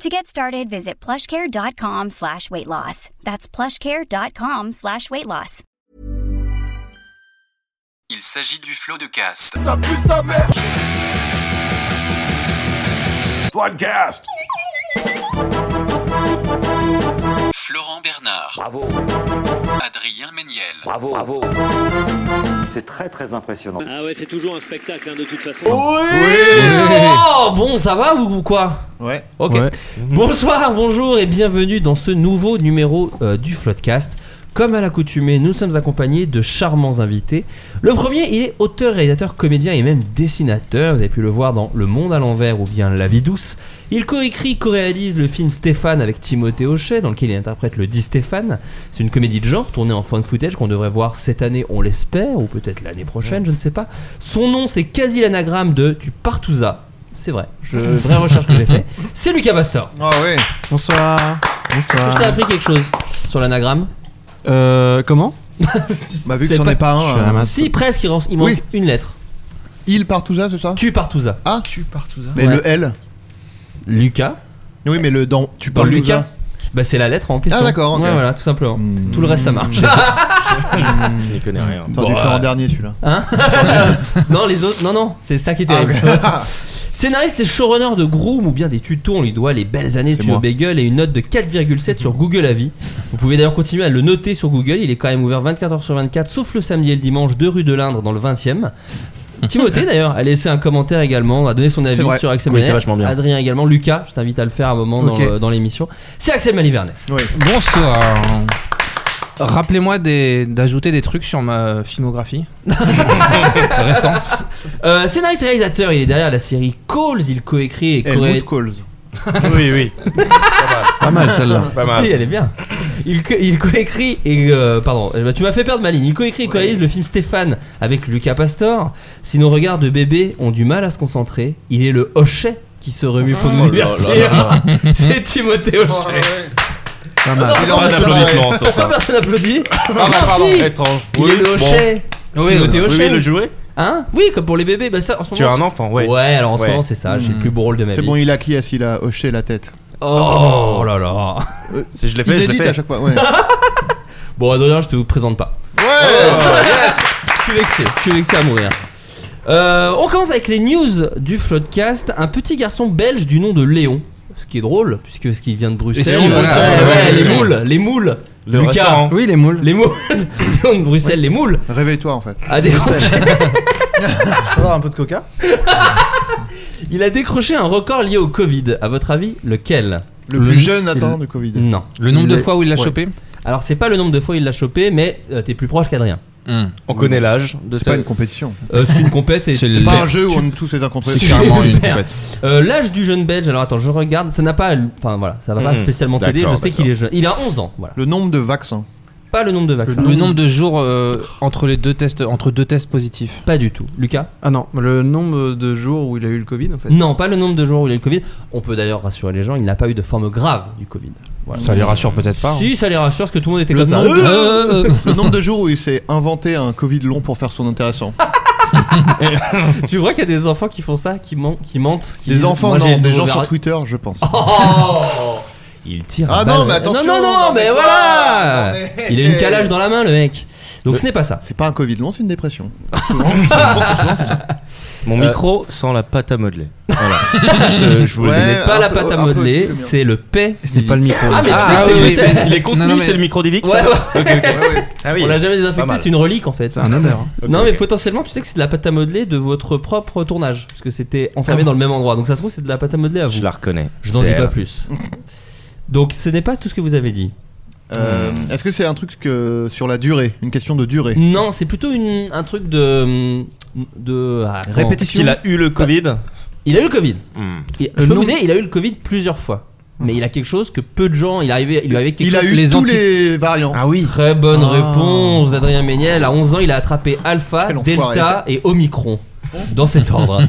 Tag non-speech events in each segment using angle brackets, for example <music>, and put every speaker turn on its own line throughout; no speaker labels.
To get started, visit plushcare.com slash weight loss. That's plushcare.com slash weight loss.
Il s'agit du flot de cast.
Ça pue sa mère Podcast
Florent Bernard,
Bravo,
Adrien Méniel,
bravo, bravo.
C'est très très impressionnant.
Ah ouais, c'est toujours un spectacle hein, de toute façon.
Oh, bon, ça va ou ou quoi
Ouais.
Ok. <laughs> Bonsoir, bonjour et bienvenue dans ce nouveau numéro euh, du Floodcast. Comme à l'accoutumée, nous sommes accompagnés de charmants invités. Le premier, il est auteur, réalisateur, comédien et même dessinateur. Vous avez pu le voir dans Le Monde à l'envers ou bien La vie douce. Il coécrit, co-réalise le film Stéphane avec Timothée Hochet, dans lequel il interprète le dit Stéphane. C'est une comédie de genre tournée en fan footage qu'on devrait voir cette année, on l'espère, ou peut-être l'année prochaine, je ne sais pas. Son nom, c'est quasi l'anagramme de Tu Partouzas. C'est vrai, je, vraie recherche que j'ai fait. C'est Lucas Bastor.
Oh oui.
Bonsoir.
Ah.
Je t'ai
Bonsoir.
appris quelque chose sur l'anagramme.
Euh, comment
<laughs> Bah vu que
C'est
c'en
pas-
est pas
Je suis à
un.
la
hein.
main.
Si, presque, il, ren- il manque
Oui.
une lettre.
Il partouja, c'est ça
Tu Partouza.
Ah
Tu partout ça.
Mais
Ouais.
le L
Lucas,
Oui, mais le dans. Tu
Dans
parles
Lucas. bah, c'est la lettre en question.
Ah, d'accord, ok. Hmm.
Ouais, voilà, tout simplement. Tout le reste, ça marche. <laughs>
Je n'y connais rien.
T'as
Bon,
dû faire
euh,
en dernier celui-là.
non, les autres, non, non, c'est ça qui est
Ah, <laughs>
terrible. Scénariste et showrunner de Groom ou bien des tutos, on lui doit les belles années de
C'est
Studio
moi.
Bagel et une note de 4,7 sur Google Avis. Vous pouvez d'ailleurs continuer à le noter sur Google, il est quand même ouvert 24h sur 24, sauf le samedi et le dimanche, 2 rue de l'Indre dans le 20ème. Timothée d'ailleurs a laissé un commentaire également, a donné son avis
vrai.
sur Axel
Oui, c'est
Maliverne.
vachement bien.
Adrien également, Lucas, je t'invite à le faire à un moment dans
Ok.
le- dans l'émission. C'est Axel Malivernet.
Oui.
Bonsoir. Rappelez-moi des- d'ajouter des trucs sur ma filmographie. <laughs> Récent.
Euh, scénariste et réalisateur, il est derrière la série Calls, il coécrit et
L.
co-réalise.
Wood Calls.
<laughs> Oui, oui.
Pas mal celle-là.
Pas mal.
Si, elle est bien. Il, co- il coécrit et euh, pardon, eh ben, tu m'as fait perdre ma ligne. Il coécrit et co-réalise le film Stéphane avec Lucas Pastor. Si nos regards de bébé ont du mal à se concentrer, il est le hochet qui se remue pour nous
Oh là là
divertir. <laughs> C'est Timothée Hochet.
Pas
mal.
Il
Il aura
aurait
un
dû se
applaudissement sur
<laughs> Pourquoi
ça.
personne applaudit Ah,
Ah,
bah,
pardon.
si.
Étrange.
Il est le
bon.
hochet.
Oui,
Timothée
Oui, oui,
Hochet.
le jouer
Hein Oui, comme pour les bébés, bah ça en ce moment.
Tu as
c'est-
un enfant, ouais.
Ouais, alors en ce
Ouais. Hmm.
moment c'est ça, j'ai le plus beau rôle de ma
barrer. C'est
vie.
bon, il a qui assis là, hoché la tête.
Oh là là.
Si je l'ai fait, je l'ai
Inédite à
fait.
<laughs>
chaque fois. Ouais.
Bon, Adrien, je te vous présente pas.
Ouais.
Je suis vexé, je suis vexé à mourir. Euh, on commence avec les news du Floodcast. Un petit garçon belge du nom de Léon. Ce qui est drôle, puisque ce qui vient de Bruxelles.
Et c'est qui,
Ouais,
voilà,
ouais,
ouais,
ouais,
c'est
les
vrai.
moules, les moules.
Le
Lucas.
restaurant.
Oui, les moules. Les moules. <laughs> Léon de Bruxelles, les moules.
Réveille-toi en fait.
A décroché,
avoir un peu de coca
<laughs> il a décroché un record lié au Covid. À votre avis, lequel
Le
Le-
plus jeune attend
le-
du Covid.
Mm.
Non.
Le nombre de
Le-
fois où il l'a
ouais.
chopé
Alors, c'est pas le nombre de fois il l'a chopé, mais euh, t'es plus proche qu'Adrien.
Hmm.
On connaît l'âge de
C'est pas
cette.
une compétition.
Euh, c'est une compète et
C'est
C'est
le-
pas un jeu où on est tous les uns contre
C'est
les <laughs>
carrément
autres.
une
Merde.
compète.
Euh, L'âge du jeune belge, alors attends, je regarde, ça n'a pas. Enfin voilà, ça va pas
Mhm.
spécialement t'aider, je
D'accord,
sais qu'il est jeune. Il a 11 ans, voilà.
Le nombre de vaccins.
Pas le nombre de vaccins.
Le nombre de jours euh, entre les deux tests, entre deux tests positifs.
Pas du tout. Lucas
Ah non, le nombre de jours où il a eu le Covid en fait.
Non, pas le nombre de jours où il a eu le Covid. On peut d'ailleurs rassurer les gens, il n'a pas eu de forme grave du Covid. Voilà.
Ça les rassure peut-être pas. hein.
Si, ça les rassure parce que tout le monde était
hein. Le
comme ça.
nombre-
Euh, euh,
Le nombre de jours où il s'est inventé un Covid long pour faire son intéressant.
Ah, euh. <laughs> tu vois qu'il y a des enfants qui font ça, qui, men- qui mentent qui
Des
disent,
enfants,
moi, j'ai
non,
le
des
nouveau
gens sur
variant.
Twitter, je pense. <laughs>
Oh Il tire. à
Ah non,
balles.
mais attention,
Non, non, non,
non,
mais,
mais quoi
voilà
Non, mais- Euh,
Il a
<laughs>
une calage dans la main, le mec. Donc ce n'est pas ça.
C'est pas un Covid long, c'est une dépression.
Mon
Euh,
micro sans la pâte à modeler.
<laughs>
Voilà. je, je vous
Ce
ai
n'est pas la pâte à modeler, c'est le paix.
C'était pas le micro.
Ah, mais
Ah,
tu sais que
oui,
c'est-
oui,
c'est-
mais il est contenu,
Non, non, mais-
c'est le micro d'Evic,
Ouais,
ça
ouais.
Ah oui.
On l'a jamais
Pas
désinfecté,
mal.
c'est une relique en fait.
C'est un honneur, hein.
non,
Ok,
mais
ok.
potentiellement, tu sais que c'est de la pâte à modeler de votre propre tournage, parce que c'était enfermé dans le même endroit. Donc ça se trouve, c'est de la pâte à modeler à vous.
Ah Je la reconnais.
Je n'en dis
C'est
pas
elle.
plus. <laughs> Donc ce n'est pas tout ce que vous avez dit.
Euh, Est-ce que c'est un truc que, sur la durée Une question de durée
Non, c'est plutôt une, un truc de. de ah, comment-
Répétition. Est-ce qu'il a eu le Covid
Bah, Il a eu le Covid.
Hmm.
Il-
Le
je peux vous
nombre-
dire, il a eu le Covid plusieurs fois. Mais il a quelque chose que peu de gens. Il, arrivait, il lui avait quelque
Il a
chose-
eu tous
anti-
les variants.
Ah oui.
Très bonne réponse d'Adrien Méniel. À 11 ans, il a attrapé Alpha,
Quel enfoiré.
Delta et Omicron. Dans cet
<laughs>
ordre.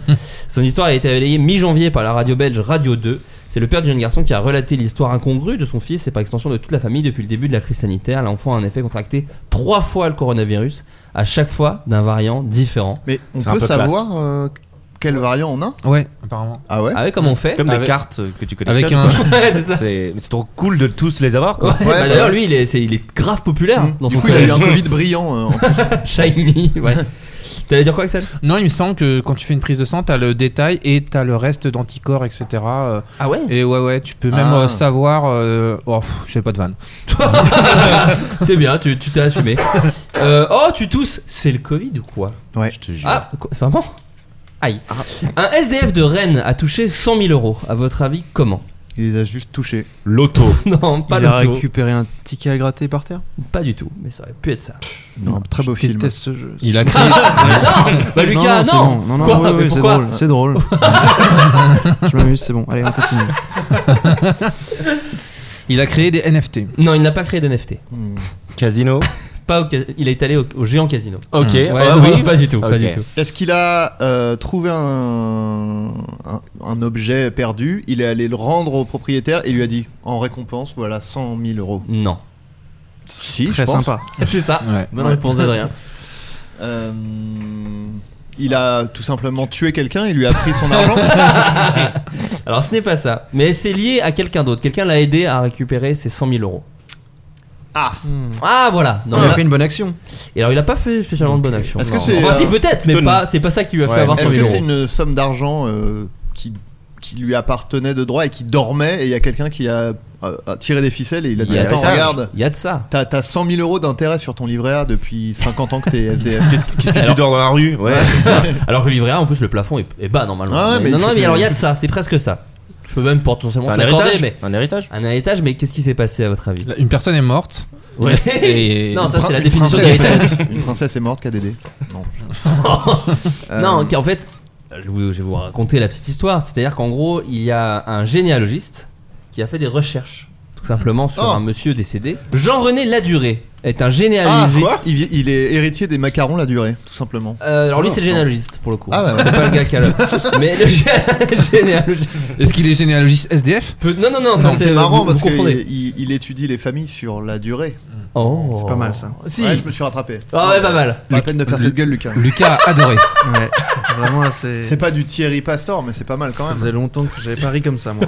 Son histoire a été relayée mi-janvier par la radio belge Radio 2. C'est le père du jeune garçon qui a relaté l'histoire incongrue de son fils et par extension de toute la famille depuis le début de la crise sanitaire. L'enfant a en effet contracté trois fois le coronavirus, à chaque fois d'un variant différent.
Mais On peut savoir euh, quel variant on a
Ouais, apparemment.
Ah ouais
Ah ouais, comment on fait
C'est comme
Avec-
des cartes que tu connais.
Avec un- <laughs> Ouais, c'est ça.
c'est c'est trop cool de tous les avoir quoi.
Ouais, bah D'ailleurs, lui, il est, c'est- il est grave populaire dans
Mmh. Du
son
coup, il a eu
collège.
un Covid brillant. euh, en plus.
<laughs> Shiny,
<laughs>
ouais. T'allais dire quoi, Axel
Non, il me semble que quand tu fais une prise de sang, t'as le détail et t'as le reste d'anticorps, etc. euh,
Ah ouais
Et ouais, ouais, tu peux même
Ah.
euh, savoir. euh, Oh, pff, je sais pas de vanne.
C'est bien, tu tu t'es assumé. Euh, oh, tu tousses C'est le Covid ou quoi
Ouais.
Je te jure.
Ah, quoi- c'est vraiment Aïe. Un SDF de Rennes a touché 100 000 euros. À votre avis, comment <laughs>
Il les a juste touchés.
L'auto.
Non, pas
Il a
le taux.
récupéré un ticket à gratter par terre
Pas du tout, mais ça aurait pu être ça.
Un très beau
Je
film.
déteste ce jeu.
Il a créé.
Bah, Lucas,
c'est
non
bon. Non, non,
Quoi
oui, oui,
Mais
c'est
pourquoi
drôle. C'est drôle.
<laughs>
je m'amuse, c'est bon. Allez, on continue.
Il a créé des NFT.
Non, il n'a pas créé d'NFT.
Casino.
Pas au ca- Il est allé au, au géant casino.
Ok.
Ouais,
ah
non,
oui.
pas du tout, pas
Ok.
du tout.
Est-ce qu'il a euh, trouvé un, un, un objet perdu Il est allé le rendre au propriétaire et lui a dit en récompense, voilà 100 000 euros.
Non.
Si,
Très
je pense.
sympa.
C'est ça.
Ouais.
Bonne
Ouais.
réponse d'Adrien.
Euh, il a tout simplement tué quelqu'un et lui a pris son argent.
<laughs>
Alors ce n'est pas ça, mais c'est lié à quelqu'un d'autre. Quelqu'un l'a aidé à récupérer ses 100 000 euros.
Ah.
Ah voilà. Non,
il a
là-
fait une bonne action.
Et alors il a pas fait spécialement de bonne action.
Est-ce que
non.
c'est,
Enfin, si,
euh,
peut-être, mais
Tony.
pas. C'est pas ça qui lui a fait
Ouais,
avoir 100
Est-ce
000
que c'est
euros.
une somme d'argent euh, qui, qui lui appartenait de droit et qui dormait et il y a quelqu'un qui a, euh, a tiré des ficelles et il a
Il
dit
y a de
attends
ça.
regarde
Il y a de
<laughs>
ça.
t'as t'as 100 000 euros d'intérêt sur ton livret A depuis 50 ans que t'es SDF.
<laughs>
Qu'est-ce que- qu'est-ce que tu
Alors-
dors dans la rue Ouais.
Alors que le livret A, en plus, le plafond est, est bas normalement.
Ah ouais,
Mais-
mais
non,
il
non,
fait
mais
que-
alors il y a de ça. C'est presque ça. Je peux même potentiellement
C'est
te
un
l'accorder,
héritage.
mais
Un héritage.
un héritage. Mais qu'est-ce qui s'est passé à votre avis
Là, Une personne est morte.
Ouais.
<laughs>
<laughs>
Et-
Non, ça c'est la
Une
définition
princesse,
d'héritage.
peut-être. Une princesse est morte, KDD. Non.
<laughs>
Euh,
Non, en fait, je vais, vous, je vais vous raconter la petite histoire. C'est-à-dire qu'en gros, il y a un généalogiste qui a fait des recherches, tout simplement, sur
Oh.
un monsieur décédé. Jean-René Laduré est un
Ah,
généalogiste.
il, vi- il est héritier des macarons la durée, tout simplement.
Euh, alors lui,
Oh,
c'est le
non.
généalogiste pour le coup.
Ah, ouais, ouais.
C'est pas le gars qui a le.
<laughs>
Mais le gé- généalogiste.
Est-ce qu'il est généalogiste SDF
peut- Non, non, non, ça
Non,
c'est euh,
c'est marrant
vous-
parce
vous confondez.
qu'il il, il étudie les familles sur la durée.
Oh.
C'est pas mal, ça.
Si.
Ouais, je me suis rattrapé.
Ah ouais, pas mal.
Pas la peine de faire cette gueule, Lucas.
Lucas
<laughs>
a adoré.
Ouais. Vraiment, là, c'est.
C'est pas du Thierry Pastor, mais c'est pas mal quand
Ça
même.
faisait longtemps que j'avais pas ri comme ça, moi.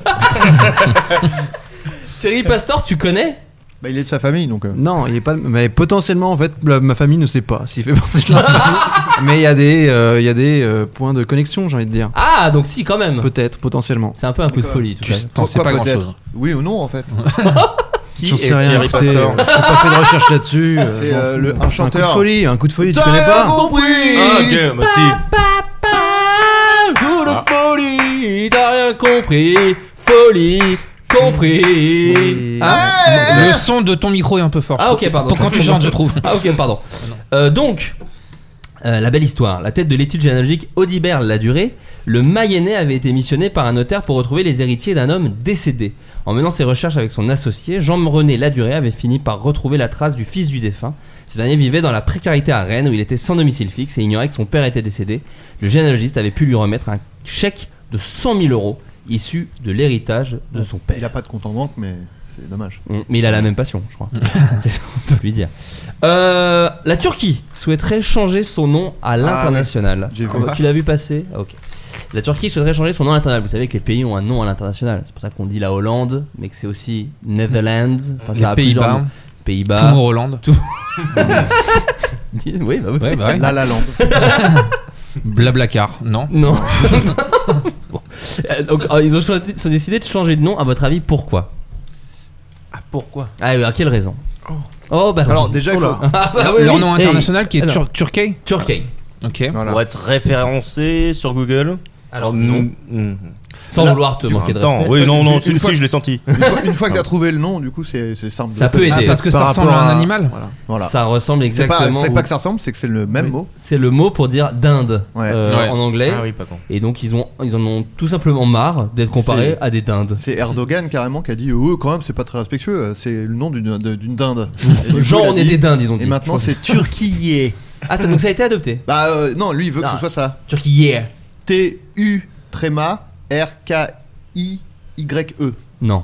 Thierry Pastor, tu connais
Bah, il est de sa famille donc. euh.
Non, il est pas. Mais potentiellement, en fait, la- ma famille ne sait pas s'il fait partie de la famille. Mais il y a des, euh, il y a des euh, points de connexion, j'ai envie de dire.
Ah, donc si, quand même.
Peut-être, potentiellement.
C'est un peu un coup de folie, tout
Tu
ça.
t'en sais pas
Pourquoi
grand chose.
peut-être Oui ou non en fait.
Qui
J'en
est
sais rien.
Thierry
écoutez,
Pastor
euh, J'ai pas fait de recherche là-dessus. euh,
C'est,
j'en
euh,
fous.
le- un
C'est Un
chanteur.
coup de folie, un coup de folie, tu connais
T'as
pas
compris
Ah ok. Bah si.
Papa, coup
Ah.
de folie, t'as rien compris, folie, compris.
Oui.
Ah,
Le son de ton micro est un peu fort.
Ah, ok, pardon.
Pour quand tu chantes, je trouve.
<laughs> ah, ok, pardon. Euh, donc, euh, la belle histoire. La tête de l'étude généalogique Audibert l'a durée. Le Mayennais avait été missionné par un notaire pour retrouver les héritiers d'un homme décédé. En menant ses recherches avec son associé, Jean-René Laduré avait fini par retrouver la trace du fils du défunt. Ce dernier vivait dans la précarité à Rennes où il était sans domicile fixe et ignorait que son père était décédé. Le généalogiste avait pu lui remettre un chèque de 100 000 euros issu de l'héritage de son père.
Bah, Il a pas de compte en banque, mais c'est dommage.
Mm, Mais il a la même passion,
<laughs>
je crois. C'est ce qu'on peut lui dire. Euh, la Turquie souhaiterait changer son nom à l'international.
j'ai vu.
Ah bah, tu l'as vu passer Ah, Ok. La Turquie souhaiterait changer son nom à l'international. Vous savez que les pays ont un nom à l'international. C'est pour ça qu'on dit la Hollande, mais que c'est aussi Netherlands. Enfin,
Les
a
Pays-Bas.
plusieurs noms. Ah.
Tout
<laughs> Pays-Bas.
Hollande.
<laughs> oui, bah oui.
Ouais, bah ouais.
La La Land.
Blablacar, non
Non. <laughs> Bon. Euh, Donc, euh, ils ont choisi, sont décidés de changer de nom, à votre avis, pourquoi
Ah, pourquoi
Ah, euh, à quelle raison
Oh.
Oh, bah.
Alors, déjà, il
Oh là.
faut-
<laughs> Ah, bah,
Leur-
oui,
Leur
oui.
nom hein.
Hey.
international qui est
Alors,
Tur- Turkey
Turkey.
Ok.
Voilà.
Pour être référencé sur Google.
Alors, non.
Mm.
Sans
Là,
vouloir te
Du
manquer de
temps.
respect.
Oui, non, non,
Une
celui-ci,
fois-
je l'ai senti.
Une fois, une fois que t'as trouvé le nom, du coup, c'est c'est simple.
Ah. Ça
de-
peut
Ah,
aider.
parce que
Par
ça ressemble à
rapport
un
à-
animal
Voilà.
Ça ressemble
C'est pas,
exactement.
c'est
au-
pas que ça ressemble, c'est que c'est le même mot.
C'est le mot pour dire dinde
Ouais.
euh,
Ouais.
en anglais.
Ah oui, pas con.
Et donc ils, ont, ils en ont tout simplement marre d'être comparés
C'est-
à des dindes.
C'est Erdogan carrément qui a dit Oh, quand même, c'est pas très respectueux, euh, c'est le nom d'une de- d'une dinde. Et du coup,
Genre
il a
on est
dit-
des dindes, ils ont dit.
Et maintenant, c'est turquillé.
Ah ça, donc ça a été adopté.
Bah, euh, non, lui, il veut que
Ah.
ce soit ça.
Turquie, yeah.
T-U, tréma, R-K-I-Y-E.
Non.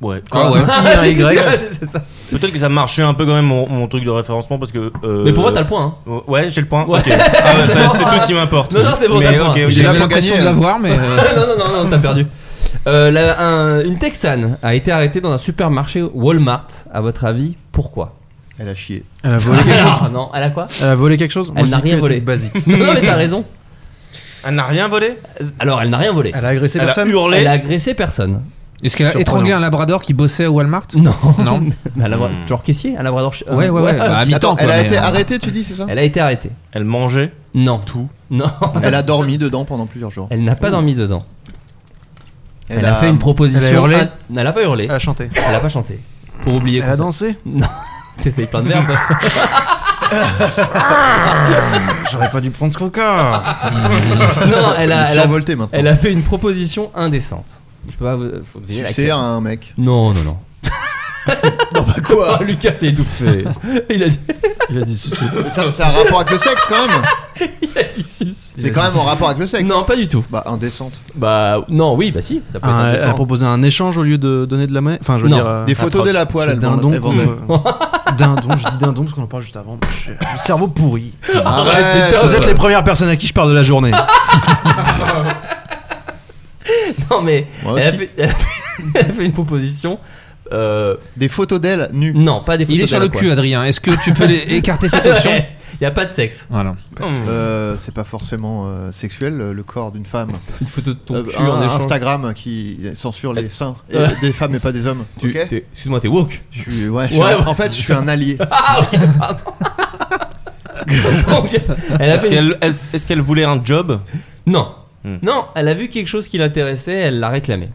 Ouais.
Ah
<laughs>
ouais.
Ah,
Si, si, si,
Y.
ouais, c'est- c'est ça.
Peut-être que ça marchait un peu quand même mon, mon truc de référencement parce que. euh,
Mais pour moi t'as le point.
<laughs>
hein.
Ouais, j'ai le point.
Ouais.
Ok. Ah ouais,
<laughs> C'est
ça,
bon.
c'est tout ce qui m'importe.
Non, non, c'est bon,
Mais
t'as le
ok,
point.
ok.
J'ai la
J'avais
pour
l'impression
gagner,
de l'avoir, mais. euh,
non, non, non, non, t'as perdu. Euh, la- un- une Texane a été arrêtée dans un supermarché Walmart. À votre avis,
<laughs>
pourquoi
Elle a chié.
Elle a volé quelque chose
Ah, Non, elle a quoi
Elle a volé quelque chose Moi,
Elle
je
n'a
dis que
rien
les
volé.
trucs basiques.
Non, non, mais t'as raison.
Elle n'a rien volé
Euh, Alors, elle n'a rien volé.
Elle a agressé
Elle a
personne
hurlé
Elle a agressé personne.
Est-ce qu'elle a
Surprenant.
étranglé un labrador qui bossait au Walmart
Non. Hmm.
Non.
<laughs> Mais elle a- Genre caissier Un labrador ch- euh,
Ouais,
<laughs>
ouais, ouais. Bah, à mi-temps,
Attends,
quoi,
elle a
mais,
été
euh,
arrêtée, tu dis, c'est ça
Elle a été arrêtée.
Elle mangeait
Non. Tout <laughs> Non.
Elle a dormi dedans pendant plusieurs jours.
Elle n'a pas dormi dedans. Elle, a, fait une proposition.
elle a hurlé
à- Elle n'a pas hurlé.
Elle a chanté.
Elle n'a pas chanté. Pour oublier
Elle
qu'on
a
s'a-
dansé
Non. T'essayes plein de <laughs> verbes.
J'aurais pas dû prendre ce coca
non, elle a,
Ils
elle,
sont
a,
voltés maintenant.
elle a fait une proposition indécente. Je peux pas. vous- Faut deviner laquelle.
C'est un
<laughs>
mec.
Non, non, non.
Non, bah quoi
<laughs> Oh, Lucas s'est
<laughs>
étouffé. il a dit,
Il a dit sucer.
Ça, <laughs> C'est un rapport avec le sexe quand même
<laughs> il a dit sus.
C'est quand même en rapport avec le sexe
Non, pas du tout.
Bah, indécente.
Bah, non, oui, bah si. Ça peut être
Un- elle a
indécent.
proposé un échange au lieu de donner de la monnaie. Enfin, je veux
Non.
dire. euh,
Des photos
atroce.
de la poêle,
C'est
elle
Dindon
vend- elle
contre- <laughs> Dindon, je dis dindon parce qu'on en parle juste avant. Je- Le cerveau pourri.
Arrête
Vous êtes les premières personnes à qui je parle de la journée. euh,
Non, mais
Moi
elle a,
aussi.
fait, elle a fait- <laughs> elle a fait une proposition. euh,
Des photos d'elle nue.
non, pas des
Il est sur le cul, Adrien. Est-ce que tu
<laughs>
peux les- écarter cette option
Il y a pas de sexe.
Voilà.
Euh, c'est pas forcément euh, sexuel euh, le corps d'une femme.
Une photo de ton
Euh,
cul
un-
en échange.
Instagram qui censure les
<laughs>
seins et
Ouais.
des femmes et pas des hommes.
Tu-
ok
t'es- Excuse-moi, t'es
<laughs>
woke. <laughs>
Je suis- ouais, je suis
Ouais,
un-
ouais.
En fait, je suis
<laughs>
un allié.
Donc, elle a
Est-ce
fait-
qu'elle est-ce- est-ce qu'elle voulait un job
Non.
Hmm.
Non, elle a vu quelque chose qui l'intéressait, elle l'a réclamé.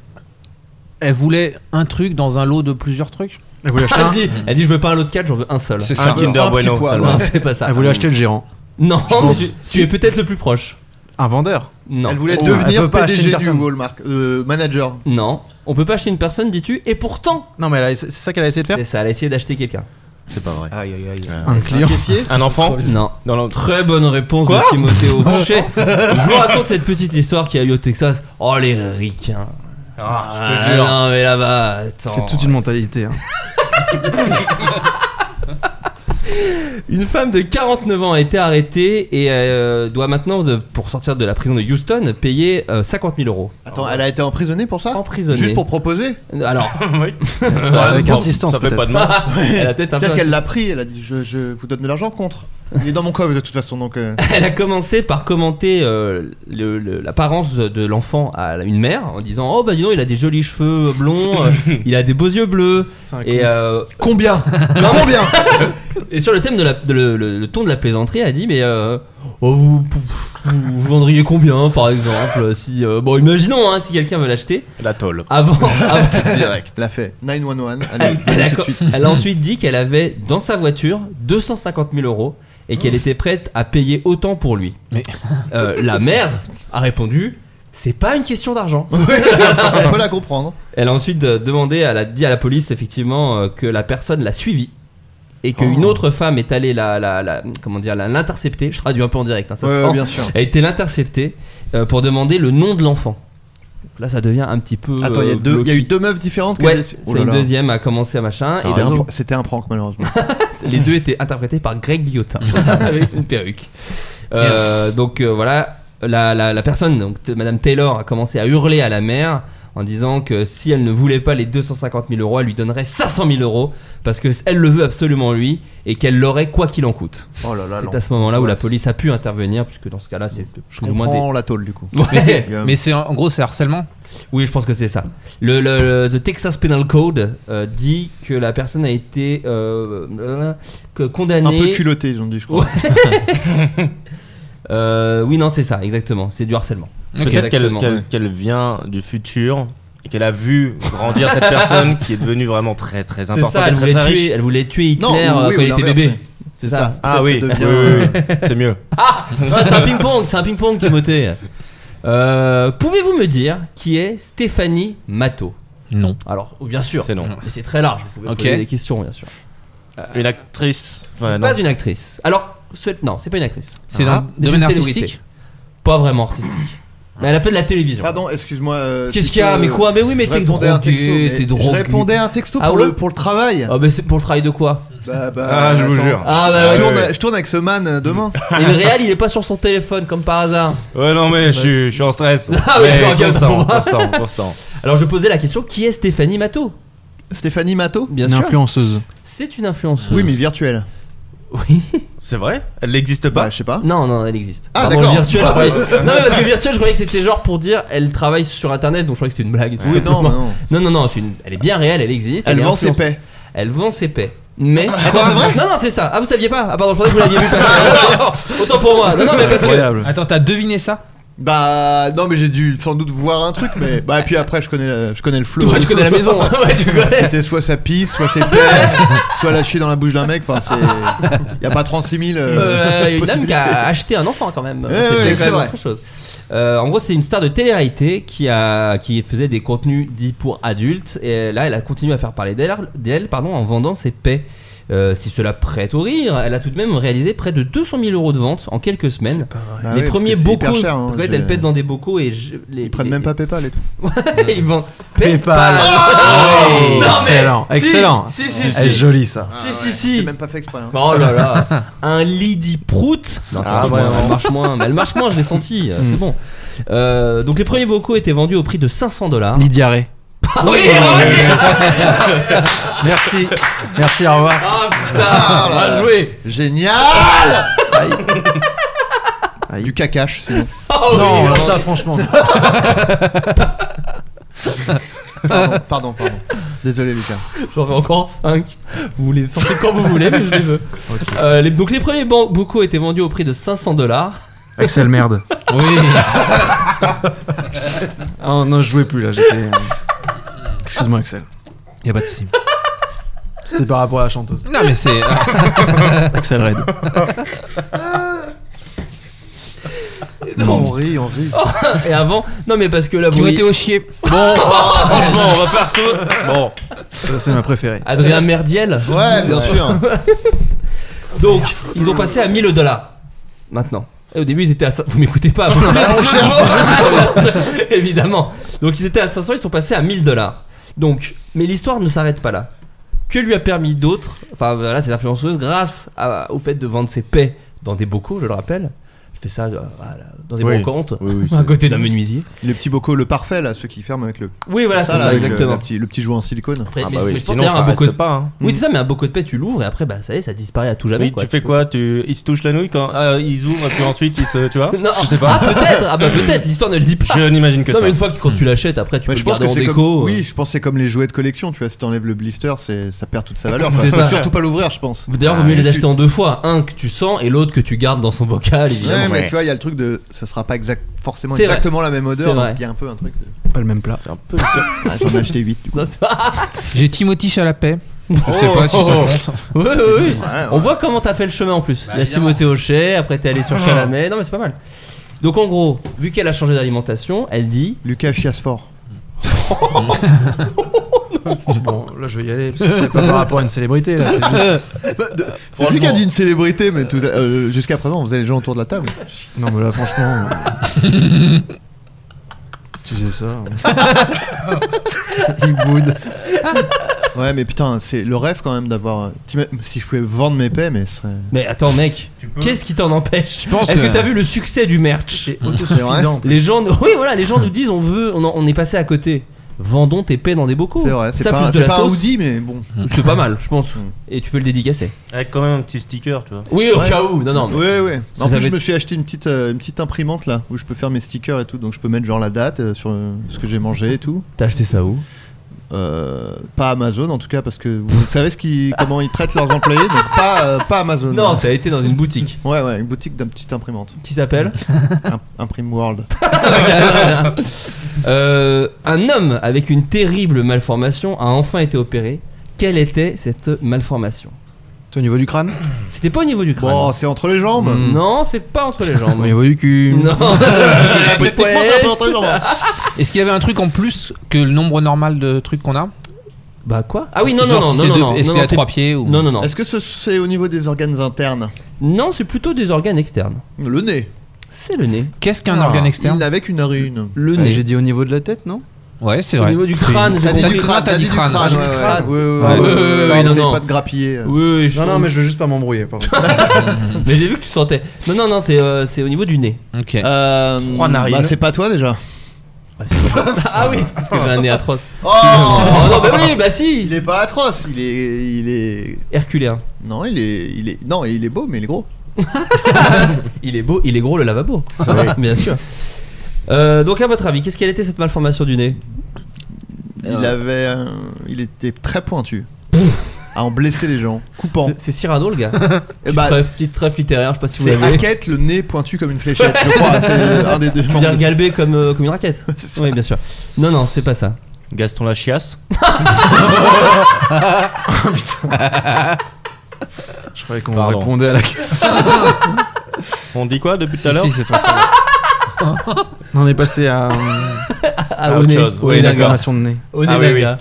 Elle voulait un truc dans un lot de plusieurs trucs
Elle voulait acheter,
Elle
un-
dit, elle dit je veux pas un lot de 4, j'en veux un seul.
C'est
Un
ça.
Un
Kinder
petit
Bueno
poids,
seulement.
<laughs> Non, c'est pas ça.
elle voulait acheter le gérant.
Non, mais
pense.
tu, tu es peut-être le plus proche.
Un vendeur.
Non.
Elle voulait
Oh,
devenir
elle peut pas acheter une
PDG du
personne.
Walmart, euh, manager.
Non. On peut pas acheter une personne, dis-tu, et pourtant.
Non, mais elle a- c'est ça qu'elle a essayé de faire
C'est ça, elle a essayé d'acheter quelqu'un.
C'est pas vrai.
Aïe aïe aïe.
Un client.
<laughs>
Caissier
Un enfant
Non.
Dans l'autre.
Très bonne réponse de
<laughs>
Timothée Auchet. Je vous raconte cette petite histoire qui a eu au Texas. Oh les ricains.
Ah,
Ah, non mais là-bas, attends.
C'est toute une mentalité. hein.
Une femme de 49 ans a été arrêtée et euh, doit maintenant, de- pour sortir de la prison de Houston, payer euh, 50 000 euros.
Attends, elle a été emprisonnée pour ça
Emprisonnée.
Ah, Juste pour proposer <laughs>
Alors,
Oui.
ça-
Avec
Bon,
insistance,
Ça fait
peut-être.
pas de mal.
<laughs> elle a peut-être un peu.
Peut-être qu'elle l'a pris, elle a dit je, je vous donne de l'argent contre. Il est dans mon coffre de toute façon donc.
<laughs>
euh,
Elle a commencé par commenter euh, le- le- l'apparence de l'enfant à une mère en disant Oh bah dis donc, il a des jolis cheveux blonds,
<laughs>
euh, il a des beaux yeux bleus.
C'est un
Et,
con.
euh,
Combien Combien
et sur le thème de, la, de le, le- le ton de la plaisanterie, elle a dit Mais euh, oh, vous, vous- vous vendriez combien par exemple si, euh, Bon, imaginons hein, si quelqu'un veut l'acheter.
La tôle.
<laughs>
Avant, avant-
<laughs> Elle a fait 911. Allez,
Elle, elle
venez
a,
tout
<laughs>
de suite.
elle a ensuite dit qu'elle avait dans sa voiture 250 000 euros et qu'elle était prête à payer autant pour lui.
Mais-
Euh, la mère a répondu c'est pas une question d'argent.
On peut la comprendre.
Elle a ensuite euh, demandé, elle a dit à la police effectivement euh, que la personne l'a suivie et qu'une
Oh.
autre femme est allée la, la, la- comment dire la- l'intercepter. Je traduis un peu en direct. hein, ça se
Ouais,
sent.
bien sûr.
Euh,
Elle a été l'intercepter euh, pour demander le nom de l'enfant. Là, ça devient un petit peu.
Attends, il y, a
euh,
deux- il y a eu
glauque.
deux meufs différentes. qui
Ouais,
étaient-
c'est
Oh là
une
là.
deuxième à commencer à machin. Et
C'était
donc,
un pr- C'était un prank
<laughs>
malheureusement.
Les deux étaient interprétés par Greg Guillotin avec une perruque. Euh, donc euh, voilà, la, la- la personne, donc t- Madame Taylor, a commencé à hurler à la mère en disant que si elle ne voulait pas les 250 000 euros, elle lui donnerait 500 000 euros parce que elle le veut absolument lui et qu'elle l'aurait quoi qu'il en coûte.
Oh là là,
c'est
non.
à ce moment-là où
Ouais,
la police a pu intervenir puisque dans ce cas-là, c'est
Je
plus ou moins
comprends
des-
la tôle du coup. <laughs>
Mais c'est- mais c'est en en gros c'est harcèlement.
<laughs> Oui, je pense que c'est ça. Le, le- le- the Texas Penal Code euh, dit que la personne a été euh, euh, que
Un
condamnée.
peu culotté, ils ont dit, je crois.
Ouais. Euh, oui, non, c'est ça, exactement. C'est du harcèlement.
Peut-être qu'elle
Exactement.
qu'elle- qu'elle vient du futur et qu'elle a vu grandir cette personne qui est devenue vraiment très très
C'est
importante.
ça,
et
elle
très,
voulait,
très
tuer,
riche.
elle voulait tuer Hitler
Non,
euh,
oui,
quand
ou
il était
l'inverse,
bébé.
mais
C'est
c'est
ça.
ça.
Ah
Peut-être
oui,
ça devient-
oui, oui, oui, c'est mieux.
Ah
<laughs>
Ouais, C'est un ping-pong, c'est un ping-pong, Timothée. Euh, Pouvez-vous me dire qui est Stéphanie Matteau
Non.
Alors, oh, bien sûr,
C'est non.
mais c'est très large. Vous pouvez
Ok.
poser des questions, bien sûr.
Une actrice. Enfin, non.
Pas une actrice. Alors, souhaite- non, c'est pas une actrice.
C'est
Ah.
dans le
Mais c'est
domaine
une célébrité.
artistique
Pas vraiment artistique. Mais elle a fait de la télévision.
Pardon, excuse-moi. euh,
Qu'est-ce
si
qu'il y a
tu-
Mais quoi Mais oui, mais
je
t'es
répondais à un
drogué,
texto, mais
t'es drogué.
Je répondais à un texto
Ah
pour,
ouais
le, pour le travail.
Ah, mais c'est pour le travail de quoi
Bah, bah,
Ah, je vous
attends.
jure.
Ah, bah, ouais.
Je tourne, je tourne avec ce man euh,
<laughs>
demain.
Et le réel, il est pas sur son téléphone comme par hasard.
Ouais, non, mais je suis- je suis
<laughs>
en stress.
Ah oui,
Mais
d'accord, ok,
constant,
pour moi.
constant, constant.
Alors, je posais la question qui est Stéphanie Matteau
Stéphanie Matteau
Bien
Une
sûr.
influenceuse.
C'est une influenceuse.
Oui, mais virtuelle.
Oui.
C'est vrai Elle n'existe pas
Bah, je
<laughs>
sais pas.
Non, non, elle existe.
Ah,
Pardon,
d'accord.
virtuel,
Ah,
oui. Non, mais parce que virtuel, je croyais que c'était genre pour dire elle travaille sur internet, donc je croyais que c'était une blague. tout
Oui, non,
simplement.
mais non.
non, non, non, c'est une- elle est bien réelle, elle existe.
Elle
est
vend ses
influenceuse.
paix.
Elle vend ses paix. Mais.
Attends, c'est vrai Ah,
Non, non, c'est ça. Ah, vous saviez pas Ah, pardon, je pensais que vous l'aviez
<laughs>
vu passer. Autant pour moi. Non, non, mais parce que.
Incroyable.
Attends, t'as deviné ça
Bah, non, mais j'ai dû sans doute voir un truc, mais. Bah, et puis après, je connais, la- je connais le flow.
Toi, tu connais la maison.
<laughs>
hein. Ouais, tu <laughs> connais.
C'était soit sa pisse, soit
<laughs>
ses paix, soit la chier dans la bouche d'un mec. Enfin, <laughs> c'est. Y a pas 36 000. euh,
Euh, une dame qui
possibilités.
a acheté un enfant quand même.
Ouais, ouais,
quand
c'est
même
vrai.
autre chose. Euh, en gros, c'est une star de télé-réalité qui, a, qui faisait des contenus dits pour adultes. Et là, elle a continué à faire parler d'elle d'elle, pardon, en vendant ses paix. Euh, si cela prête au rire, elle a tout de même réalisé près de 200 000 euros de ventes en quelques semaines.
Bah
les
ouais, parce
premiers
que c'est
bocaux.
hyper cher, hein,
parce qu'en fait,
je-
elle pète dans des bocaux et. je- les,
Ils prennent
<laughs>
même pas PayPal et tout.
ils vendent.
PayPal.
Ah,
Oh Non, mais-
excellent,
si,
excellent.
Si,
Eh,
si, si.
C'est joli ça.
Si, si, si.
J'ai même pas fait exprès. hein.
Oh là là, <laughs> un Lady Prout. Non, ça
Ah,
marche moins,
ouais, ouais.
elle marche moins, mais elle marche moins, je l'ai <laughs> senti. euh, C'est
Mm.
bon. Euh, donc les premiers bocaux étaient vendus au prix de 500 dollars.
Lydia Ray.
Ah oui, ah oui.
Merci. Merci, au revoir.
Ah, putain,
Ah là
bien
là.
joué.
Génial
Aïe.
Du cacache, sinon.
Ah
Oh,
oui.
Non, alors Oh, ça, franchement.
Pardon, pardon, pardon. Désolé, Lucas.
J'en veux encore 5. Vous les sortez quand vous voulez, mais je les veux. Euh, les- donc les premiers ban- bocaux étaient vendus au prix de 500 dollars.
Axel, merde.
Oui.
Ah non, je jouais plus là, j'étais. euh, Excuse-moi, Axel.
y a pas de souci.
C'était par rapport à la chanteuse.
Non mais c'est euh,
Axel
<laughs>
Red.
On rit, on rit.
Et avant, non mais parce que là, vous
Timothée
voyez-
au chier.
Bon, franchement, on va faire ça. Bon,
Ça, c'est ma préférée.
Adrien Merdiel.
Ouais, bien sûr.
Donc, ils ont passé à 1000 dollars maintenant. Et au début, ils étaient à 500. Vous m'écoutez pas vous.
on
<laughs> Évidemment. Donc, ils étaient à 500, ils sont passés à 1000 dollars. Donc, mais l'histoire ne s'arrête pas là. Que lui a permis d'autres, enfin voilà, cette influenceuse, grâce à- au fait de vendre ses paix dans des bocaux, je le rappelle. Je fais ça euh, voilà, dans des
Oui.
brocantes,
Oui, oui,
à côté d'un menuisier.
Les petits bocaux, le parfait, là, ceux qui ferment avec le.
Oui, voilà, Ah, c'est
là,
ça,
avec le-
exactement.
la petit- le petit jouet en silicone.
Après,
euh, ah
mais-
bah
mais
oui,
je pense
sinon
derrière
ça
un bocaux
reste
de
pas. hein.
Oui, c'est ça, mais un bocaux de paix, tu l'ouvres et après, bah ça y est, ça disparaît à tout jamais.
Oui,
quoi.
tu fais quoi tu... Ils se touchent la nouille quand ah, ils ouvrent, puis ensuite ils se. Tu vois
<laughs> Non.
Hein Je sais pas.
Ah, peut-être, ah, bah peut-être, l'histoire ne le dit pas.
Je n'imagine que
non,
ça.
mais une fois que quand tu l'achètes, après tu
Ouais,
peux
je
le
pense
garder
que
en
c'est
déco.
comme.
euh.
Oui, je pense que c'est comme les jouets de collection. Tu vois, si t'enlèves le blister, c'est ça perd toute
<laughs>
sa valeur. quoi.
C'est
Faut
ça.
Surtout pas l'ouvrir, je pense.
D'ailleurs, vaut mieux
Ah,
les
tu-
acheter en deux fois. Un que tu sens et l'autre que tu gardes dans son bocal, évidemment.
Ouais, mais
ouais.
tu vois, il y a le truc de. Ce sera pas exact, forcément
C'est vrai.
exactement la même
C'est
odeur,
vrai.
donc il y a un peu un truc de.
Pas le même plat.
C'est un peu. bizarre.
Ah, J'en ai acheté 8 du coup.
Non, c'est pas-
J'ai Timothy Chalapet. Je sais
Oh.
pas si ça compte.
Ouais, ouais, ouais.
Ouais,
On voit comment t'as fait le chemin en plus.
Bah,
Il y a
évidemment.
Timothée Hochet, après t'es allé sur Chalamet. Non, mais c'est pas mal. Donc en gros, vu qu'elle a changé d'alimentation, elle dit
Lucas chiasse fort.
Bon, là, je vais y aller parce que c'est pas par rapport à une célébrité là. c'est juste-
Bah,
Euh,
de- C'est lui qui a dit une célébrité, mais tout à- euh, jusqu'à présent, on faisait les gens autour de la table.
Non, mais là, franchement.
<laughs>
euh, Tu sais ça. hein. <laughs>
Il boude. Ouais, mais putain, c'est le rêve quand même d'avoir. t'ima- Si je pouvais vendre mes paix, mais ce serait.
Mais attends, mec,
Hmm.
qu'est-ce qui t'en empêche
Je pense
Est-ce que
que-
t'as vu le succès du merch
C'est autosuffisant.
<laughs> Les gens, oui, voilà, les gens nous disent on veut, on, en- on est passé à côté. vendons tes paix dans des bocaux.
C'est vrai, c'est
Ça,
pas-
plus de
c'est
la
pas un
sauce,
hoodie, mais bon.
C'est pas mal, je pense. Et tu peux le dédicacer.
Avec quand même un petit sticker, tu vois.
Oui, au cas où. Non, non. mais-
Ouais, ouais.
Ça
En plus,
avait-
je me suis acheté une petite, euh, une petite imprimante là où je peux faire mes stickers et tout. Donc, je peux mettre genre la date euh, sur euh, ce que j'ai mangé et tout.
T'as acheté ça où
Euh, pas Amazon en tout cas parce que vous <laughs> savez ce qui, comment ils traitent leurs employés donc pas, euh, pas Amazon
Non, t'as été dans une
<laughs>
boutique
ouais ouais une boutique d'une petite imprimante
qui s'appelle
Im- Imprime World
Euh, un homme avec une terrible malformation a enfin été opéré. Quelle était cette malformation
Au niveau du crâne hein.
C'était pas au niveau du crâne.
bon c'est entre les jambes
Mm. Non, c'est pas entre les
Au
jambes.
niveau du cul
<laughs> non.
Techniquement, c'est un peu entre les jambes
Est-ce qu'il y avait un truc en plus que le nombre normal de trucs qu'on a
Bah quoi Ah oui, non,
Genre,
non,
si
non,
c'est
non,
deux-
non. non,
Est-ce qu'il y a
non, c'est-
trois pieds ou
Non, non, non.
est-ce que ce- c'est au niveau des organes internes
Non, c'est plutôt des organes externes.
le nez
C'est le nez.
Qu'est-ce qu'un
Ah,
organe
il
externe
n'avait qu'une narine
Le
Bah,
nez.
J'ai dit au niveau de la tête, non
Ouais, c'est
Au
vrai.
niveau du crâne, j'ai
t'as dit
compris.
du crâne
t'as dit crâne.
ouais, ouais,
Crâne.
ouais, ouais,
Ouais,
ouais,
ouais,
ouais,
ouais,
ouais,
non,
essaye
non.
pas de grappiller
Oui, oui, je
Non, non,
trouve-
mais je veux juste pas m'embrouiller. par contre.
mais j'ai vu que tu sentais. Non, non, non, c'est euh, c'est au niveau du nez.
Ok.
Euh,
Trois narines.
bah, c'est pas toi déjà
<laughs> Ah oui, parce que j'ai un nez atroce.
oh
Oh non, bah oui, bah si
il est pas atroce il est il est
Herculéen.
non il est il est non il est beau mais il est gros
Il est beau, il est gros le lavabo. Bien sûr. Euh, donc à votre avis, qu'est-ce qu'elle était cette malformation du nez
Il avait, un- il était très pointu. à en blesser les gens, coupant.
C'est- C'est Cyrano le gars.
Eh
petite,
bah,
trêve, petite trêve littéraire, je sais pas si vous
c'est
l'avez.
Hackett, le nez pointu comme une fléchette. Je crois, c'est un des deux
Tu
membres
l'as
de-
galbé comme, euh, comme une raquette.
C'est ça.
Oui, bien sûr. Non, non, c'est pas ça.
Gaston la
<laughs>
chiasse.
Je croyais qu'on
Pardon.
répondait à la question.
On dit quoi depuis tout
Si,
à l'heure
si, c'est très-
<laughs> On est passé à,
Ah,
Ah,
au
autre
nez.
chose.
Au
Oui,
nez d'un
d'accord.
gars.
l'opération de nez.
Au nez
Ah,
d'un
oui, oui.
gars.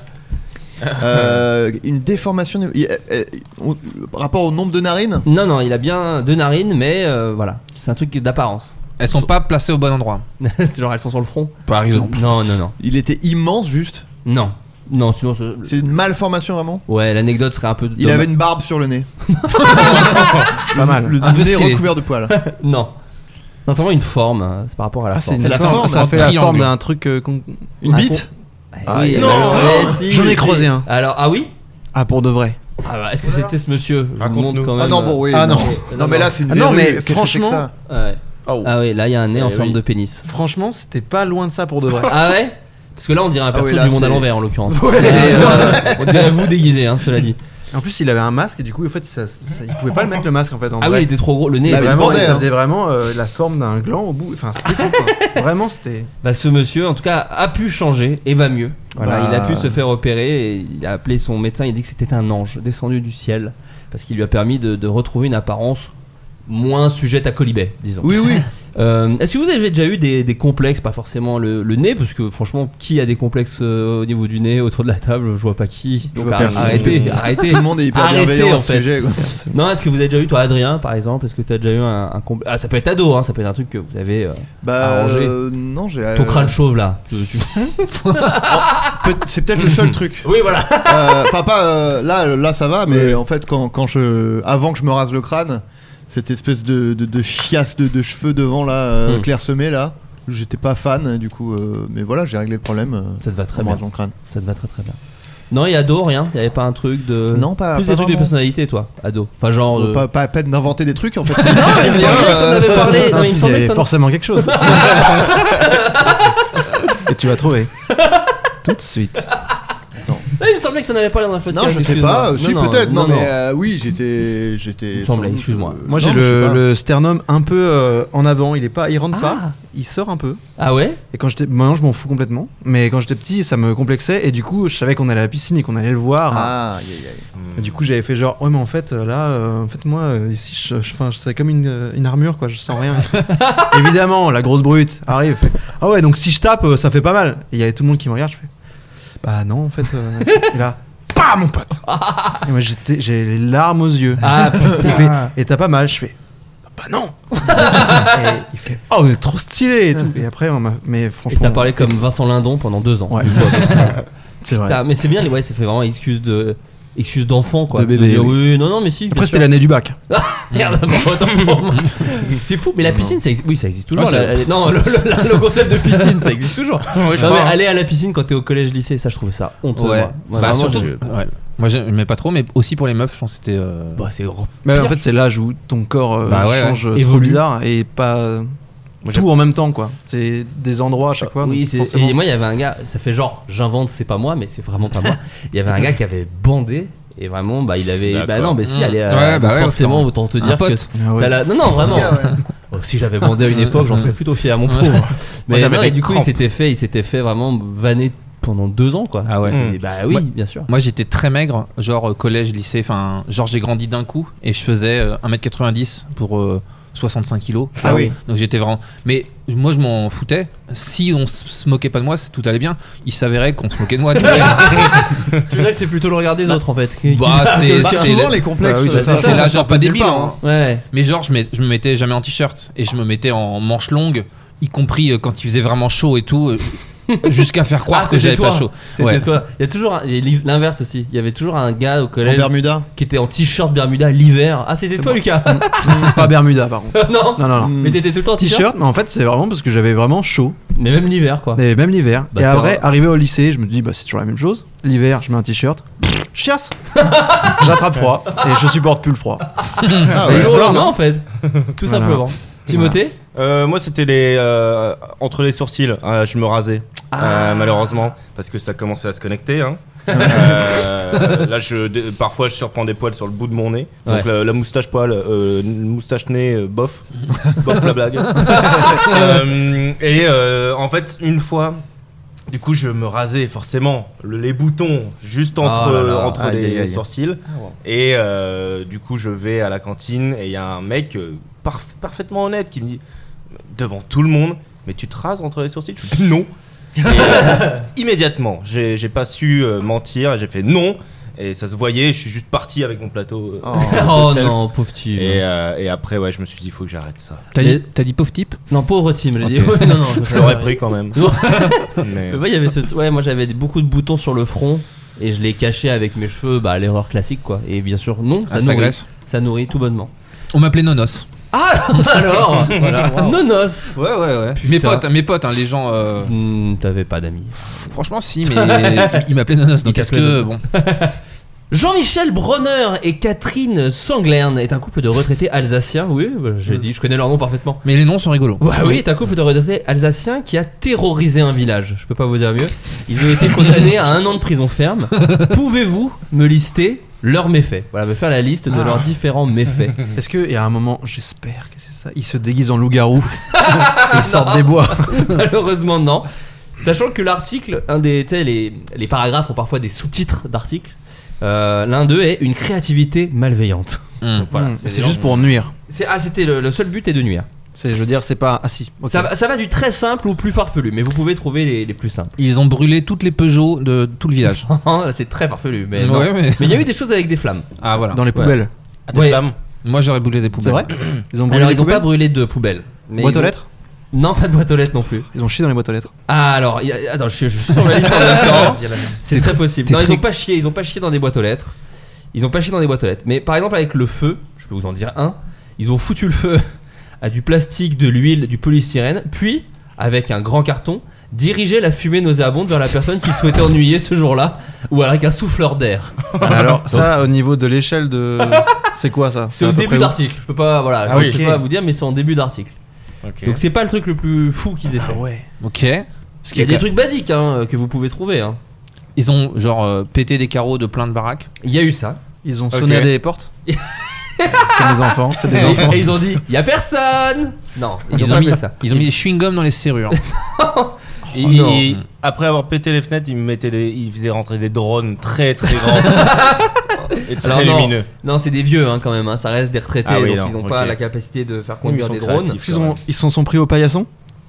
Euh, une déformation. il- euh, euh, on- par rapport au nombre de narines
Non, non, il a bien deux narines, mais euh, voilà. C'est un truc d'apparence. <laughs>
Elles sont pas placées au bon endroit.
c'est genre, elles sont sur le front.
Par exemple.
Non, non, non.
il était immense juste.
Non. Non, sinon. ce-
C'est une malformation vraiment.
Ouais, l'anecdote serait un peu.
Il avait une barbe sur le nez.
Pas mal.
Le
Un peu
nez
stylé.
recouvert de poils.
Non. Non, c'est vraiment une forme. euh, C'est par rapport à la
Ah, c'est
forme.
une
C'est la
forme,
forme,
ça
un
fait la forme
triangle.
d'un truc euh, qu'on-
Une
Ah,
bite
Ah, oui,
Ah,
alors,
non.
ouais, si,
J'en ai
oui.
creusé un.
Alors, ah oui
Ah, pour de vrai.
Ah bah, est-ce que c'était ce monsieur Je vous
Raconte-nous.
montre quand
Ah
même,
non, bon, oui.
Ah,
non.
non.
Non,
Non,
mais
non.
là, c'est une
Ah, non,
verrue.
mais
Qu'est-ce que c'est que
franchement-
ça
Ah ouais.
Oh.
Ah oui, là, il y a un nez
Eh
en forme
oui.
de pénis.
<laughs> Franchement, c'était pas loin de ça pour de <laughs> vrai.
Ah ouais Parce que là, on dirait un perso
oui, là,
du monde à
c'est-
l'envers, en l'occurrence.
Ouais,
Euh,
c'est
on dirait vous déguisé, hein, cela dit.
En plus, il avait un masque et du coup, en fait, ça, ça- il pouvait pas le mettre le masque en fait. En
Ah oui,
vrai.
il était trop gros, le nez.
Bah,
Et
il
vraiment,
bandait,
et
hein.
ça faisait vraiment euh, la forme d'un gland au bout. Enfin, c'était fou,
<laughs>
quoi. Vraiment, c'était.
Bah, ce monsieur, en tout cas, a pu changer et va mieux. Voilà,
Bah.
il a pu se faire opérer et il a appelé son médecin. Il a dit que c'était un ange descendu du ciel parce qu'il lui a permis de, de retrouver une apparence moins sujette à colibet, disons.
Oui, oui.
Euh, Est-ce que vous avez déjà eu des, des complexes, pas forcément le, le nez, parce que franchement, qui a des complexes euh, au niveau du nez autour de la table Je vois pas qui. Donc
vois
ar-
personne. <laughs>
arrêtez, arrêtez.
Tout le monde est hyper
Arrêtez,
bienveillant
en
à ce
fait.
sujet. quoi.
Non, est-ce que vous avez déjà eu, toi, Adrien, par exemple Est-ce que tu as déjà eu un, un complexe Ah, ça peut être ado, hein, ça peut être un truc que vous avez. euh,
Bah,
Arrangé.
euh, non, j'ai.
ton
euh,
crâne chauve là. que tu-
peut- C'est peut-être le seul truc.
oui, voilà.
Euh, Enfin, pas euh, là, là, ça va, mais en fait, quand, quand je, avant que je me rase le crâne, cette espèce de, de, de chiasse de, de cheveux devant là, euh,
Hmm.
clairsemé là, j'étais pas fan du coup, euh, mais voilà, j'ai réglé le problème. euh,
Ça te va très
en me
bien.
rasant le crâne.
Ça te va très très bien. Non, et ado, rien. Il n'y avait pas un truc de.
Non, pas-
Euh, Plus
pas
des trucs de
vraiment.
personnalité, toi, ado. Enfin, genre.
Bon,
euh,
pas, pas à peine d'inventer des trucs en fait.
il me semblait qu'on
euh,
avait
<laughs>
parlé. Non,
Ah,
il me
si,
semblait
avait
que t'en-
forcément quelque chose. et tu vas trouver. <laughs> Tout de suite.
Ah, il me semblait que t'en avais parlé dans un
non, je sais pas, euh, si peut-être, non, mais euh, oui, j'étais. j'étais
Il me semblait,
sans doute,
excuse-moi.
euh,
Moi, j'ai
non, mais je sais
le,
pas.
le sternum un peu euh, en avant. Il est pas, il rentre
Ah.
pas. Il sort un peu.
Ah ouais
Et quand j'étais, maintenant, je m'en fous complètement. Mais quand j'étais petit, ça me complexait. Et du coup, je savais qu'on allait à la piscine et qu'on allait le voir.
Ah, aïe, aïe, aïe.
Et du coup, j'avais fait genre, ouais, mais en fait, euh, là, euh, en fait, moi, euh, ici, je, je, enfin, je- c'est comme une, euh, une armure, quoi, je sens
<laughs>
rien. Évidemment, la grosse brute arrive. fait, ah ouais, donc si je tape, euh, ça fait pas mal. Et il y avait tout le monde qui me regarde, je fais, bah non, en fait. euh, <laughs> et là, pas mon pote Et moi, j'étais- j'ai les larmes aux yeux.
Ah
Il fait,
putain
et t'as pas mal, je fais, bah
<laughs>
non Et il fait, oh, mais trop stylé et tout. Et après, on m'a, mais
Et
franchement.
t'as parlé comme Vincent Lindon pendant deux ans.
Ouais. C'est vrai.
Putain, mais c'est bien, les- ouais, ça fait vraiment excuse de. excuse d'enfant quoi.
De bébé,
dire,
oui.
oui, non, non, mais si.
Après,
bien
c'était
sûr.
l'année du
<laughs>
bac.
Ah, Merde, bon, attends, bon. c'est fou, mais la piscine, ça existe. Oui, ça existe toujours.
Ah, ça-
la- la- non, le, le- la- le concept de piscine, ça existe toujours.
Oui, je
Ah
non, mais
hein.
crois.
aller à la piscine quand t'es au collège, lycée, ça, je trouvais ça honteux.
Ouais.
moi. Moi,
Bah,
vraiment,
surtout-
je-
ouais. Moi, je n'aimais pas trop, mais aussi pour les meufs, je pense que c'était. euh,
Bah, c'est gros.
Mais en fait, c'est l'âge où ton corps euh,
Bah ouais,
change
ouais.
trop
Évolue.
bizarre et pas tout en même temps, quoi. C'est des endroits à chaque fois.
Euh, Oui,
donc
c'est-
forcément.
et moi il y avait un gars, ça fait genre j'invente, c'est pas moi, mais c'est vraiment pas moi. Il y avait un gars qui avait bandé et vraiment bah il avait bah
D'accord.
non mais si
Mmh.
allez
Ouais, bah ouais,
forcément
autant-
autant te
un
dire que
pote.
ça
Ah ouais. <laughs>
l'a- non non vraiment.
Ouais, ouais.
Oh, si j'avais bandé à une époque, j'en serais plutôt fier à mon
<laughs>
pauvre. Mais
j'avais
non,
des
et du coup il
crampes.
s'était fait, il s'était fait vraiment vanner pendant deux ans quoi.
Ah ouais.
C'était-
Mmh.
Bah oui,
Ouais.
bien
<laughs>
sûr.
Moi j'étais très maigre, genre euh, collège, lycée, enfin genre j'ai grandi d'un coup et je faisais euh, 1m90 pour euh, 65 kilos.
Ah oui.
Donc j'étais vraiment. Mais moi je m'en foutais. Si on s- se moquait pas de moi, c'est- tout allait bien. Il s'avérait qu'on se moquait
<laughs>
de moi. Donc,
Tu dirais que c'est plutôt le regard des autres en fait.
bah, c'est
Bah,
c'est-
souvent les complexes.
Bah oui,
euh,
c'est ça.
ça
c'est là
sort
genre
de
pas
nulle
débile.
part,
hein.
hein.
Ouais.
Mais genre je, mets- je me mettais jamais en t-shirt et je me mettais en manches longues, y compris euh, quand il faisait vraiment chaud et tout, euh, <laughs> jusqu'à faire croire
Ah,
que
c'était
j'avais pas
toi.
chaud.
C'était
Ouais.
toi. Il y a toujours un- il y a l'inv- l'inverse aussi. Il y avait toujours un gars au
En
collège
Bermuda.
qui était en t-shirt Bermuda l'hiver. Ah c'était toi Lucas.
<laughs>
pas Bermuda, par contre.
<laughs> non.
Non, non, non.
Mais t'étais tout le temps en t-shirt
T-shirt, mais en fait, c'est vraiment parce que j'avais vraiment chaud.
Mais même l'hiver, quoi.
Et même l'hiver.
Bah,
et
t'as-
après, arrivé au lycée, je me dis, bah, c'est toujours la même chose. L'hiver, je mets un t-shirt. Pff, Chiasse J'attrape froid et je supporte plus le froid.
Ah
Le
ouais.
jour au
Histoire,
lendemain, en fait. Tout
Voilà.
simplement. Timothée
Euh, moi, c'était les euh, entre les sourcils. euh, je me rasais, Euh, malheureusement, parce que ça commençait à se connecter. hein. Euh, là, je, dé- parfois, je surprends des poils sur le bout de mon nez. Donc
Ouais.
la, la moustache poil, euh, n- moustache nez, euh, bof, bof la blague. Euh, et euh, en fait, une fois. Du coup, je me rasais forcément le- les boutons juste entre,
Oh là là.
entre
Aïe,
les
aïe, aïe.
sourcils. Et euh, du coup, je vais à la cantine et il y a un mec euh, parf- parfaitement honnête qui me dit devant tout le monde, mais tu te rases entre les sourcils Je dis non. Et, euh, immédiatement, j'ai j'ai pas su euh, mentir, j'ai fait non. Et ça se voyait, je suis juste parti avec mon plateau. euh,
Oh.
de
Oh
self.
non, pauvre Tim.
Et, euh, et après, ouais, je me suis dit, il faut que j'arrête
<laughs>
ça.
T'as
Mais-
dit, t'as dit pauvre type
Non, pauvre Tim, j'ai dit. <laughs> Ouais, non, non,
Je l'aurais pris quand même. Mais-
Mais ouais, il y avait ce- ouais, moi j'avais beaucoup de boutons sur le front et je les cachais avec mes cheveux, bah l'erreur classique quoi. Et bien sûr, non, ça
Ah, ça
nourrit.
graisse.
Ça nourrit tout bonnement.
On m'appelait Nonos.
Ah <laughs> alors Nonos
Ouais, ouais, ouais. Mes
Putain.
potes, mes potes, hein, les gens. euh,
Hmm, T'avais pas d'amis.
Franchement, <laughs> si, mais il- il m'appelait Nonos. Donc,
Il
est-ce
t'appelait
que.
Nonos.
Bon.
Jean-Michel Bronner et Catherine Sanglern est un couple de retraités alsaciens. Oui, bah, j'ai dit, je connais leur nom parfaitement.
<laughs> Mais les noms sont rigolos.
Bah
Ouais, oui, est un couple de retraités alsaciens qui a terrorisé un village. Je peux pas vous dire mieux. Ils ont été condamnés à un an de
<laughs>
prison ferme. Pouvez-vous me lister leurs méfaits Voilà, me faire la liste de
Ah.
leurs
<laughs>
différents méfaits.
Est-ce qu'il y a un moment, <laughs> j'espère que c'est ça, ils se déguisent en loup-garou et sortent des bois
<laughs> Malheureusement, non. Sachant que l'article, un des, tu sais, les, les paragraphes ont parfois des sous-titres d'articles. Euh, L'un d'eux est une créativité malveillante.
Hmm.
Donc voilà,
Hmm,
c'est
C'est juste pour nuire.
C'est- Ah, c'était le, le seul but est de nuire.
C'est, je veux dire, c'est pas assis.
Ça, va- ça va du très simple au plus farfelu, mais vous pouvez trouver les, les plus simples. <laughs>
Ils ont brûlé toutes les Peugeot de tout le village.
Hein, c'est très farfelu, mais non.
Ouais, <laughs> mais-
Mais il y a eu des choses avec des flammes.
Ah voilà.
Dans les
Ouais.
poubelles.
Ah, des
Ouais.
flammes.
Moi j'aurais brûlé des
C'est
poubelles.
vrai Ils ont brûlé
Alors
les
ils ont pas
poubelles
brûlé de poubelles. mais
Boîte
ils
aux
ont-
lettres
Non, pas de boîte aux lettres non plus.
Ils ont chié dans les boîtes aux lettres.
Ah alors, il y a- attends, je, je suis sur la liste en même <laughs> temps. C'est très possible.
t'es
Non, ils
très-
ont pas chié, ils ont pas chié dans des boîtes aux lettres. Ils ont pas chié dans des boîtes aux lettres. Mais par exemple avec le feu, je peux vous en dire un. Ils ont foutu le feu <laughs> à du plastique, de l'huile, du polystyrène, puis avec un grand carton diriger la fumée nauséabonde vers la personne qui souhaitait ennuyer ce jour-là, ou avec un souffleur d'air.
Alors, ça, au niveau de l'échelle de. C'est quoi ça
C'est au
à peu
début
près où
d'article. Je peux pas, voilà,
Ah
je
oui,
sais
ok.
pas vous dire, mais c'est en début d'article.
Ok.
Donc c'est pas le truc le plus fou qu'ils aient fait.
Ok.
Parce qu'il y a des trucs basiques hein, que vous pouvez trouver. hein.
Ils ont genre euh, pété des carreaux de plein de baraques.
Il y a eu ça.
Ils ont sonné
Ok.
à des portes Comme des enfants, c'est des
Et,
enfants.
et ils ont dit, y a personne Non, ils, ont,
Ils
pas
mis,
fait ça.
ils ont mis des chewing-gums dans les serrures.
Et-
non.
et- après avoir pété les fenêtres, ils, me mettaient les- ils faisaient rentrer des drones très très grands et très
Alors, non.
lumineux.
Non, c'est des vieux hein, quand même, hein, ça reste des retraités,
Ah oui,
donc
non,
ils ont pas
ok.
la capacité de faire
Oui, mais ils
conduire
sont
des drones.
créatifs.
Est-ce qu'ils ont- ils s'en sont pris au paillasson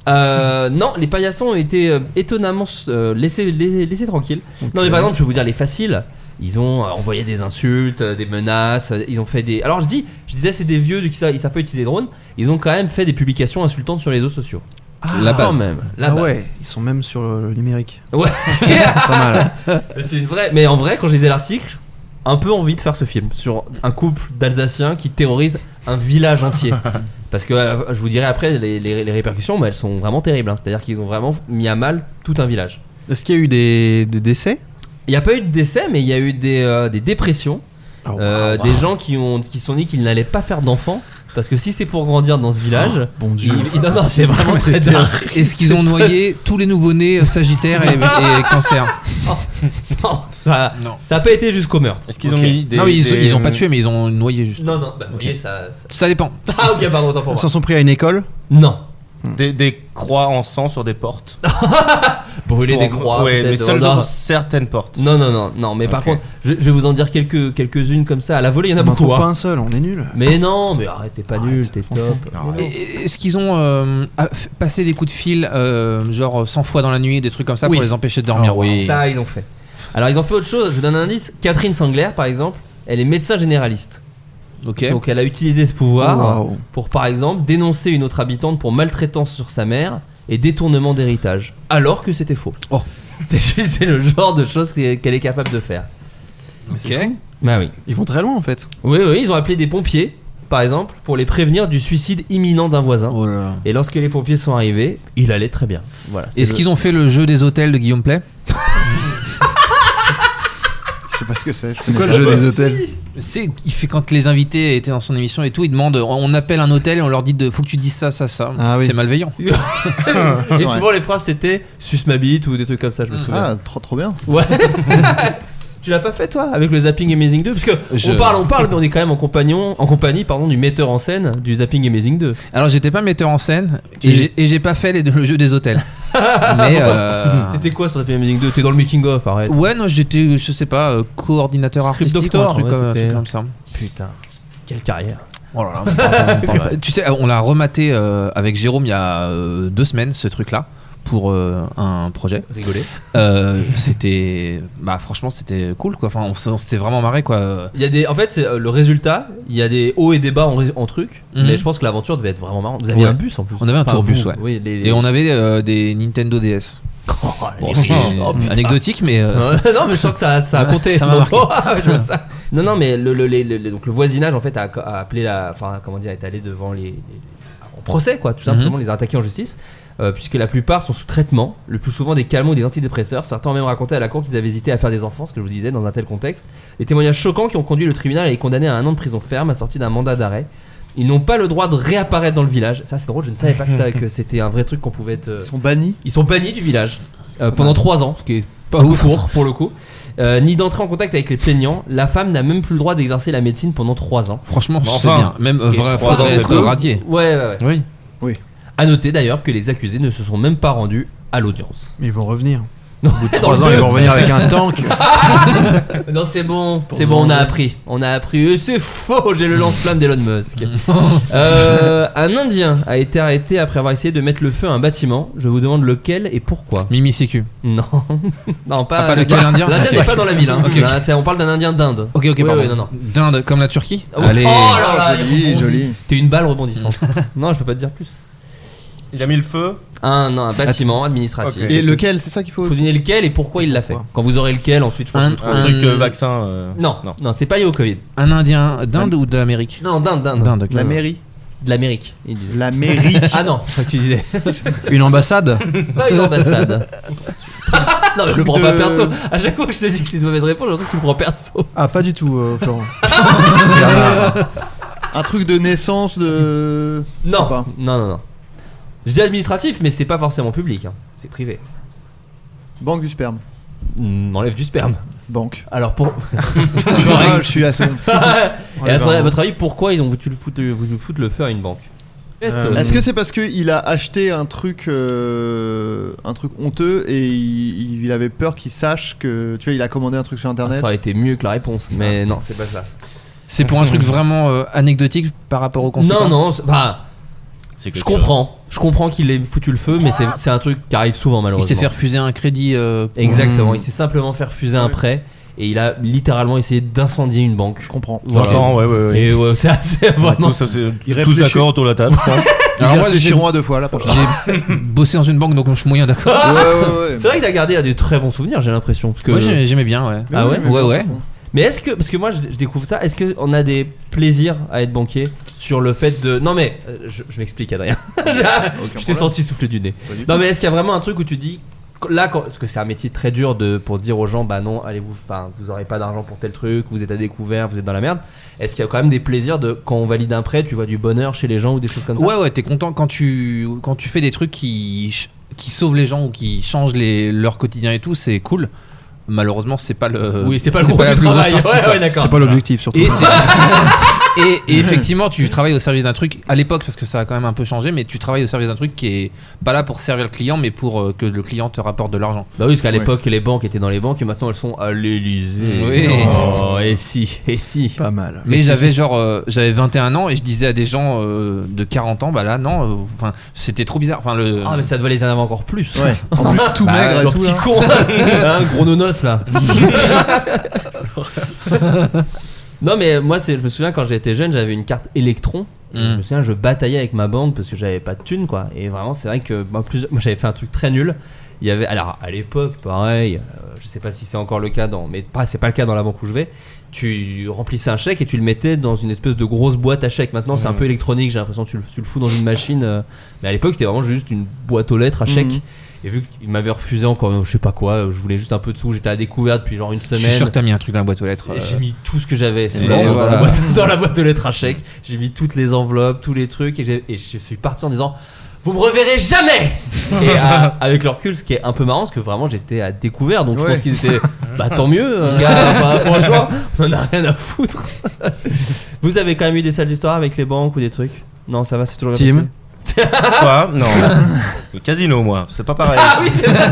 Euh, non, les paillassons ont été euh, étonnamment euh, laissés, laissés- laissés tranquilles. Non, mais par exemple, je vais vous dire les faciles. Ils ont euh, envoyé des insultes, euh, des menaces, euh, ils ont fait des. Alors je dis, je disais c'est des vieux qui savent, ils savent pas utiliser les drones. Ils ont quand même fait des publications insultantes sur les réseaux sociaux.
La
Quand
base.
même. La
Ah
base.
ouais, ils sont même sur le le numérique.
Ouais.
Pas mal.
Mais C'est une vraie. Mais en vrai, quand je lisais l'article, un peu envie de faire ce film sur un couple d'Alsaciens qui terrorise un
<laughs>
village entier. Parce que euh, je vous dirai après les, les- les répercussions, mais elles sont vraiment terribles. hein. C'est-à-dire qu'ils ont vraiment mis à mal tout un village.
Est-ce qu'il y a eu des, des décès
Il n'y a pas eu de décès, mais il y a eu des, euh, des dépressions.
Ah,
Euh, Des gens qui ont qui se sont dit qu'ils n'allaient pas faire d'enfants. Parce que si c'est pour grandir dans ce village.
Ah, bon Dieu. <laughs>
ils- non, non, c'est vraiment
C'est
très
terrible.
dark.
Est-ce qu'ils ont <laughs> noyé tous les nouveau-nés euh, Sagittaire et, <laughs> et Cancer
Non, ça n'a pas été jusqu'au meurtre.
Est-ce qu'ils ont mis des-
Non, mais ils,
des-
ils ont pas tué, mais ils ont noyé juste.
Non, non, bah, voyez,
Ok.
ça, ça-
<laughs> Ça dépend.
Ah, ok, pardon, autant pour
Ils
moi.
s'en sont pris à une école
Non.
Des, des croix en sang sur des portes.
Ah, Brûler
Pour-
des croix.
Ouais, mais
peut-être. Oh,
seulement
non.
certaines
Mm.
portes.
Non, non, non, non, mais par
Ok.
contre, je, je vais vous en dire quelques- quelques-unes comme ça. À la volée, il y en a
On n'en
beaucoup.
trouve pas
hein.
un seul, on est nul.
Mais non, mais arrête, t'es pas nul, t'es top.
Non,
Et- et- Est-ce qu'ils ont euh, a- f- passé des coups de fil, euh, genre 100 fois dans la nuit, des trucs comme ça,
Oui.
pour les empêcher de dormir
oui.
Ça, ils ont fait. Alors, ils ont fait autre chose. Je vous donne un indice. Catherine Sangler, par exemple, elle est médecin généraliste.
Ok.
Donc, elle a utilisé ce pouvoir
Waouh.
pour, par exemple, dénoncer une autre habitante pour maltraitance sur sa mère et détournement d'héritage. Alors que c'était faux.
Oh.
<laughs> C'est juste- c'est le genre de choses qu'elle qu'elle est capable de faire.
Ok.
Bah oui.
Ils vont très loin en fait.
Oui, oui, ils ont appelé des pompiers, par exemple, pour les prévenir du suicide imminent d'un voisin.
Oh là là.
Et lorsque les pompiers sont arrivés, il allait très bien. Voilà.
Est-ce qu'ils ont fait Ah, le jeu des hôtels de Guillaume Play
Je sais pas ce que c'est.
C'est quoi le jeu des <laughs> hôtels
C'est, il fait quand les invités étaient dans son émission et tout, il demande, on appelle un hôtel et on leur dit de, faut que tu dises ça, ça, ça.
Ah oui.
C'est malveillant.
Et
Ouais.
souvent les phrases c'était suce ma bite ou des trucs comme ça, je me souviens.
Ah, trop, trop bien.
Ouais. tu l'as pas fait toi avec le Zapping Amazing 2 parce que
Je-
on parle on parle mais on est quand même en compagnon en compagnie pardon du metteur en scène du Zapping Amazing 2.
Alors j'étais pas metteur en scène
Tu-
et j'ai, et j'ai pas fait les, le jeu des <laughs> hôtels. Mais euh,
Ah, T'étais quoi sur Zapping Amazing 2 T'es dans le making of, arrête.
ouais, non, j'étais, je sais pas, euh, coordinateur
Script
artistique ou un
doctor,
truc,
ouais,
comme, un
t'étais-
truc comme ça.
Putain, quelle carrière.
Oh là là, on parle- on parle pas. <laughs> tu sais, on l'a rematé euh, avec Jérôme il y a euh, deux semaines, ce truc-là, pour euh, un projet.
Rigoler.
Euh, c'était, bah franchement, c'était cool, quoi. Enfin, on, s- on s'était vraiment marré, quoi.
Il y a des en fait c'est euh, le résultat, il y a des hauts et des bas en, ré- en truc,
Mhm.
mais je pense que l'aventure devait être vraiment marrante. Vous aviez
Ouais.
un bus en plus.
On avait un
Enfin,
tourbus,
vous,
ouais.
Oui, les- les-
Et on avait euh, des Nintendo DS.
Oh,
Bon,
les
c'est
filles. Oh, putain.
anecdotique, mais euh,
Euh, <laughs> non, mais je sens que ça, ça a compté.
Ça m'a
dans
marqué.
ton- <laughs> Ah, je vois ça. Non, non, mais le, le- le- le- donc le voisinage en fait a, a appelé la, enfin comment dire, est allé devant les, les- les- en procès quoi, tout simplement les a attaqués en justice, euh, puisque la plupart sont sous traitement, le plus souvent des calmants ou des antidépresseurs. Certains ont même raconté à la cour qu'ils avaient hésité à faire des enfants, ce que je vous disais dans un tel contexte. Des témoignages choquants qui ont conduit le tribunal à les condamner à un an de prison ferme assorti d'un mandat d'arrêt. Ils n'ont pas le droit de réapparaître dans le village. Ça, c'est drôle. Je ne savais pas que, ça, que c'était un vrai truc qu'on pouvait être. euh,
Ils sont bannis.
ils sont bannis du village euh, pendant trois ans, ce qui est pas
ouf.
court <laughs> pour le coup. Euh, ni d'entrer en contact avec les plaignants. La femme n'a même plus le droit d'exercer la médecine pendant trois ans.
franchement,
Enfin,
c'est bien. Même euh,
ce qui est
vrai,
trois
faudrait
ans,
être
c'est peu.
radié.
Ouais, ouais, ouais.
Oui,
À noter d'ailleurs que les accusés ne se sont même pas rendus à l'audience.
mais ils vont revenir.
Non, <laughs>
Trois ans, ils vont revenir avec un tank.
Euh, non c'est bon, c'est bon, on a appris. On a appris. Euh, C'est faux, j'ai le lance-flamme d'Elon Musk. <laughs> Euh, un Indien a été arrêté après avoir essayé de mettre le feu à un bâtiment. Je vous demande lequel et pourquoi. <laughs>
Mimi CQ.
Non, non pas,
Ah, pas lequel, l'Indien
L'Indien
Ok.
n'est pas dans la ville. Hein.
Ok, ok.
Là, c'est- on parle d'un Indien d'Inde.
Ok, ok,
Oui,
pardon.
oui, non, non.
D'Inde, comme la Turquie.
Oh,
Allez.
oh là
Ah,
là, il
joli,
rebondit.
joli.
T'es une balle rebondissante. non, je peux pas te dire plus.
Il a mis le feu.
Un, non, un bâtiment administratif.
Ok.
Et lequel C'est ça qu'il faut.
Faut donner lequel et pourquoi il l'a fait. Quand vous aurez lequel, ensuite je pense.
Un-
que vous
Un
trouverez.
truc
Euh,
euh, vaccin. euh,
Non, non,
Non.
c'est pas lié au Covid.
Un Indien d'Inde ou d'Amérique
Non, d'Inde, d'Inde.
D'Inde, ok.
La mairie.
De l'Amérique. il <laughs> disait.
<laughs>
La mairie.
Ah non, c'est ça que tu disais.
Une ambassade
<laughs> pas une <laughs> ambassade. non, mais je le prends pas
de-
perso. À chaque fois que je te dis que c'est une mauvaise réponse, j'ai l'impression que tu le prends perso.
Ah, pas du tout, euh, Florent. <laughs>
Un truc de naissance de. Je sais
Non,
pas.
non, non, non. Je dis administratif, mais c'est pas forcément public. hein. C'est privé.
Banque du sperme.
On enlève du sperme.
Banque.
Alors pour.
Ah, je suis assez.
Et à, votre- à votre avis, pourquoi ils ont voulu le foutre, voulu foutre le feu à une banque
Euh,
Est-ce que c'est parce qu'il a acheté un truc, euh, un truc honteux et il, il avait peur qu'il sache que tu vois il a commandé un truc sur
Ah,
internet
ça aurait été mieux que la réponse, Hein. mais non, c'est pas ça.
C'est pour un truc vraiment euh, anecdotique par rapport hein aux conséquences.
Non, non, c'est- enfin, je comprends. Je comprends qu'il ait foutu le feu, mais c'est c'est un truc qui arrive souvent
Il
malheureusement.
s'est fait refuser un crédit. euh, pour-
Exactement, il s'est simplement fait refuser un prêt et il a littéralement essayé d'incendier une banque.
Je comprends.
Voilà.
D'accord, ouais, ouais, ouais.
Et ouais, c'est assez vraiment.
Tous, ça, c'est- tous
Il réfléchit.
d'accord autour de la table, je pense.
Ils
Alors moi, j'ai
réfléchiront à deux fois la prochaine.
<laughs> j'ai bossé dans une banque, donc je suis moyen d'accord.
Ouais, ouais, ouais.
C'est vrai que t'as gardé euh, des très bons souvenirs, j'ai l'impression. Parce que...
Moi, j'ai- j'aimais bien, ouais.
Ah ouais
mais
Ouais,
bien
ouais.
sûr.
Mais est-ce que, parce que moi je, je découvre ça, est-ce qu'on a des plaisirs à être banquier sur le fait de. Non mais, euh, je, je m'explique Adrien. <laughs> je t'ai
problème.
senti souffler du nez.
Pas du
non
tout.
mais est-ce qu'il y a vraiment un truc où tu dis. Là, quand- parce que c'est un métier très dur de, pour dire aux gens, bah non, allez-vous, enfin, vous aurez pas d'argent pour tel truc, vous êtes à découvert, vous êtes dans la merde. Est-ce qu'il y a quand même des plaisirs de quand on valide un prêt, tu vois du bonheur chez les gens ou des choses comme ça
Ouais, ouais, t'es content quand tu, quand tu fais des trucs qui, ch- qui sauvent les gens ou qui changent les, leur quotidien et tout, c'est cool. Malheureusement, c'est pas le.
Oui, Euh, c'est pas le gros
la
du
plus grosse
travail.
partie,
Ouais,
quoi.
ouais, d'accord.
C'est pas l'objectif, surtout.
<laughs> Et, c'est- et- et effectivement, tu travailles au service d'un truc à l'époque parce que ça a quand même un peu changé, mais tu travailles au service d'un truc qui est pas là pour servir le client, mais pour euh, que le client te rapporte de l'argent.
Bah oui, parce qu'à l'époque, les banques étaient dans les banques et maintenant elles sont à l'Elysée.
Oui.
Oh, et si, et si.
Pas mal.
Mais j'avais genre euh, j'avais 21 ans et je disais à des gens euh, de 40 ans bah là non euh, enfin c'était trop bizarre enfin le
Ah, mais ça devait les en avoir encore plus.
<laughs> Ouais. En plus, tout
Bah,
maigre et
Genre
tout,
petit
hein. là.
con,
<laughs>
hein, gros nonos là. <laughs> non mais moi c'est, je me souviens quand j'étais jeune j'avais une carte Electron. Je me souviens je bataillais avec ma banque parce que j'avais pas de thunes quoi. Et vraiment c'est vrai que moi, plus, moi j'avais fait un truc très nul. Il y avait alors à l'époque pareil, euh, je sais pas si c'est encore le cas dans mais pas- c'est pas le cas dans la banque où je vais. Tu remplissais un chèque et tu le mettais dans une espèce de grosse boîte à chèques. Maintenant c'est un
Mhm.
peu électronique, j'ai l'impression que tu le, tu le fous dans une machine. euh, mais à l'époque c'était vraiment juste une boîte aux lettres à chèques.
Mhm.
Et vu qu'il m'avait refusé encore, je sais pas quoi, euh, je voulais juste un peu de sous, j'étais à découvert depuis genre une
je
semaine.
suis sûr que t'as mis un truc dans la boîte aux lettres
Et
euh,
J'ai mis tout ce que j'avais sous
Et
l'ordre dans, la
voilà.
boîte- <laughs> dans la boîte aux lettres à chèques. J'ai mis toutes les enveloppes, tous les trucs, et, j'ai- et je suis parti en disant Vous me reverrez jamais Et euh, avec le recul, ce qui est un peu marrant, parce que vraiment j'étais à découvert, donc je
Ouais.
pense qu'ils étaient Bah tant mieux, euh, gars, bah, franchement, on en a rien à foutre. <laughs> Vous avez quand même eu des sales histoires avec les banques ou des trucs Non, ça va, c'est toujours bien
Tim.
passé
Quoi
<laughs>
Non. Le casino, moi, c'est pas pareil.
Ah oui, c'est vrai.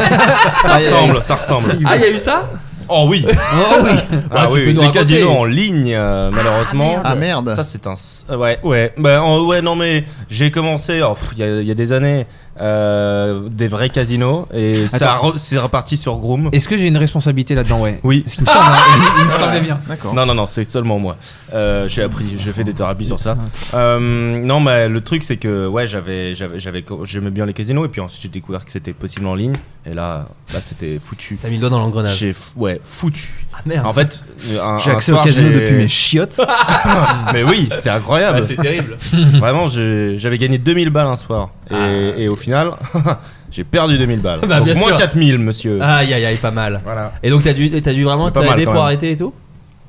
ça ressemble, ça ressemble.
<laughs>
Ah, il y a eu ça
Oh oui
<laughs> Oh oui
Ah
Bah, tu
oui,
peux nous
les
raconter.
casinos en ligne, euh, malheureusement.
Ah merde.
Ça, c'est un. s- euh, Ouais, ouais. Bah, en- ouais, non, mais j'ai commencé, oh, pff, il y, a- il y a des années, euh, des vrais casinos. Et ça
Attends.
re- c'est reparti sur Groom.
est-ce que j'ai une responsabilité là-dedans ouais
Oui.
Parce qu'il me semble, hein, il me semblait bien
D'accord.
Non, non, non, c'est seulement moi. Euh, j'ai
Ah,
appris, je fais des thérapies sur ça. Euh, non, mais le truc, c'est que ouais, j'avais, j'avais, j'avais, j'aimais bien les casinos, et puis ensuite j'ai découvert que c'était possible en ligne, et là, là c'était foutu.
T'as mis le doigt dans l'engrenage.
J'ai, f- ouais, foutu.
Ah merde.
En fait, euh, un-
J'ai
un
accès au
soir,
casino
j'ai-
depuis mes chiottes.
<laughs> Mais oui, c'est incroyable.
Ah, c'est terrible.
Vraiment, je- j'avais gagné 2000 balles un soir, et, et au final, <laughs> j'ai perdu 2000 balles.
Ah. Bah,
Donc,
bien
moins
sûr. Ah.
4000, monsieur.
<laughs> Aïe aïe aïe, pas mal.
Voilà.
Et donc t'as dû, t'as dû vraiment
Pas
t'as
mal,
aidé
quand
pour
même.
arrêter et tout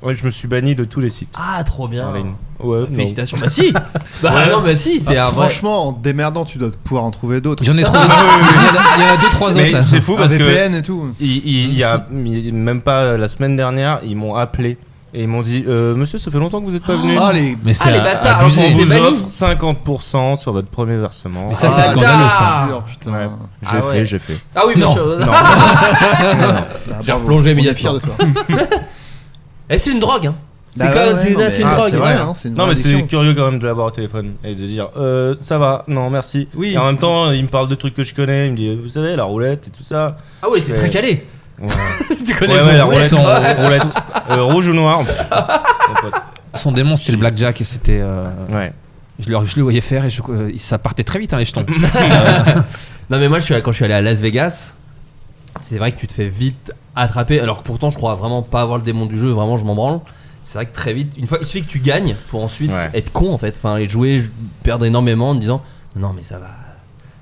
Ouais, je me suis banni de tous les sites.
Ah trop bien.
en ligne. Ouais, non.
Félicitations. Bah si Bah non mais si, c'est
Ah,
un vrai.
franchement, en te démerdant, tu dois pouvoir en trouver d'autres.
j'en ai trouvé il y en a 2-3 autres
Mais
là
c'est fou
Un
parce que
VPN et tout.
Il, il- il y a il- même pas la semaine dernière, ils m'ont appelé et ils m'ont dit euh, Monsieur, ça fait longtemps que vous n'êtes pas venu.
Ah, les.
mais c'est
les bâtards,
on
abusé
alors qu'on
vous
des
offre 50% sur votre premier versement.
Mais ça, c'est
Ah,
scandaleux, ça.
sûr, putain.
Ouais. J'ai
Ah
fait,
ouais.
j'ai
<laughs>
fait.
Ah oui, bien
Non.
sûr.
Non.
Bah,
J'ai
bravo.
replongé
On est
immédiatement.
fiers de toi.
Et c'est une drogue hein. C'est
Bah
quand
ouais,
même-
ouais,
c'est-
non, mais-
c'est une
ah,
drogue.
C'est vrai, hein, c'est une
Non, mais
vraie
c'est
addiction.
curieux quand même de l'avoir au téléphone et de dire euh, Ça va, non, merci.
Oui.
Et en même temps, il me parle de trucs que je connais. Il me dit euh, Vous savez, la roulette et tout ça.
Ah oui, t'es
Ouais.
très calé. <laughs>
Ouais, <laughs>
tu
ouais,
connais
ouais, la
beaucoup.
roulette.
Son-
<laughs> roulette. Euh, rouge ou noir Mon pote.
son démon c'était le blackjack et c'était euh,
Ouais.
je, le, je le voyais faire et je- euh, ça partait très vite hein,
<laughs>
les jetons
Non mais moi je suis allé- quand je suis allé à Las Vegas, c'est vrai que tu te fais vite attraper. Alors que pourtant je crois vraiment pas avoir le démon du jeu, vraiment je m'en branle. C'est vrai que très vite, une fois, il suffit que tu gagnes pour ensuite
Ouais.
être con en fait, enfin et jouer, perdre énormément en disant non mais ça va,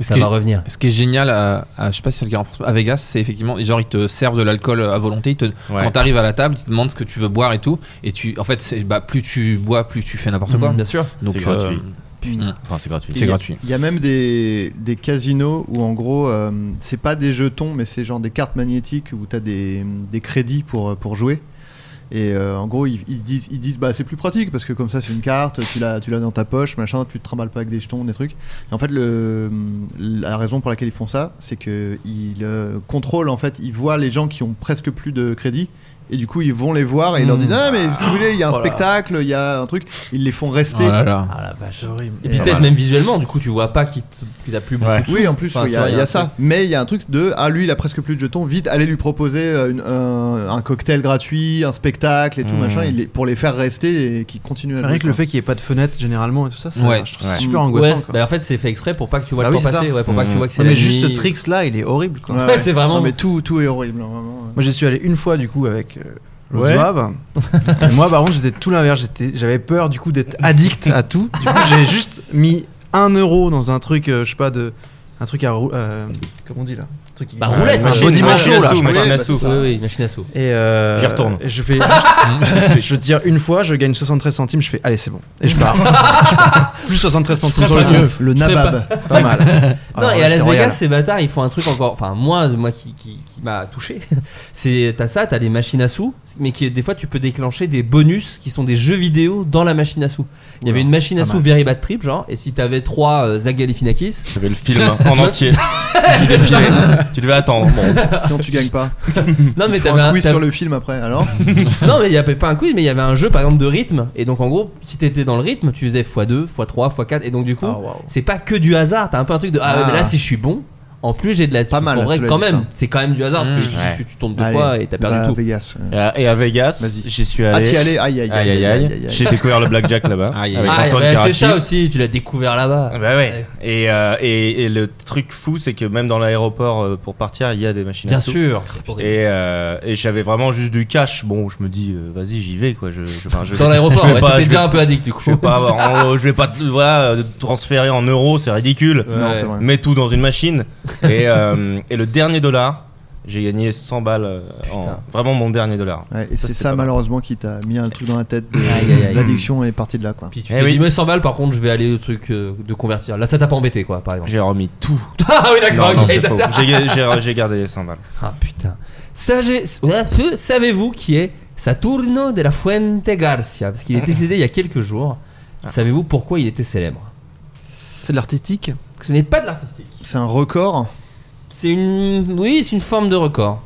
ça
que-
va revenir.
Ce qui est génial, à, à- je sais pas si c'est le cas en France, à Vegas, c'est effectivement, genre ils te servent de l'alcool à volonté. Ils te, Quand t'arrives à la table, ils te demandent ce que tu veux boire et tout. Et tu, en fait, c'est- bah, plus tu bois, plus tu fais n'importe quoi.
Mhm,
Mm.
Bien sûr.
Donc
C'est
euh,
gratuit.
putain.
Enfin, c'est gratuit.
C'est gratuit.
Il y a même des, des casinos où en gros, euh, c'est pas des jetons, mais c'est genre des cartes magnétiques où t'as des, des crédits pour, euh, pour jouer. Et euh, en gros, ils, ils disent, ils disent bah c'est plus pratique parce que comme ça, c'est une carte, tu l'as, tu l'as dans ta poche, machin, tu te trimbales pas avec des jetons, des trucs. Et en fait, le, la raison pour laquelle ils font ça, c'est que ils euh, contrôlent, en fait, ils voient les gens qui ont presque plus de crédits. Et du coup, ils vont les voir et
Hmm.
ils leur disent Ah, mais si vous voulez, il y a un spectacle, il y a un truc. Ils les font rester.
Oh là là.
Ah la vache.
horrible.
Et puis
Et
peut-être
voilà.
même visuellement, du coup, tu vois pas qu'il te- qu'il a plus beaucoup
Ouais.
de sous.
Oui, en plus,
Enfin,
oui, il y
tu vois,
a, il y a
un
ça.
truc.
Mais il y a un truc de Ah, lui, il a presque plus de jetons. Vite, allez lui proposer euh, une- un, un cocktail gratuit, un spectacle et tout
Mmh.
Hmm.
machin, il est- pour les faire rester et qu'ils continuent à jouer.
Rien que le
quoi.
fait qu'il n'y ait pas de fenêtre généralement et tout ça, ça-
Ouais.
je trouve
Ouais.
ça super
Ouais,
angoissant. quoi.
bah, en fait, c'est fait exprès pour pas que tu vois
Bah
le
oui,
temps
c'est
passer,
ça.
ouais, pour pas que tu
Mhm.
vois que c'est
Non, mais
la
juste ce
nuit.
trix là, il est horrible quoi.
Ouais, c'est vraiment-
Non, mais tout, tout est horrible, hein, vraiment.
Moi j'y suis allé une fois du coup avec euh, l'autre
Ouais. <laughs>
zouave. Et moi, par contre, j'étais tout l'inverse. J'étais- J'avais peur, du coup, d'être addict à tout. Du coup, j'ai juste mis un euro dans un truc, euh, je sais pas, de. Un truc à. rou- euh, comment on dit là Un truc-
Bah,
Euh,
roulette,
une
machine,
body
machine
macho,
à
là, je
sous,
sais pas.
machine à sous. Oui, oui, machine à sous.
Et euh,
J'y retourne.
et
<laughs>
je fais. je- je tire une fois, je gagne 73 centimes, je fais allez, c'est bon. Et je
<laughs>
pars. Plus 73 centimes sur le compte.
le nabab.
Pas, mal.
non,
Alors,
et à
j'étais
Las
royal.
Vegas, ces bâtards, ils font un truc encore. Enfin, moi, moi qui, qui, qui m'a touché, <laughs> c'est t'as ça, t'as les machines à sous, mais qui des fois tu peux déclencher des bonus qui sont des jeux vidéo dans la machine à sous. Il y avait une machine à
pas
sous
mal.
Very Bad Trip, genre, et si t'avais trois euh, Zagalifinakis,
J'avais le film en
<laughs>
entier. Il devait filer. Tu devais attendre. Bon.
<laughs> Sinon, tu gagnes pas.
non <laughs> mais
Faut
t'avais
un
un-
quiz
t'avais-
sur le film
<laughs>
après, alors
Ah non mais il y avait pas un quiz, mais il y avait un jeu par exemple de rythme, et donc en gros, si t'étais dans le rythme, tu faisais x2, x3, x4, et donc du coup,
Ah
c'est pas que du hasard. T'as un peu un truc de ah, ouais,
Ah.
mais là si je suis bon. En plus, j'ai de la.
Pas mal,
En vrai,
tu l'as
quand
dit,
même,
ça.
c'est quand même du hasard. parce que
Mmh.
tu-
Ouais. bah,
tu, tu tombes deux fois et t'as perdu
va à
tout.
Bah, Vegas.
Et à- Euh, Et à Vegas,
Vas-y.
j'y suis
Ah,
allé.
t'y allais, aïe, aïe, aïe, aïe, aïe, aïe, aïe.
J'ai découvert le blackjack là-bas.
Aïe, aïe,
Avec
Ah,
Antoine
bah, c'est
Karachi.
ça aussi, tu l'as découvert là-bas.
Bah ouais. Et, euh, et, et le truc fou, c'est que même dans l'aéroport, euh, pour partir, il y a des machines à
Bien
sous.
sûr.
Et, euh, et j'avais vraiment juste du cash. Bon, je me dis, euh, vas-y, j'y vais quoi. Je, je, enfin, je-
Dans l'aéroport,
je vais
ouais,
pas-
t'étais
je
déjà
vais-
un peu addict du coup.
<laughs> Je vais pas, avoir- en- je vais pas te- voilà, euh, transférer en euros, c'est ridicule.
Non, c'est vrai.
Mets tout dans une machine. Et, euh, et le dernier dollar, j'ai gagné 100 balles. euh, en, vraiment mon dernier dollar.
Ouais, et c'est
c'était
ça,
pas mal.
malheureusement, qui t'a mis un truc dans la tête. de-
Aïe, aïe, aïe.
L'addiction est partie de là, quoi.
<laughs> Puis tu
Eh
t'es
oui.
dit, mais 100 balles par contre, je vais aller au truc euh, de convertir. Là, ça t'a pas embêté quoi, par exemple.
J'ai remis tout.
<laughs> Ah oui, d'accord,
Non, non,
ok,
c'est
d'accord.
faux. J'ai- J'ai j'ai gardé les 100 balles.
Ah putain. Sage- Ouais, peu, Savez-vous qui est Saturno de la Fuente Garcia Parce
<laughs>
qu'il est décédé il y a quelques jours.
Ah.
Savez-vous pourquoi il était célèbre
C'est de l'artistique.
Ce n'est pas de l'artistique.
C'est un record.
C'est une. Oui, c'est une forme de record.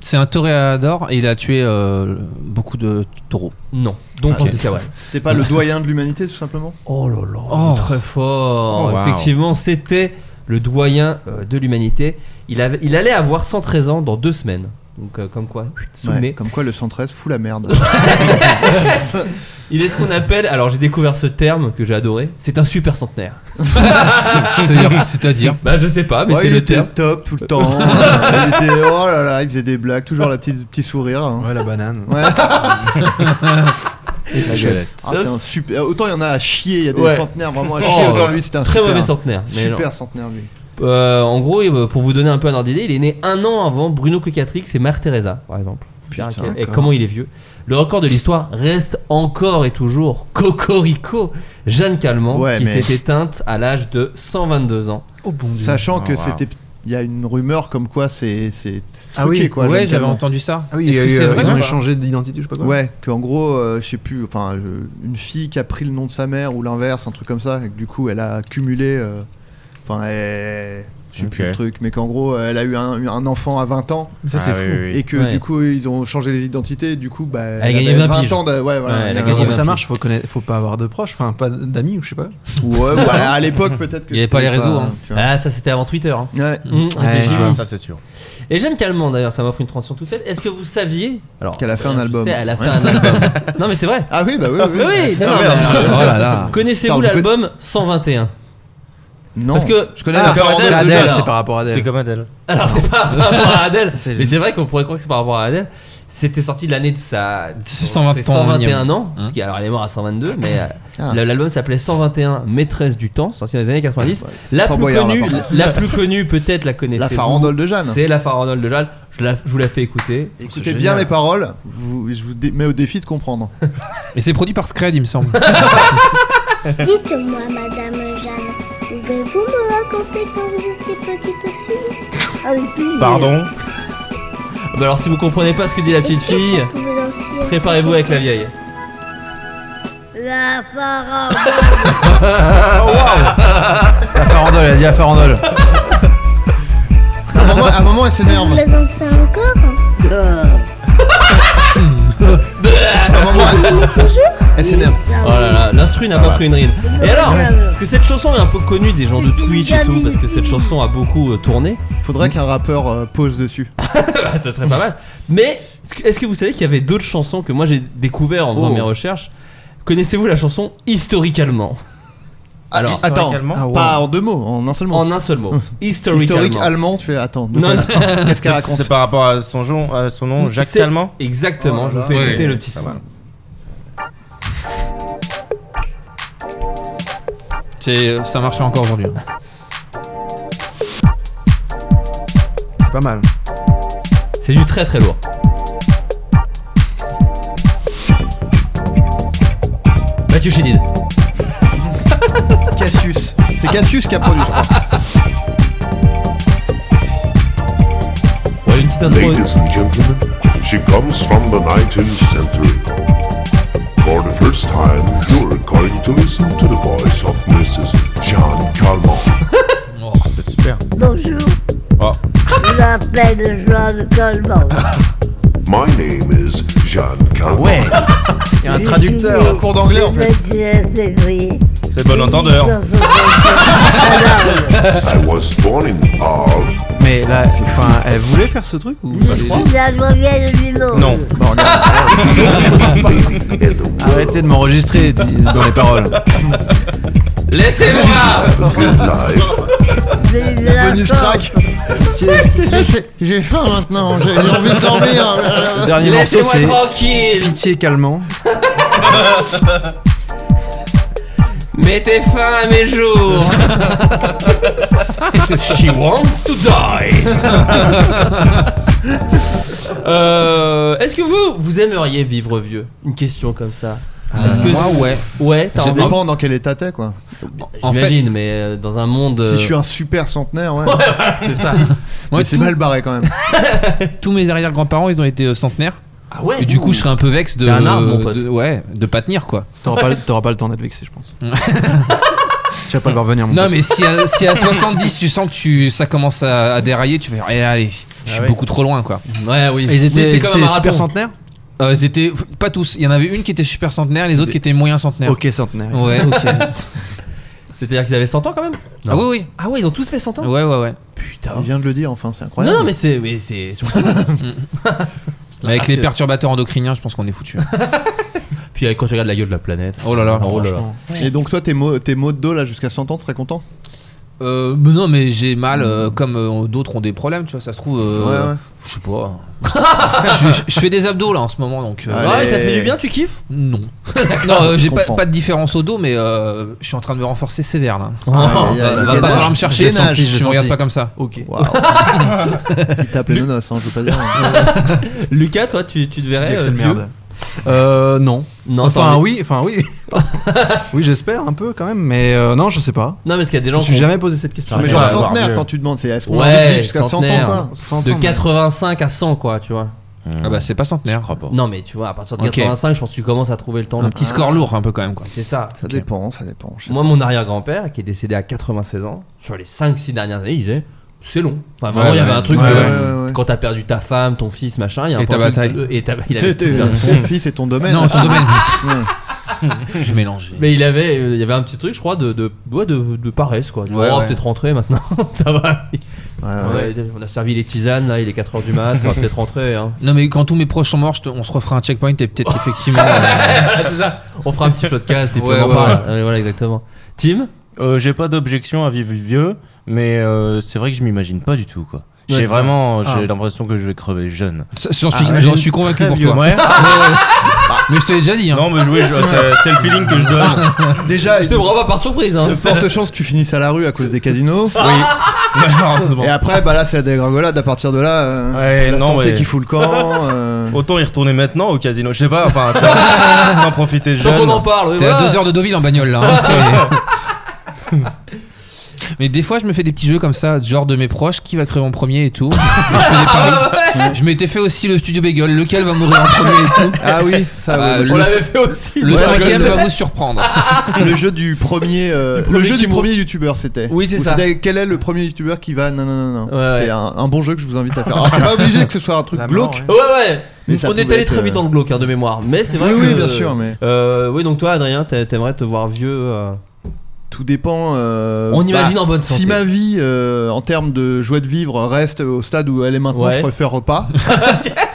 C'est un toréador et il a tué euh, beaucoup de taureaux.
Non. Donc
Ah,
Francis Cabrel.
C'était
<laughs>
pas le doyen de l'humanité, tout simplement
Oh là là,
Oh.
très
Oh,
fort.
wow.
Effectivement, c'était le doyen euh, de l'humanité. Il, avait- il allait avoir 113 ans dans deux semaines. Donc, euh, comme quoi, sous le
Ouais,
nez. Ah,
Comme quoi, le 113 fout
<laughs>
la merde.
Il est ce qu'on appelle, alors j'ai découvert ce terme que j'ai adoré, c'est un super centenaire.
Ah.
<laughs> C'est-à-dire- C'est-à-dire
Bah, je sais pas, mais
Ouais,
c'est
il
le
était
terme.
top tout le temps.
<laughs>
Euh, il était, oh là là, il faisait des blagues, toujours le petit, petit sourire. hein.
Ouais, la banane. <laughs>
Ouais.
La galette.
Ah, c'est un super. Autant il y en a à chier, il y a des
Ouais.
centenaires vraiment à chier.
Oh,
autant lui, c'était un
Très
super,
mauvais centenaire. mais
Super
non.
centenaire, lui.
Euh, en gros, euh, pour vous donner un peu un ordre d'idée, il est né un an avant Bruno Cocatrix et Mère Teresa, par exemple.
Putain,
Putain, et
encore.
comment il est vieux. Le record de l'histoire reste encore et toujours Cocorico, Jeanne Calment,
Ouais,
qui
mais-
s'est éteinte à l'âge de 122 ans.
<laughs> Oh bon Dieu.
Sachant que
wow.
c'était. Il y a une rumeur comme quoi c'est. c'est c'est
Ah oui,
truqué, quoi.
Ouais,
Jeanne
j'avais
Calment.
entendu ça.
Ah oui,
Est-ce que
il y a eu,
c'est
euh,
vrai
ils
ou
ont
pas
échangé d'identité, je sais pas quoi.
Ouais, qu'en gros, euh, je sais plus, enfin, euh, une fille qui a pris le nom de sa mère ou l'inverse, un truc comme ça, et que du coup, elle a cumulé. euh, Enfin, elle- je sais
Ok.
plus le truc, mais qu'en gros, elle a eu un, un enfant à 20 ans,
Mais Ça, c'est
Ah,
fou.
oui, oui, oui.
et que
Ouais.
du coup, ils ont changé les identités, et du coup, bah.
a gagné
avait
20 piges.
ans de- Ouais, voilà.
Ouais, elle a
euh,
gagné
Comment ça
Olympique.
marche faut, connaître, faut pas avoir de proches, enfin pas d'amis ou je sais pas.
ouais, voilà,
<laughs>
à l'époque, peut-être que.
Il y avait pas
c'était
les réseaux, hein. Mm.
tu vois.
Ah, ça c'était avant Twitter. hein.
Ouais.
Mmh,
Ouais.
réfléchis.
Ah, ça, c'est sûr.
Et Jeanne Calment, d'ailleurs, ça m'offre une transition toute faite. Est-ce que vous saviez alors
Qu'elle a fait un
je
album.
sais, elle a fait
Ouais.
un album.
<laughs>
Non, mais c'est vrai.
Ah oui, bah oui, oui.
Mais oui, non,
Ah,
non,
merde.
mais- euh,
Oh là là.
Connaissez-vous
Putain, vous
l'album 121
Non,
Parce que-
je connais
Ah,
la
Adèle,
Farandole de
Adèle,
Jeanne.
c'est par rapport à
C'est
Adèle.
comme Adèle.
Alors c'est pas par rapport
<laughs>
à Adèle,
C'est
mais c'est vrai qu'on pourrait croire que c'est par rapport à Adèle. C'était sorti l'année de sa de
C'est
son-
120
ses
ans,
121
Miam.
ans. Parce qu'il- alors elle est morte à 122, mais euh,
Hein Ah.
le- l'album s'appelait 121 Maîtresse du temps, sorti dans les années 90.
Ouais, c'est
la,
Fort
plus
Boyard, là,
connue,
par contre.
la plus connue, peut-être la
La
connaissez.
farandole de Jeanne.
C'est la farandole de Jeanne. Je, la- je vous la fais écouter.
Écoutez
C'est
bien
génial.
les paroles, vous- je vous dé- mets au défi
<laughs>
de comprendre.
Mais c'est produit par Scred, il me semble.
Dites-moi, Madame Jeanne, pouvez-vous me raconter quand vous étiez petite fille Avec plaisir.
Pardon
Ah bah alors si vous comprenez pas ce que dit la petite
Est-ce que
fille,
vous pouvez danser
préparez-vous avec la vieille.
La parole.
La farandole, elle a dit la farandole.
À un moment, à un moment, elle s'énerve.
Vous la dansez encore
À un moment, elle- elle s'énerve.
Oh là là, l'instru n'a pas pris une ride. Et alors, parce que cette chanson est un peu connue des gens de Twitch et tout, parce que cette chanson a beaucoup euh, tourné.
Faudrait qu'un rappeur euh, pose dessus.
Ah, <laughs> ça serait pas mal. Mais est-ce que- est-ce que vous savez qu'il y avait d'autres chansons que moi j'ai découvert en faisant
Oh.
mes recherches Connaissez-vous la chanson Historiquement Alors,
attends,
Ah
pas en deux mots, en un seul mot.
En un seul mot. Historique
Historique
allemand.
allemand, tu fais attends. de
Non,
quoi-
non.
Qu'est-ce qu'elle raconte
C'est par rapport à son, nom- à son nom, Jacques
C'est-
Calment
Exactement, je vous fais écouter le petit
ça
son.
va.
C'est- Ça marche encore aujourd'hui. hein.
C'est pas mal.
C'est du très très lourd. Mathieu Chédid.
Cassius. C'est Cassius qui a produit, je crois.
Ouais, une petite intro.
Ladies and gentlemen, she comes from the 19th century. For the first time, you're going to listen to the voice of Mrs. Jean Calment.
C'est super.
Bonjour.
Oh,
Je m'appelle Jean Colman.
My name is Jean Calment.
Ouais.
Il y a un traducteur.
Un cours d'anglais, en fait.
février.
C'est bon entendeur.
I was born in Arles.
Mais là, enfin, elle voulait faire ce truc ou
suis la joviale du monde.
Non. <laughs> Arrêtez de m'enregistrer dis- dans les paroles.
Laissez-moi
Vive la
Bonus
France.
track. J'ai- J'ai faim maintenant, j'ai j'ai envie de dormir.
Le dernier morceau,
Laissez-moi
c'est
tranquille.
Pitié calmant.
<laughs> Mettez fin à mes jours. She wants to die. <laughs> Euh, Est-ce que vous, vous aimeriez vivre vieux Une question comme ça. Est-ce que
Ah, moi, ouais.
Ah, Ouais, t'as
Ça
envie-
dépend dans quel état t'es, quoi.
En fait-
J'imagine, mais euh, dans un monde. euh,
Si je suis un super centenaire, ouais.
c'est ça.
Moi,
Mais c'est
tout-
mal barré quand même.
Tous mes arrière-grands-parents, ils ont été euh, centenaires.
Ah ouais
Et du coup, je serais un peu vexe de,
T'es un arbre, mon pote.
de- ouais, de pas tenir quoi.
<laughs> T'auras pas, le- t'auras pas le temps d'être vexé, je pense. <laughs> tu vas pas le voir venir, mon
Non,
pote.
mais si à, si à 70 tu sens que tu, ça commence à, à dérailler, tu vas eh, allez, je suis
Ah ouais.
beaucoup trop loin quoi.
Ouais, oui.
Et Ils
Mais
étaient,
c'est
ils
comme un
étaient
marathon.
super centenaires
Euh, ils étaient pas tous, il y en avait une qui était super centenaire, les autres qui étaient moyen centenaire.
Ok, centenaire.
Ouais, ok.
C'est-à-dire qu'ils avaient 100 ans quand même
Ah oui, oui.
Ah ouais, ils ont tous fait 100 ans
Ouais, ouais, ouais.
Putain.
Il vient de le dire, enfin, c'est
Non,
incroyable.
non, mais c'est. Mais c'est surprenant.
Mais avec les
c'est-
perturbateurs endocriniens, je pense qu'on est hein. foutu.
Puis euh, quand tu regardes la gueule de la planète.
Oh là là.
Oh là là.
Franchement.
Et donc, toi, tes mots, tes mots de dos là jusqu'à 100 ans, tu serais content
Euh, mais non, mais j'ai mal, euh, comme euh, d'autres ont des problèmes, tu vois, ça se trouve. euh,
<laughs>
Ouais, ouais.
Je sais pas. je, fais- je fais des abdos là en ce moment, donc. euh,
Ah,
Ouais,
Allez.
ça te fait du bien, tu kiffes
Non. non, euh,
Je
j'ai pas,
comprends.
pas de différence au dos, mais euh, je suis en train de me renforcer sévère là.
<laughs>
Aïe, aïe, aïe,
Va
aïe,
pas
aïe.
falloir me chercher,
Gainage,
si
je
tu me
suis
regardes
gentil.
pas comme ça.
Ok.
Waouh. Il tape les nonos, hein, je veux pas dire.
Lucas, toi, tu, tu
<laughs>
te
Je dis
verrais.
que
euh,
c'est le
vieux
merde. Euh, non.
Non,
Enfin,
t'as envie-
oui, enfin, oui. <laughs> oui, j'espère un peu quand même, mais euh, non, je sais pas.
Non, mais parce qu'il y a des
Je
gens
me suis
qui ont- Ah,
jamais posé cette question.
Mais
Ouais,
genre
ouais,
centenaire
ouais.
quand tu demandes, c'est est-ce qu'on
Ouais,
a envie de vivre jusqu'à 100
centenaire.
ans quoi
100
de
ans,
85 à 100, quoi, tu vois.
Ah bah c'est pas centenaire.
Non, mais tu vois, à partir de
Ok.
85, je pense que tu commences à trouver le temps.
Un
long.
petit score lourd un peu quand même quoi.
C'est ça.
Ça dépend, ça dépend. je sais
Moi, mon arrière-grand-père, qui est décédé à 96 ans, sur les 5-6 dernières années, il disait c'est long. Enfin, vraiment,
Ouais,
il y avait
ouais.
un truc
Ouais,
de-
ouais, ouais.
quand t'as perdu ta femme, ton fils, machin, il y a un
Et ta
point de-
bataille.
et ta- il
pas.
avait
T'es- t'es-
tout un-
Ton fils et ton domaine.
Non, ton domaine.
Ouais.
Je mélangeais.
Mais il avait, euh, il y avait un petit truc, je crois, de, de, ouais, de, de paresse, quoi.
Ouais,
oh,
ouais.
peut-être rentrer maintenant, <laughs> ça va.
Ouais,
On
Ah ouais.
a, on a servi les tisanes, là, il est 4h du mat, on va peut-être rentrer. Hein.
Non mais quand tous mes proches sont morts, je te- on se refera un checkpoint et peut-être qu'effectivement.
<laughs>
euh,
c'est ça. On fera un petit podcast et puis
Ouais,
on en
ouais,
parle. Ouais, voilà, exactement. Tim
Euh, j'ai pas d'objection à vivre vieux, mais euh, c'est vrai que je m'imagine pas du tout quoi.
Ouais,
J'ai
c'est
vraiment,
Ah.
j'ai l'impression que je vais crever jeune.
J'en suis,
Ah,
j'en
j'ai
suis convaincu
très
pour
vieux,
toi.
ouais.
Mais je te l'ai déjà dit. Hein.
Non mais oui,
<laughs>
je- c'est c'est le feeling que je
Ah,
<laughs> donne.
Déjà,
Je te prends pas par surprise, hein.
de fortes chances que tu finisses à la rue à cause des casinos.
Malheureusement.
Et après, bah là, c'est la dégringolade. À partir de là, euh,
Ouais,
la
non,
santé
mais-
qui fout le camp.
<laughs>
euh,
Autant y retourner maintenant au casino. Je sais pas, enfin, tu
<laughs>
vois, en profiter
<laughs> Tant
jeune.
qu'on en parle, ouais,
T'es à
voilà.
2 heures de Deauville en bagnole là. hein, c'est- Mais des fois, je me fais des petits jeux comme ça, genre de mes proches, qui va crever en premier et tout. Et je fais des paris. Je m'étais fait aussi le studio Bagel, lequel va mourir en premier et tout.
Ah oui, ça.
Ah,
oui,
le-
On
oui.
l'avait fait aussi.
Le
Ouais,
cinquième
je-
va vous surprendre.
le, jeu du premier, euh,
premier
le jeu
qui
du
mou-
premier youtubeur, c'était.
Oui, c'est
Ou
ça.
c'était Quel est le premier youtubeur qui va Non, non, non, non.
Ouais,
c'était
ouais.
un, un bon jeu que je vous invite à faire. Alors,
<laughs>
c'est pas obligé que ce soit un truc
La mort,
glauque.
ouais.
Ouais, ouais.
Mais ça
on est
pouvait
allé
être,
très vite
euh,
dans le glauque hein, de mémoire, mais c'est vrai
Oui,
que.
oui, bien sûr, mais-
Euh, oui, donc toi, Adrien, t'a- t'aimerais te voir vieux. euh,
Tout dépend. euh,
On
bah,
imagine en bonne santé.
Si ma vie, euh, en termes de joie de vivre, reste au stade où elle est
<laughs>
maintenant,
Ouais.
je préfère pas.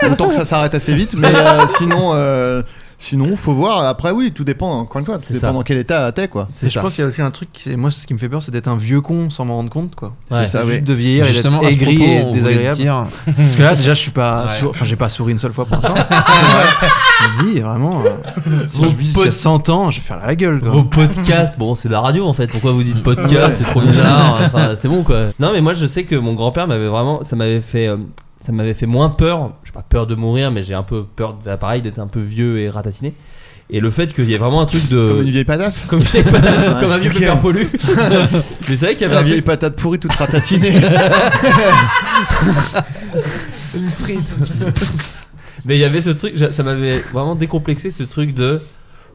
Autant que ça s'arrête assez vite, mais euh, sinon, euh, Sinon, faut voir. Après, oui, tout dépend. Encore une fois, tout dépend dans quel état t'es, quoi.
Et Je pense qu'il y a aussi un truc, qui- moi ce qui me fait peur c'est d'être un vieux con sans m'en rendre compte quoi.
Ouais.
Ah
C'est ça,
juste
oui.
de vieillir et
Justement,
d'être
à ce
aigri
propos,
et
on voulait
désagréable.
te dire.
Parce que là déjà je suis pas,
<laughs> Ouais.
sour- enfin j'ai pas souri une seule fois pour
<laughs>
l'instant. je me dis vraiment, euh, si je vis jusqu'à 100 ans je vais faire la gueule quoi.
Vos podcasts, bon, c'est de la radio en fait. Pourquoi vous dites podcast C'est trop bizarre. Enfin, c'est bon quoi. Non, mais moi je sais que mon grand-père m'avait vraiment. Ça m'avait fait. euh, Ça m'avait fait moins peur. J'ai pas peur de mourir, mais j'ai un peu peur, de- pareil, d'être un peu vieux et ratatiné. Et le fait qu'il y ait vraiment un truc de.
Comme une vieille patate.
Comme, une vieille patate, comme <laughs> un vieux
Ok.
pépère pollu. <laughs> mais c'est vrai qu'il y avait
La
un
vieille
truc-
patate pourrie toute ratatinée.
Une frite. Mais il y avait ce truc, j'a- ça m'avait vraiment décomplexé ce truc de.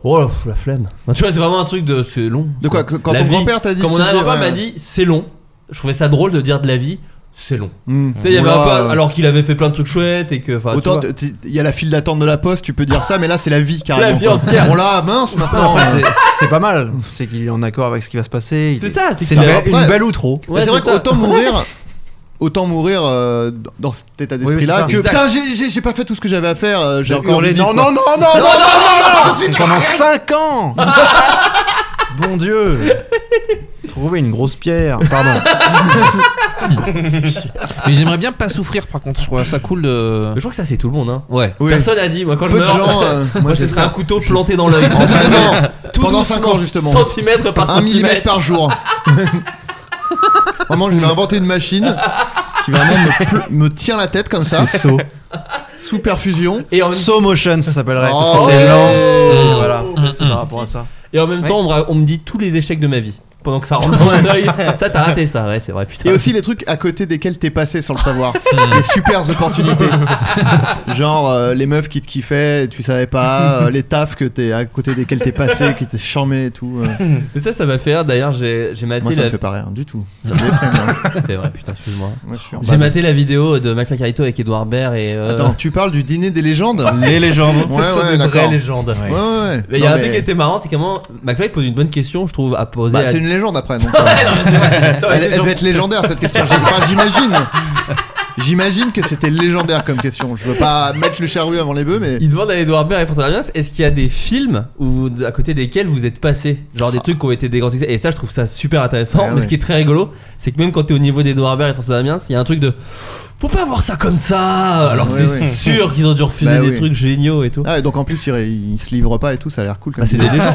Oh là, pff, la flemme. Enfin, tu vois, c'est vraiment un truc de. C'est long.
De quoi, que- quand
La
ton
vie-
grand-père t'a dit,
Quand mon
tu disais,
arrière-grand-père
ouais.
m'a dit, c'est long. Je trouvais ça drôle de dire de la vie, c'est long.
Mm.
Tu sais, il y avait
Oula.
un peu- alors qu'il avait fait plein de trucs chouettes et que. enfin, tu
Autant
vois.
t- t- il y a la file d'attente de la poste, tu peux dire ça, mais là c'est la vie carrément.
La vie
quoi.
entière.
Bon là, mince maintenant.
Non, c'est- c'est pas mal, c'est qu'il est en accord avec ce qui va se passer. il
C'est
est-
ça, c'est
c'est
que-
une,
Après-
une belle ou trop.
Mais c'est vrai qu'autant mourir, autant mourir euh, dans cet état d'esprit-là
Oui,
que
c'est ça.
putain j'ai- j'ai j'ai pas fait tout ce que j'avais à faire, euh, j'ai
De
encore
hurler,
envie de
non,
vivre,
non,
quoi.
non, non,
<laughs>
non, non,
pas
non,
tout de suite,
Pendant
arrête.
5
<laughs>
ans <laughs> Bon Dieu Trouver une grosse pierre, pardon.
Mais j'aimerais bien pas souffrir par contre, je trouve ça cool de.
<laughs> Je crois que ça c'est tout le monde hein.
Ouais.
Personne a dit, moi quand
Peu
je
de
meurs,
gens, euh,
<laughs> moi,
moi,
ce serait
j'espère.
un couteau planté dans l'œil.
En
Tout
vrai,
doucement, tout
Pendant
doucement,
5 ans justement.
Centimètre par
1 millimètre
centimètre.
par jour. Vraiment, je vais inventer une machine qui vraiment me, pl- me tient la tête comme ça.
C'est saut.
Sous perfusion.
Et en même-
Slow motion, ça s'appellerait. parce
Oh.
que c'est lent.
Oh.
Voilà,
Mm,
c'est
Si,
par
si,
rapport à
si.
ça.
Et en même
Ouais.
temps, on me- on me dit tous les échecs de ma vie. Pendant que ça rentre dans mon œil, ça t'as raté ça, ouais, c'est vrai, putain.
Et aussi les trucs à côté desquels t'es passé sans le savoir. les super opportunités. Genre euh, les meufs qui te kiffaient, tu savais pas, euh, les tafs que t'es à côté desquels t'es passé, qui t'es charmé et tout. euh.
Mais ça, ça m'a fait rire. D'ailleurs, j'ai j'ai maté
Moi, ça
la.
me fait pas rire du tout. Ça me déprime, hein.
C'est vrai, putain, excuse-moi.
Moi, je suis en
J'ai
bas.
maté la vidéo de McFly Carito avec Edouard Baird et. euh,
bah, Attends, tu parles du dîner des légendes
Les légendes.
Ouais,
C'est ça,
ouais,
des
d'accord.
vraies légendes.
Ouais, ouais, ouais.
Mais il y a
Non,
un
mais-
truc qui était marrant, c'est comment McFly pose une bonne question, je trouve, à poser.
Bah,
à-
c'est une légende
<laughs>
après. Donc, euh,
Ouais, non, mais c'est vrai, ça aurait
elle,
été
elle
sur-
devait être légendaire cette question. J'ai- enfin, J'imagine. J'imagine que c'était légendaire comme question. Je veux pas mettre le charrue avant les bœufs, mais.
Il demande à Edouard Baird et François Damiens est-ce qu'il y a des films où vous- à côté desquels vous êtes passé Genre des trucs qui ont été des grands succès. Et ça, je trouve ça super intéressant.
Ouais,
mais
Ah. ouais.
ce qui est très rigolo, c'est que même quand t'es au niveau d'Edouard Baird et François Damiens, il y a un truc de. Faut pas voir ça comme ça Alors que
Ah Ouais,
c'est
ouais.
sûr qu'ils ont dû refuser
Bah
des
oui.
trucs géniaux et tout.
Ah, et donc en plus, il, il se livre pas et tout, ça a l'air cool comme
Bah, c'est
idée.
des
<laughs>
légendes.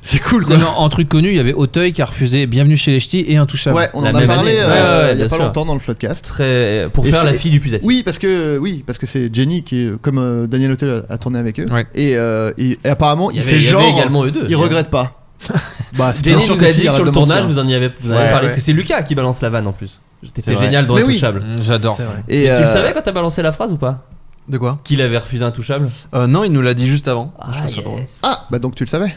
C'est cool
quoi. en truc connu, il y avait Auteuil qui a refusé Bienvenue chez les Ch'tis et Intouchable.
Ouais, on
La
en a
même
parlé
année.
euh,
Ouais, ouais,
il y
bien
a pas
sûr.
longtemps dans le podcast.
Très, pour
Et
faire la
c'est-
fille du puzatif.
Oui, parce que oui, parce que c'est Jenny qui, est- comme euh, Daniel Hotel a, a tourné avec eux,
Ouais.
et, euh, et- et apparemment il,
Il y avait-
fait
il y avait
genre,
également eux deux.
il regrette pas.
<laughs>
bah, c'est bien
Jenny
sûr
nous
que
a
si,
dit que
arrête
sur le
de mentir.
tournage, vous en y avez, vous en avez
Ouais,
parlé.
ouais.
Parce que c'est Lucas qui balance la vanne en plus. T'étais
vrai.
génial dans
Mais oui.
Intouchable.
Mmh, J'adore.
C'est vrai.
Et,
Et tu le
euh,
savais quand t'as balancé la phrase ou pas
De quoi
Qu'il avait refusé Intouchable
Euh, Non, il nous l'a dit juste avant.
Ah,
Je trouve ça
yes.
drôle.
Ah, bah donc tu le savais.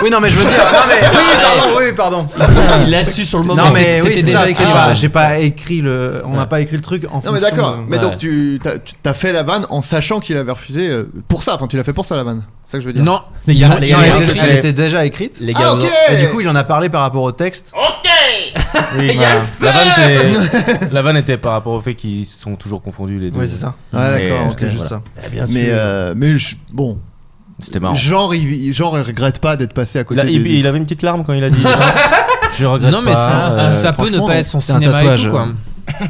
Oui, non, mais je veux dire. Non, mais. Oui, pardon, oui, pardon.
Il l'a su sur le moment.
Non, mais oui,
c'est- c'était
c'est
déjà
ça,
écrit.
c'est
Ah,
pas-
Ouais.
J'ai pas écrit le. On n'a
Ah. Ouais.
pas écrit le truc en
Non mais
fonction
d'accord,
de-
mais
Ouais.
donc tu t'as- tu- t'as fait la vanne en sachant qu'il avait refusé euh, pour ça, enfin tu l'as fait pour ça la vanne, c'est ça que je veux dire.
Non,
Les
Il
gars,
a-
les
il
gars,
a
les
Elle,
gars,
écrit-
était- elle était déjà écrite.
les
Ah
gars,
ok
vous-
Et du coup, il en a parlé par rapport au texte.
Oui, voilà. la, vanne, c'est- la vanne était par rapport au fait qu'ils se sont toujours confondus les deux.
Oui, c'est ça.
Ah,
Mais,
d'accord,
euh,
ok.
C'était juste
voilà.
ça.
Eh bien sûr.
Mais euh, mais je- bon,
C'était marrant.
genre il, genre il regrette pas d'être passé à côté.
Là, il,
des-
il avait une petite larme quand il a dit. Je regrette
Non, mais
pas,
ça,
euh,
ça peut ne
franchement,
pas être son
c'est un
cinéma et
tatouage.
tout, quoi.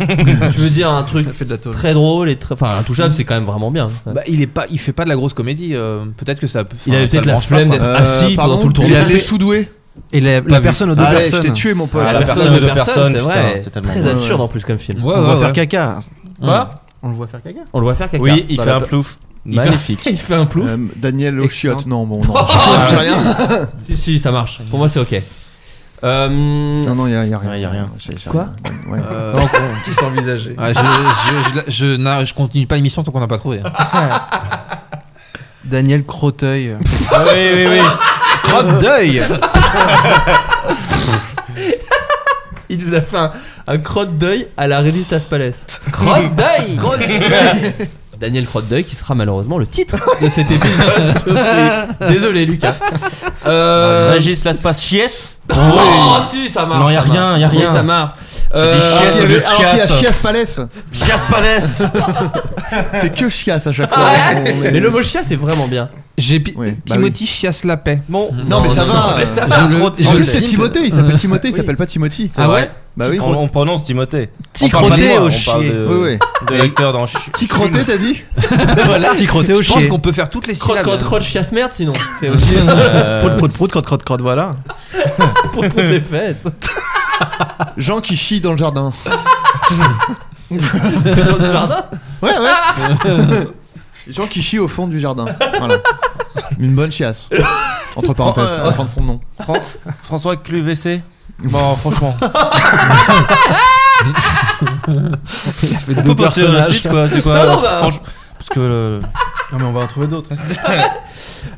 tu veux dire un truc
Ça fait de la tôle.
très drôle et très. Enfin, Intouchable, c'est quand même vraiment bien.
Bah, il est pas, il fait pas de la grosse comédie. euh, peut-être que ça.
Il avait
enfin, ça
peut-être
le
la
branche pas,
flemme
quoi.
d'être-
Euh,
assis pendant
pardon,
tout le tournage.
Il a
Il a
les
fait-
sous-doués.
Et la, la personne aux deux
Allez, je
personnes.
t'ai tué mon pote.
Ah, la
La
personne
de
aux personnes,
c'est
putain,
vrai.
c'est tellement
Très
bon.
absurde en plus comme film.
Ouais,
On le
ouais,
voit faire
ouais.
caca.
Quoi
On le voit faire caca.
On le voit faire caca.
Oui, il
Dans
fait
la-
un plouf.
Il fait un-
Magnifique.
Il fait un plouf.
Euh, Daniel au
Excellent.
chiotte. Non, bon, non. j'ai rien.
Si, si, ça marche. Pour moi, c'est ok. Euh,
Non, non, il y a, y a rien.
Ouais, y a rien.
J'ai- j'ai
Quoi
rien. Ouais.
Euh,
Tous envisagés.
ouais, je, je, je, je- non, je continue pas l'émission tant qu'on n'a pas <laughs> trouvé.
<laughs> Daniel Croteuil.
<laughs> Ah oui, oui, oui. Euh,
Croteuil
Il nous a fait un, un crotte d'œil à la Régis Palais. Crotte d'œil <laughs> Daniel Crotte d'œil qui sera malheureusement le titre de cet épisode. Je suis Désolé Lucas. Euh,
Euh,
Régis Laspace Chies.
Oh, si, ça marche.
Non, y a
ça
rien,
marche.
y a rien.
Oui, ça marche. Euh,
C'est des chiasses
alors qu'il y
de
avait- alors qu'il y a
chiasse.
chiasse palace.
Chiasse palace.
C'est que chiasse à chaque fois.
Ah ouais
On est-
Mais le mot chiasse c'est vraiment bien.
J'ai pi-
bah
Timothy chiasse la paix.
Bon,
Non, mais ça va.
mais ça va.
Je le-
Trop-
En
je
Ah
plus,
le
c'est
dis.
Timothée. Il s'appelle Timothée. Il s'appelle pas Timothy.
C'est vrai
Bah oui.
Ah on, on prononce Timothée.
Tic
on parle pas de
roté
moi,
au
on parle
chier.
de,
Oui,
<laughs>
oui.
de l'acteur dans Ch-
Ticroté, t'as dit
Voilà.
Ticroté au
Je pense
chier.
qu'on peut faire toutes les
Crotte,
syllabes.
crotte, crotte, chiasse merde sinon. C'est aussi
Euh, Prout, prout, prout, crotte, crotte, crotte, voilà.
pour pour les fesses.
Jean qui chie dans le jardin.
C'est dans le jardin
Ouais,
<laughs>
ouais. Jean qui chie au fond du jardin. Voilà. Une bonne chiasse. Entre parenthèses, à la fin de son nom.
Fran- François Cluvc
<laughs>
Bon, franchement.
Il a fait
On
deux
peut passer à la
personnages.
suite, quoi. C'est quoi
Non, non, bah-
franch- Parce que. euh,
Non, mais on va en trouver d'autres.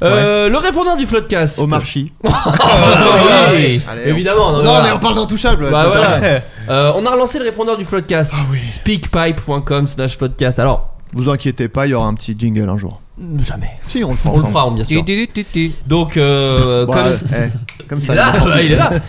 Euh, Le répondeur du Floodcast.
Au marchi.
Ah oui,
Allez, on-
évidemment.
Non,
voilà.
mais on parle d'intouchable.
Bah voilà.
Ouais.
Euh, on a relancé le répondeur du Floodcast.
Ah
Speakpipe.com slash Floodcast. Alors,
Vous inquiétez pas, il y aura un petit jingle un jour.
jamais.
Si, on le fera
On le
ensemble.
fera, on- bien sûr.
Titi.
Donc, euh,
Bon,
comme.
euh, eh, comme ça,
il est là,
il est sorti.
bah, il est là. <laughs>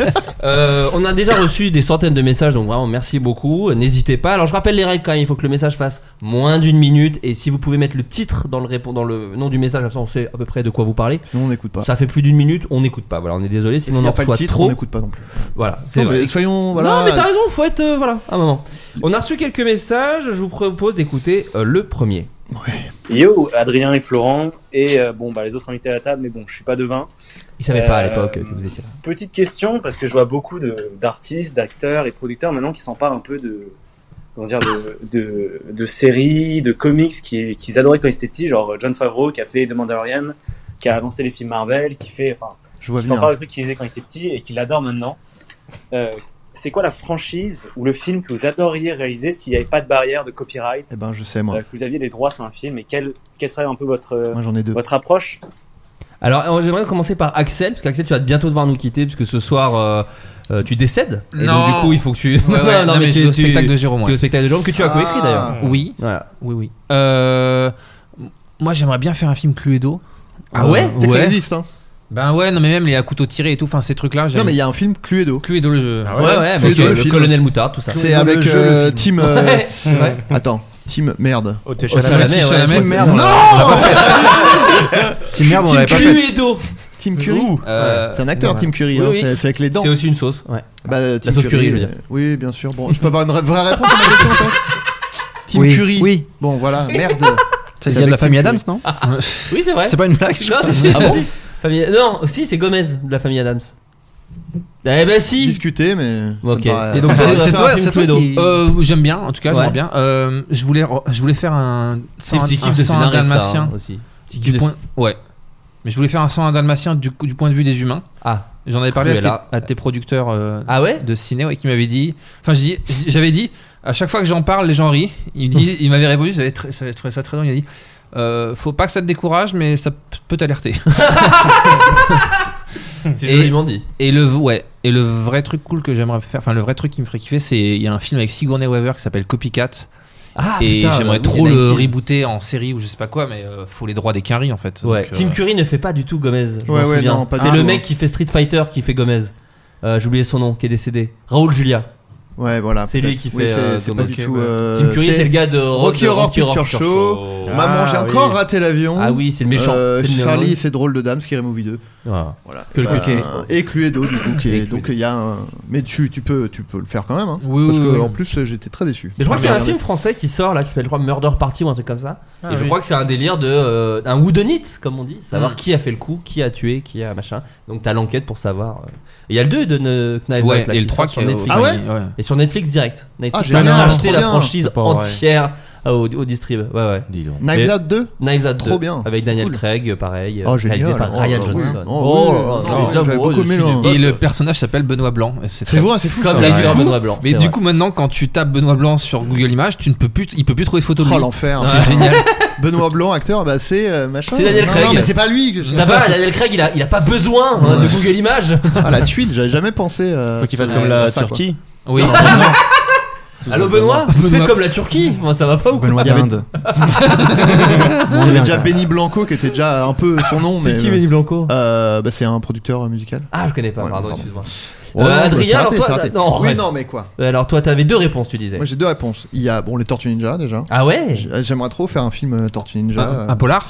Euh, on a déjà reçu des centaines de messages, donc vraiment merci beaucoup. N'hésitez pas. Alors je rappelle les règles quand même. Il faut que le message fasse moins d'une minute, et si vous pouvez mettre le titre dans le répon- dans le nom du message, comme ça on sait à peu près de quoi vous parlez.
Sinon, on n'écoute pas.
Ça fait plus d'une minute, on n'écoute pas. Voilà, on est désolé,
Bah. Et s'il
sinon on
y a
en
pas le
reçoit
titre, on
trop.
n'écoute pas non plus.
Voilà, c'est
Non,
vrai.
mais soyons. Voilà,
Non mais t'as raison, faut être euh, voilà un moment. On a reçu quelques messages. Je vous propose d'écouter euh, le premier.
Yo, Adrien et Florent, et euh, bon, bah, les autres invités à la table, mais bon, je suis pas devin.
Il savait pas à
Euh,
l'époque que vous étiez là.
Petite question, parce que je vois beaucoup de- d'artistes, d'acteurs et producteurs maintenant qui s'emparent un peu de, comment dire, de, de, de séries, de comics qui- qu'ils adoraient quand ils étaient petits, genre John Favreau qui a fait The Mandalorian, qui a lancé les films Marvel, qui fait, enfin,
Je vois
qui s'empare
venir.
des trucs qu'ils faisaient quand ils étaient petits et qu'ils adorent maintenant. Euh, c'est quoi la franchise ou le film que vous adoriez réaliser s'il n'y avait pas de barrière de copyright
Eh ben, je sais, moi.
euh, que vous aviez les droits sur un film et quelle, quelle serait un peu votre, euh,
Moi, j'en ai deux.
votre approche
Alors euh, j'aimerais commencer par Axel, parce qu'Axel tu vas bientôt devoir nous quitter, puisque ce soir euh, euh, tu décèdes. Et
Non.
donc du coup il faut que tu...
Ouais,
<laughs>
ouais, non, mais je
tu
vais au spectacle de Ah. Jérôme,
t'es
ouais.
au spectacle de Jérôme que tu as coécrit
Ah.
d'ailleurs.
Oui,
Voilà.
oui, oui. Euh, moi, j'aimerais bien faire un film Cluedo. Euh,
Ah ouais
Tu sais que ça existe, hein.
Ben ouais, non, mais même les à couteau tiré et tout, enfin ces trucs-là.
Non,
j'aime-
mais il y a un film Cluedo.
Cluedo le jeu.
Ah
ouais, ouais,
Cluedo,
avec, euh,
le
le
film.
colonel Moutarde, tout ça.
C'est avec
jeu, le
euh,
film.
Team. euh,
Ouais, ouais.
<laughs> Attends, Team Merde.
Oh, t'es
Au Chalamet,
Team
ouais.
Chalamet.
Team
Merde, on l'a-
Ah, bah,
Team Merde, on l'avait pas
Cul
fait.
et dos.
Team Curry.
Euh,
C'est un acteur, Tim Curry.
Oui,
hein,
oui.
c'est- C'est avec les dents.
C'est aussi une sauce. Ouais.
Bah, euh, Tim
sauce curry, je veux
euh,
dire.
Oui, bien sûr. Bon, je peux avoir une ra- vraie réponse à ma question,
<laughs>
toi Tim
Oui,
Curry.
oui.
Bon, voilà, merde.
Il y a de
avec
la famille
Tim
Adams, non
Oui c'est vrai.
C'est pas une blague
Non, si, si,
Ah
si,
bon <laughs>
si. <laughs> Famille- Non, si c'est Gomez de la famille Adams. Eh ben si
Discuter, mais. ça me
Ok.
paraît-
Et donc,
ça me
c'est-
paraît-
c'est toi- c'est toi qui-
euh, j'aime bien, en tout cas,
Ouais.
j'aimerais bien. Euh, je voulais, je voulais faire un,
C'est
un,
petit
un
kiff de
sang
scénariste ça,
dalmatien.
hein, aussi. Petit
du
kiff de-
point, ouais. Mais je voulais faire un sang dalmatien du, coup- du point de vue des humains.
Ah.
J'en avais parlé à tes,
Cruella.
à tes producteurs euh,
Ah ouais
de ciné ouais, qui m'avaient dit. Enfin, je dis- je dis- j'avais dit, à chaque fois que j'en parle, les gens rient.
<laughs>
Il, dit, il m'avait répondu, j'avais tr- j'avais trouvé ça très drôle. Il a dit euh, Faut pas que ça te décourage, mais ça p- peut t'alerter. <laughs>
C'est
Et-
joliment dit.
Et le ouais, et le vrai truc cool que j'aimerais faire, enfin le vrai truc qui me ferait kiffer, c'est il y a un film avec Sigourney Weaver qui s'appelle Copycat
Ah,
et
putain,
j'aimerais
oui,
trop
les
le
90s.
rebooter en série ou je sais pas quoi, mais euh, faut les droits des quinries en fait.
Ouais.
Donc, euh,
Tim Curry ne fait pas du tout Gomez. je
Ouais,
m'en
ouais,
souviens.
non, pas du
C'est
tout,
le
hein.
mec qui fait Street Fighter qui fait Gomez. Euh, J'ai oublié son nom, qui est décédé. Raoul Julia.
Ouais, voilà.
C'est lui
peut-être.
qui fait.
Oui, c'est-
euh,
C'est pas
Gomez.
du tout. euh,
Tim Curry, c'est le gars de
Rocky
de
Horror Picture Show. On m'a
Ah,
mangé
oui.
encore raté l'avion.
Ah oui, c'est le méchant.
Euh,
C'est le
Charlie,
méchant.
c'est drôle de dame, Scary Movie 2.
Ah.
Voilà.
Voilà.
Que le
Bah,
coquet.
Et Cluedo, du coup. qui est-
Et Cluedo.
donc, il y a un. Mais tu, tu, peux, tu peux le faire quand même. Hein,
Oui,
parce
oui,
que,
oui.
en plus, j'étais très déçu.
Mais je crois
Ah,
qu'il y a un
merde.
film français qui sort là qui s'appelle je crois, Murder Party ou un truc comme ça.
Ah
et je
oui.
crois que c'est un délire de euh, un whodunit comme on dit, savoir
Mm.
qui a fait le coup, qui a tué, qui a machin. Donc t'as l'enquête pour savoir. euh. Et Il y a le 2 de ne- Knives
ouais,
Out, là,
et le
qui
euh, 3
sort
qui
sur
est
Netflix.
Ah ouais
Et sur Netflix direct. Netflix
Ah,
a
génial,
racheté
trop
la
bien.
franchise
C'est pas vrai.
entière euh, au, au distrib. Ouais ouais.
Dis donc.
Knives
Mais-
Out 2
Knives Out
Trop
2,
bien.
Avec Daniel
Cool.
Craig, pareil.
Oh,
euh,
génial.
réalisé par
Oh,
Ryan
bah oui.
Johnson.
Oh, oui.
là là,
Non,
les
j'avais
hommes,
beaucoup
oh, le
aimé,
film
là.
est
Et
bof.
le personnage s'appelle Benoît Blanc. et
C'est
très-
vrai, c'est fou.
Comme
ça.
la
Ouais.
vie de Benoît Blanc.
Mais
c'est
du
vrai.
coup maintenant quand tu tapes Benoît Blanc sur Google Images, tu ne peux plus, il peut plus trouver de photo de
Oh
lui.
l'enfer.
C'est génial.
Benoît Blanc, acteur, bah c'est euh, machin.
C'est Daniel
non,
Craig.
Non, mais c'est pas lui. que j'ai-
ça va, Daniel Craig, il a, il a pas besoin hein, de Google <laughs> Images.
Ah, la tuile, j'avais jamais pensé. euh,
Faut qu'il fasse
à
comme la
ça, quoi.
Turquie.
<laughs> Oui.
Allô Benoît, fais comme la Turquie. Moi ça va pas ou quoi
Benoît
Il y avait-
d'Inde.
<laughs> Il y avait déjà Benny Blanco qui était déjà un peu son nom.
C'est
mais,
qui Benny Blanco
euh, bah, C'est un producteur musical.
Ah, je connais pas,
Ouais,
pardon,
pardon.
excuse-moi.
Oh non,
Euh,
bah, c'est
Adrien, alors
raté,
toi,
c'est raté.
non,
Oui,
arrête.
non, mais quoi
Euh, Alors toi, t'avais deux réponses, tu disais.
Moi j'ai deux réponses. Il y a bon les Tortues Ninja déjà.
Ah ouais
J'aimerais trop faire un film euh, Tortues Ninja.
Un-
euh.
un polar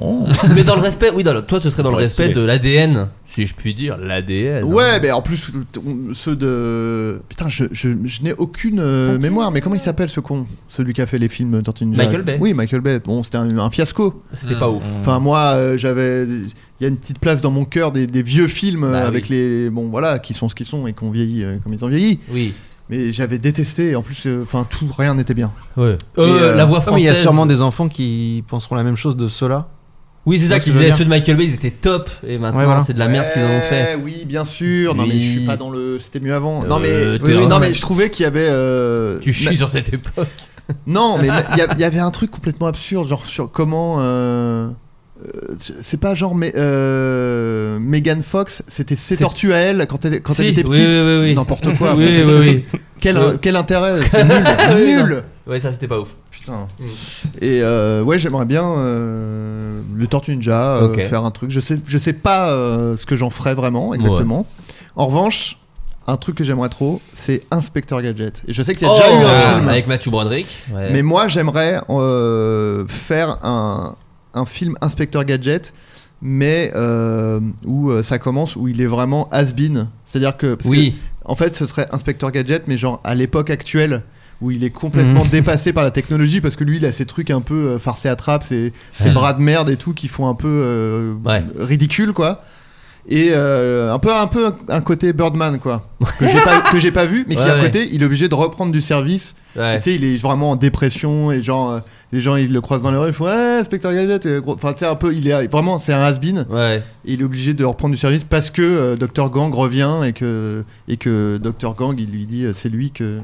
Non.
<laughs> mais dans le respect, oui, dans le- toi, ce serait dans le
Ouais,
respect
c'est-
de l'ADN, si je puis dire, l'ADN.
Ouais, mais en plus on- ceux de putain, je, je- je n'ai aucune euh, mémoire. Mais comment il s'appelle ce con, celui qui a fait les films Tortues Ninja
Michael Bay.
Oui, Michael Bay. Bon, c'était un, un fiasco.
C'était pas Mm. ouf.
Enfin moi, euh, j'avais, il y a une petite place dans mon cœur des, des vieux films euh,
Bah oui.
avec les bon voilà qui sont ce qu'ils sont et qu'on vieillit euh, comme ils ont vieilli.
Oui.
Mais j'avais détesté. En plus, euh, enfin tout, rien n'était bien.
Ouais.
Et, euh,
Non, mais il y a sûrement des enfants qui penseront la même chose de ceux-là.
Oui, c'est
Tu
ça
vois ce
qu'ils
que je veux
disaient.
dire
Ceux de Michael Bay, ils étaient top, et maintenant,
Ouais, voilà.
c'est de la merde ce qu'ils en ont fait.
Eh Oui, bien sûr. Non, mais je suis
Oui.
pas dans le. C'était mieux avant. non, mais,
Euh,
oui,
t'es
oui, non,
un-
mais je trouvais qu'il y avait. euh,
Tu chies
na-
sur cette époque.
Non, mais il y, a- il y avait un truc complètement absurde, genre sur comment. euh, euh, C'est pas genre mais, euh, Megan Fox, c'était ses
C'est-
tortues à elle quand elle, quand
Si,
elle était
oui,
petite.
oui, oui, oui.
N'importe quoi.
Oui, oui,
<laughs>
oui.
Quel,
Euh. <laughs>
quel intérêt C'est nul.
Oui,
nul.
non. Mm. Ouais, ça, c'était pas ouf.
Putain. Et euh, ouais, j'aimerais bien euh, le Tortue Ninja euh,
Ok.
faire un truc. Je sais, je sais pas euh, ce que j'en ferais vraiment exactement. En revanche, un truc que j'aimerais trop, c'est Inspecteur Gadget. Et je sais qu'il y a
Oh,
déjà eu un
ah,
film
avec Matthew Broderick. Ouais.
Mais moi, j'aimerais euh, faire un, un film Inspecteur Gadget. Mais euh, où euh, ça commence, où il est vraiment has-been. C'est-à-dire que, parce
Oui.
que, En fait, ce serait Inspecteur Gadget, mais genre à l'époque actuelle, où il est complètement
Mhm.
dépassé par la technologie, parce que lui, il a ces trucs un peu euh, farcés à trappe, ces, ces
Ouais.
bras de merde et tout, qui font un peu euh,
Ouais.
ridicule, quoi. Et euh, un peu un peu un côté Birdman quoi que j'ai pas que j'ai pas vu mais qui
Ouais,
à
ouais.
côté il est obligé de reprendre du service
Ouais.
Et tu sais il est vraiment en dépression et genre euh, les gens ils le croisent dans les rues ils font ouais Spectre Gadget euh, gros. enfin tu sais un peu il est vraiment c'est un has-been
Ouais.
Et il est obligé de reprendre du service parce que euh, Dr Gang revient et que et que Dr Gang il lui dit euh, c'est lui que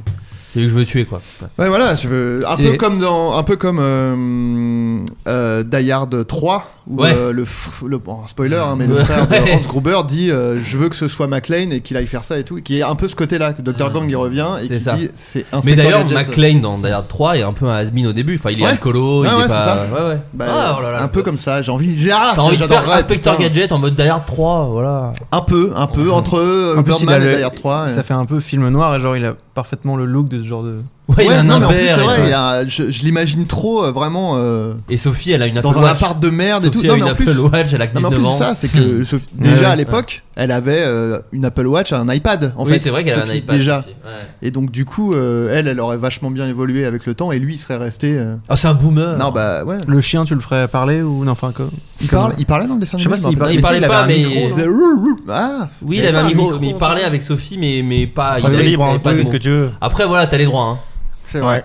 C'est lui que je veux tuer, quoi. Ouais.
Ouais, voilà, je veux. Un
Stylé.
peu comme dans. Un peu comme. Euh, euh, Die Hard 3, où
Ouais.
euh, le. fr- le- bon, spoiler, hein, mais le
Ouais.
frère de Hans Gruber dit euh, Je veux que ce soit McLean et qu'il aille faire ça et tout. Et Qui est un peu ce côté-là, que Dr. Gang il revient
Ah.
et
C'est
qui
ça.
dit C'est
Mais
Inspecteur
d'ailleurs,
Gadget.
McLean dans Die Hard 3 est un peu un has au début. Enfin, il est
Ouais.
alcoolo,
Ouais,
il
ouais,
est
c'est
pas.
ça.
Ouais, ouais.
Bah,
Ah, oh là là.
un peu comme ça, j'ai envie, j'ai ah,
T'as envie de faire
j'adorerais,
Inspecteur
putain.
Gadget en mode Die Hard 3, voilà.
Un peu, un peu, entre euh,
En plus, il a
Birdman et
le-
Die Hard 3.
Ça
euh.
fait un peu film noir et genre il a parfaitement le look de ce genre de.
Ouais, non, mais en plus, c'est
et
vrai,
tout.
il y a- je, je l'imagine trop, euh, vraiment. euh,
Et Sophie, elle a une Apple
dans un
Watch.
appart de merde et
Sophie
tout.
a
Non,
une
mais en plus,
Apple Watch, elle a que
non, mais en
19
plus,
ans.
c'est ça, c'est
<laughs>
que Sophie-
Ouais,
déjà à
ouais.
l'époque, elle avait euh, une Apple Watch, un iPad. En
Oui,
fait,
c'est vrai qu'elle avait un
Sophie,
iPad,
déjà.
Sophie, ouais.
Et donc du coup, euh, elle, elle aurait vachement bien évolué avec le temps, et lui, il serait resté. euh,
Ah, c'est un boomer.
Non, bah ouais.
Le chien, tu le ferais parler ou non enfin comme.
Il,
comme-
parle, il parlait dans le dessin
Je sais pas
animé,
s'il
me rappelle.
parlait, mais tu sais, avait un
pas, mais-
micro,
Il
non
faisait rou, rou, Ah.
Oui, il avait un micro, mais il parlait avec Sophie, mais, mais pas.
Pas
il
de
avait-
libre,
il avait
hein,
pas
tu
de
fais ce
mots.
que tu veux.
Après, voilà, t'as les droits. hein.
C'est vrai.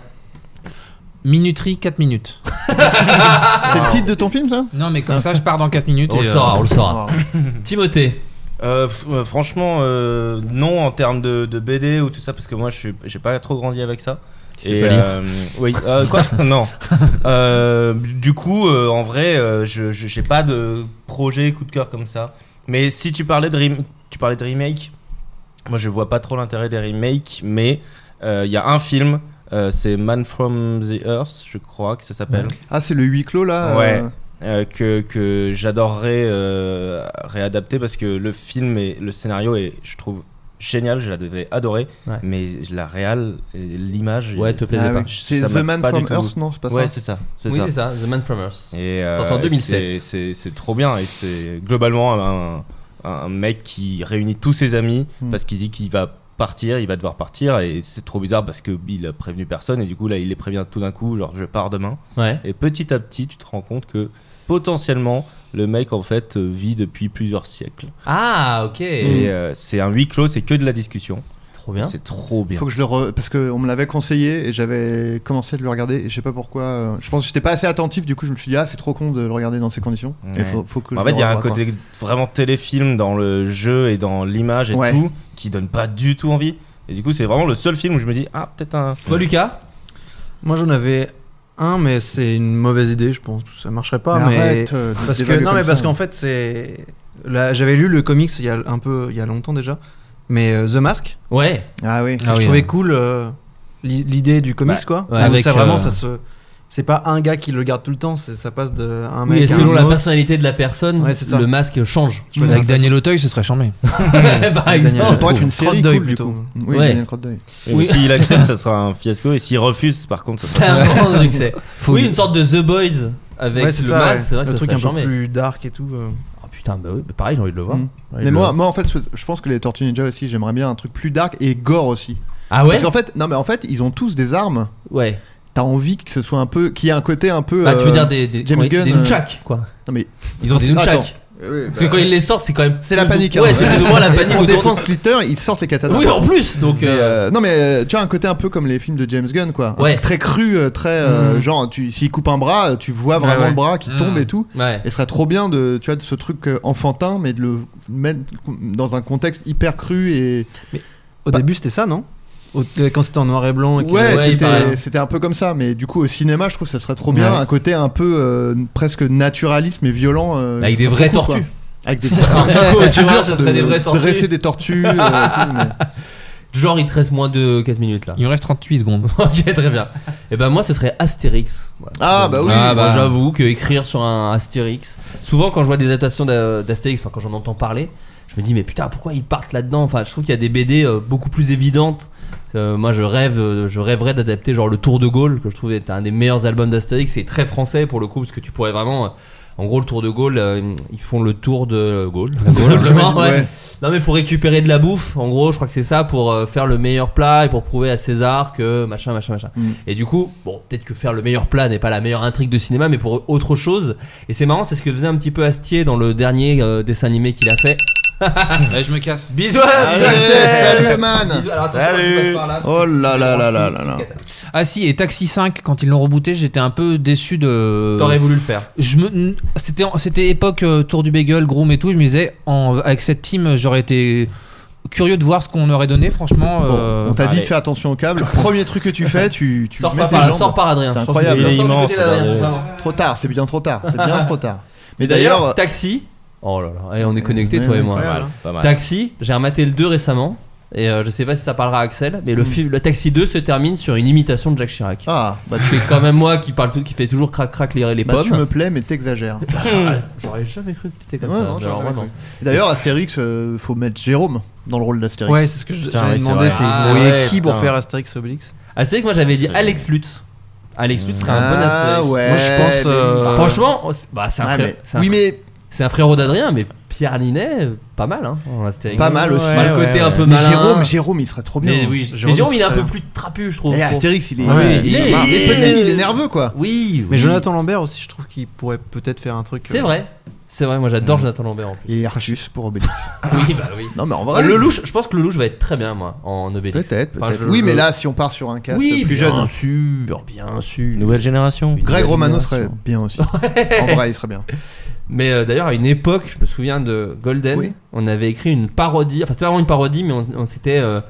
Minuterie 4 minutes.
C'est le titre de ton film, ça Ah.
Non, mais comme ça, je pars dans 4 minutes.
On
et,
le
euh,
saura, on le saura. Timothée.
Euh, f- euh, franchement, euh, non en termes de, de BD ou tout ça, parce que moi je suis- j'ai pas trop grandi avec ça.
Tu sais pas lire.
oui,
<laughs>
euh, quoi Non. Euh, du coup, euh, en vrai, euh, je je- j'ai pas de projet coup de cœur comme ça. Mais si tu parlais de, rem- tu parlais de remake, moi je vois pas trop l'intérêt des remakes, mais euh, il y a un film, euh, c'est Man from the Earth, je crois que ça s'appelle.
Ah, c'est le huis clos là.
Ouais.
euh,
euh, que, que j'adorerais euh, réadapter parce que le film et le scénario est, je trouve, génial. Je la devais adorer,
Ouais.
mais la réal, et l'image.
Ouais, te plaisait Ah pas. oui.
je-
C'est
ça m'a
The Man
pas
from
du tout-
Earth, non, c'est pas ça
Ouais, c'est ça. C'est
Oui,
ça.
c'est ça, The Man from Earth.
Et, euh,
Sorti en 2007.
c'est- C'est c'est trop bien et c'est globalement un, un mec qui réunit tous ses amis
Hmm.
parce qu'il dit qu'il va partir, il va devoir partir et c'est trop bizarre parce que il a prévenu personne et du coup là il les prévient tout d'un coup genre je pars demain.
Ouais.
Et petit à petit tu te rends compte que potentiellement le mec en fait euh, vit depuis plusieurs siècles.
Ah, ok.
Et euh, c'est un huis clos, c'est que de la discussion.
Trop bien.
C'est trop bien.
Faut que je le re- parce que on me l'avait conseillé et j'avais commencé de le regarder et je sais pas pourquoi. euh, Je pense que j'étais pas assez attentif du coup je me suis dit ah c'est trop con de le regarder dans ces conditions. Et
Ouais.
faut, faut que
Bah,
en
je
fait,
le
il y a un
revoie, quoi.
côté vraiment téléfilm dans le jeu et dans l'image et
Ouais.
tout qui donne pas du tout envie. Et du coup, c'est vraiment le seul film où je me dis ah peut-être un.
Toi, Lucas
Moi j'en avais un, mais c'est une mauvaise idée, je pense. Ça marcherait pas.
Mais
Mais
arrête, euh, de-
parce que
d'évaluer
non,
comme
mais
ça.
parce qu'en fait c'est. là, J'avais lu le comics il y a un peu, il y a longtemps déjà, mais euh, The Mask.
Ouais.
Ah oui.
je trouvais cool euh, l'i- l'idée du comics
hein. Bah,
quoi.
ouais,
Où
avec,
ça vraiment
euh,
ça se. C'est pas un gars qui le garde tout le temps, c'est- ça passe de un
Oui,
mec
et
à un
selon la
autre.
personnalité de la personne,
Ouais, c'est ça.
le masque change.
Je trouve ça
Avec Daniel Auteuil, ce serait charmé.
Par exemple.
Ça pourrait être une série
Crotte-d'œil,
cool, du
plutôt.
coup. Oui,
Ouais.
Daniel Crotte-d'œil.
Et
Oui. <laughs>
S'il accepte, ça sera un fiasco. Et s'il refuse, par contre, ça
C'est
sera
<laughs>
un grand succès.
Faut
oui,
lui-
une sorte de The Boys avec
Ouais,
le
c'est ça,
masque,
ouais.
c'est vrai que
Le
ça
truc
serait
un peu
charmé.
plus dark et tout. euh.
Oh putain, bah oui, bah pareil, j'ai envie de le voir.
Mm.
J'ai envie
Mais
de
moi,
le-
moi, en fait, je pense que les Tortues Ninja aussi, j'aimerais bien un truc plus dark et gore aussi.
Ah ouais
Parce qu'en fait, non, mais en fait, ils ont tous des armes.
Ouais.
T'as envie que ce soit un peu. Qu'il y ait un côté un peu.
Bah, tu veux
euh,
dire des, des,
James
ouais,
Gunn.
des
euh,
nunchaks, quoi.
Non, mais.
Ils ont des
Attends.
nunchaks.
Oui,
Parce
bah,
que quand ils les sortent, c'est quand même.
C'est la
plus ou-
panique. hein.
Ouais, c'est plus ou moins la
Et
panique
<laughs> On
autour de-
défend Splitter, ils sortent les katanas.
Oui, en plus, donc.
Mais,
euh,
euh, non mais euh, tu vois un côté un peu comme les films de James Gunn quoi, Un
Ouais.
truc très cru, euh, très euh, genre tu s'il coupe un bras, euh, tu vois vraiment
Mm. Ouais, ouais.
le bras qui tombe
Mm.
et tout.
Ouais.
Et ce serait trop bien de tu vois de ce truc euh, enfantin mais de le mettre dans un contexte hyper cru et
Au début, c'était ça, non Au- euh, Quand c'était en noir et blanc. Et qu'ils
ouais,
avaient-
c'était-
pareil.
c'était un peu comme ça mais du coup au cinéma je trouve que ce serait trop bien
Ouais.
un côté un peu euh, presque naturaliste mais violent euh,
Avec
ce
des
serait
vraies
trop
tortues.
quoi. Avec des
<laughs>
Alors, ça, faut,
Tu
tu
vois,
vois,
ça serait
de-
des vraies tortues.
Dresser des tortues. euh, et tout, mais-
<laughs> Genre, il te reste moins de 4 minutes là.
Il me reste 38 secondes.
<laughs> ok, très bien. Et ben moi, ce serait Astérix. Voilà.
Ah bah oui.
Ah, bah.
Moi, J'avoue que écrire sur un Astérix. Souvent, quand je vois des adaptations d'A- d'Astérix, enfin quand j'en entends parler, je me dis mais putain, pourquoi ils partent là-dedans Enfin, je trouve qu'il y a des BD euh, beaucoup plus évidentes. Euh, moi, je rêve, euh, je rêverais d'adapter genre le Tour de Gaulle, que je trouve est un des meilleurs albums d'Astérix. C'est très français pour le coup, parce que tu pourrais vraiment. euh, en gaulle le Tour de Gaulle, euh, ils font le tour de Gaulle. Simplement,
ouais.
ouais. Non mais pour récupérer de la bouffe, en gros, je crois que c'est ça pour euh, faire le meilleur plat et pour prouver à César que machin, machin, machin.
Mm.
Et du coup, bon, peut-être que faire le meilleur plat n'est pas la meilleure intrigue de cinéma, mais pour autre chose. Et c'est marrant, c'est ce que faisait un petit peu Astier dans le dernier euh, dessin animé qu'il a fait.
Là, Ah, je me casse.
Bisous, à
Allez,
bisous, Axel
salut le man.
Bisous, alors, attention,
Salut.
moi, je passe par là.
Oh là là là là là là.
Euh,
Ah si, et Taxi 5, quand ils l'ont rebooté, j'étais un peu déçu de.
T'aurais voulu le faire.
Je me, n- c'était, en- c'était époque euh, Tour du Bagel, Groom et tout. Je me disais, en, avec cette team, j'aurais été curieux de voir ce qu'on aurait donné, franchement.
Bon,
euh,
on t'a dit
allez.
de faire attention au câble. Premier truc que tu fais, tu,
<laughs>
tu
Sors
mets
pas
tes
par là,
jambes.
sors par Adrien.
C'est
Je pense
incroyable.
que-
Il est
sors du côté
immense,
d'Adrien,
regardez.
vraiment.
Trop tard, c'est bien trop tard.
<laughs>
C'est bien trop tard. Mais
Mais d'ailleurs,
d'ailleurs, euh,
taxi. Oh là là, eh, on est connectés
Ouais,
toi et
c'est
moi.
Pas
incroyable.
mal, pas mal.
Taxi, j'ai rematé le 2 récemment. Et euh, je sais pas si ça parlera à Axel,
Mm.
mais le, film, le Taxi 2 se termine sur une imitation de Jacques Chirac.
ah, bah tu,
C'est quand même moi qui parle tout, qui fait toujours crac crac les, les
bah, tu
pommes. Ah,
me plais,
<laughs>
mais t'exagères.
J'aurais jamais cru que tu étais
Ouais,
comme ça.
non,
genre,
j'aurais
vraiment.
cru. Et D'ailleurs, Astérix, euh, faut mettre Jérôme dans le rôle d'Astérix.
Ouais, c'est ce que je-
Putain,
j'avais
oui, c'est
demandé.
vrai.
C'est
Ah,
vous voyez
ouais,
qui pour
putain.
faire Astérix Obélix
Astérix, moi j'avais dit Alex Lutz. Alex Lutz serait un bon
ah,
Astérix.
ouais.
Moi, je pense,
mais-
euh,
Franchement, on s- bah, c'est un,
Ouais,
frère-
mais-
c'est un
oui,
frère-
mais
c'est un frérot d'Adrien, mais Pierre Ninet, euh, pas mal hein, en Astérix.
Pas mal aussi.
Enfin, le
Ouais,
côté
ouais,
un
ouais.
peu
mais
malin.
Jérôme, Jérôme, il serait trop bien.
mais oui,
Jérôme,
mais Jérôme, il est un
c'est
peu
bien.
plus trapu, je trouve.
Et
pour-
Astérix, il est,
Ouais.
il, est,
Il est-
il est petit, il est nerveux quoi.
Oui,
Mais
oui.
Jonathan Lambert aussi, je trouve qu'il pourrait peut-être faire un truc.
C'est
euh,
vrai, c'est vrai, moi j'adore Jonathan <laughs> Lambert en plus.
Et Artus pour Obélix.
Mm. Oui, bah oui.
non, mais en vrai,
le louche, je pense que le louche va être très bien, moi, en Obélix.
Peut-être,
Enfin,
peut-être.
je-
Oui, mais
je-
là, si on part sur un cast
oui,
plus
bien
jeune,
sûr, bien sûr.
Nouvelle génération.
Greg Romano
génération.
serait bien aussi. en vrai, il serait bien.
Mais euh, d'ailleurs, à une époque, je me souviens de Golden,
Oui.
on avait écrit une parodie. Enfin, c'était pas vraiment une parodie, mais on, on s'était. euh,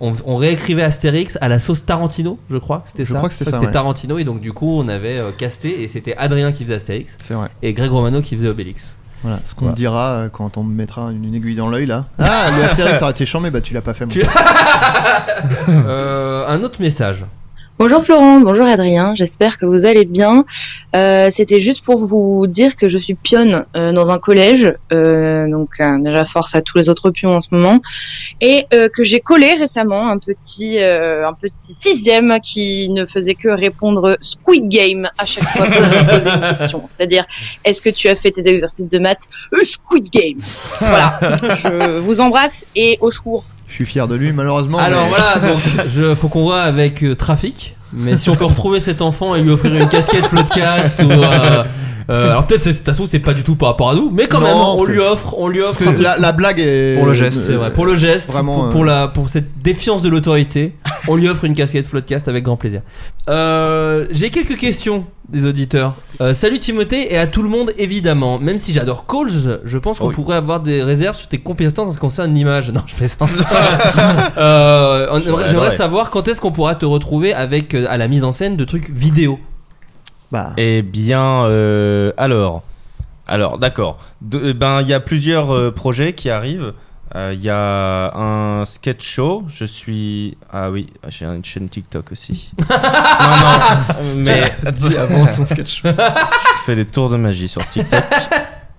on, on réécrivait Astérix à la sauce Tarantino, je crois que c'était
Je
ça.
crois que c'est ça, ouais.
Tarantino, et donc du coup, on avait euh, casté, et c'était Adrien qui faisait Astérix,
C'est vrai.
et Greg Romano qui faisait
<laughs>
Obélix.
Voilà, ce qu'on
Voilà.
me dira euh, quand on me mettra une, une aiguille dans l'œil là. Ah,
<laughs>
le Astérix aurait été chiant, mais bah tu l'as pas fait. Mon
Tu-
pote.
Euh, un autre message.
Bonjour Florent, bonjour Adrien, j'espère que vous allez bien. Euh, C'était juste pour vous dire que je suis pionne euh, dans un collège, euh, donc euh, déjà force à tous les autres pions en ce moment, et euh, que j'ai collé récemment un petit, euh, un petit sixième qui ne faisait que répondre Squid Game à chaque fois que je lui posais une question. C'est-à-dire, est-ce que tu as fait tes exercices de maths Euh, Squid Game Voilà, je vous embrasse et au secours.
Je suis fier de lui, malheureusement.
Alors
mais-
voilà, donc
<laughs>
je, faut qu'on voit avec euh, Trafic. Mais si on peut retrouver cet enfant et lui offrir une casquette Floodcast ou. euh, euh, alors peut-être, c'est- de toute façon, c'est pas du tout par rapport à nous, mais quand
Non,
même, on
peut-être.
lui offre, on lui offre.
Parce que la, la blague est.
Pour le geste,
C'est vrai, pour le geste,
euh, Vraiment,
pour,
euh,
pour la, pour cette défiance de l'autorité, on lui offre une casquette Floodcast avec grand plaisir. Euh, J'ai quelques questions des auditeurs. Euh, salut Timothée et à tout le monde évidemment. Même si j'adore Coles, je pense qu'on
Oui.
pourrait avoir des réserves sur tes compétences en ce qui concerne l'image. Non, je plaisante. Euh, on aimerait-
J'aurais
J'aimerais
adoré.
savoir quand est-ce qu'on pourra te retrouver avec euh, à la mise en scène de trucs vidéo.
Bah,
Eh bien, euh, alors, alors, d'accord. De- eh ben, il y a plusieurs euh, projets qui arrivent.
Euh, Il y a un sketch show. Je suis. Ah oui, j'ai une chaîne TikTok aussi. non, non, mais.
Tu l'as dit avant ton sketch show.
Je <laughs> fais des tours de magie sur TikTok.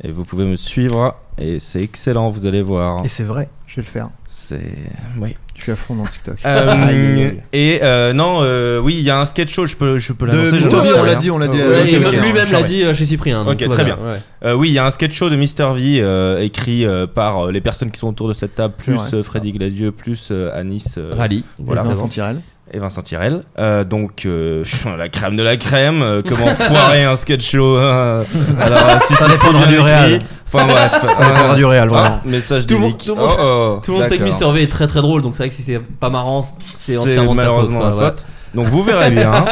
et vous pouvez me suivre. Et c'est excellent, vous allez voir.
Et c'est vrai, je vais le faire.
C'est. Oui.
Je suis à fond dans TikTok.
Euh,
Aïe, aïe.
et euh, non, euh, oui, il y a un sketch show, je peux, je peux l'annoncer. je
Mr.
le
V,
fais,
on l'a
hein.
dit, on l'a dit,
Ouais,
euh,
ok,
et
ok,
lui-même
d'accord,
l'a
j'en
dit,
vais.
euh, chez Cyprien, donc
Ok,
tout va
très
bien,
bien.
ouais.
Euh, oui, il y a un sketch show de Mister V euh, écrit euh, par euh, les personnes qui sont autour de cette table,
C'est
plus
vrai.
euh, Freddy Gladieux, plus euh, Anis euh,
Rally.
voilà.
Et Vincent Tirel.
Et Vincent Tirel. Euh, donc, euh, <laughs> la crème de la crème, euh, comment foirer un sketch show. <laughs> hein. alors, si
Ça
c'est
dépendra
bien
du
écrit,
réel.
Enfin bref,
<laughs> Ça dépendra du réel, vraiment.
Ah, message
Tout le monde-
d'Éric.
tout le monde-
Oh, oh,
tout le monde sait que
d'accord.
Mister V est très très drôle, donc c'est vrai que si c'est pas marrant, c'est
C'est
entièrement de ta faute.
malheureusement
quoi,
ma
voilà.
faute. Donc vous verrez bien.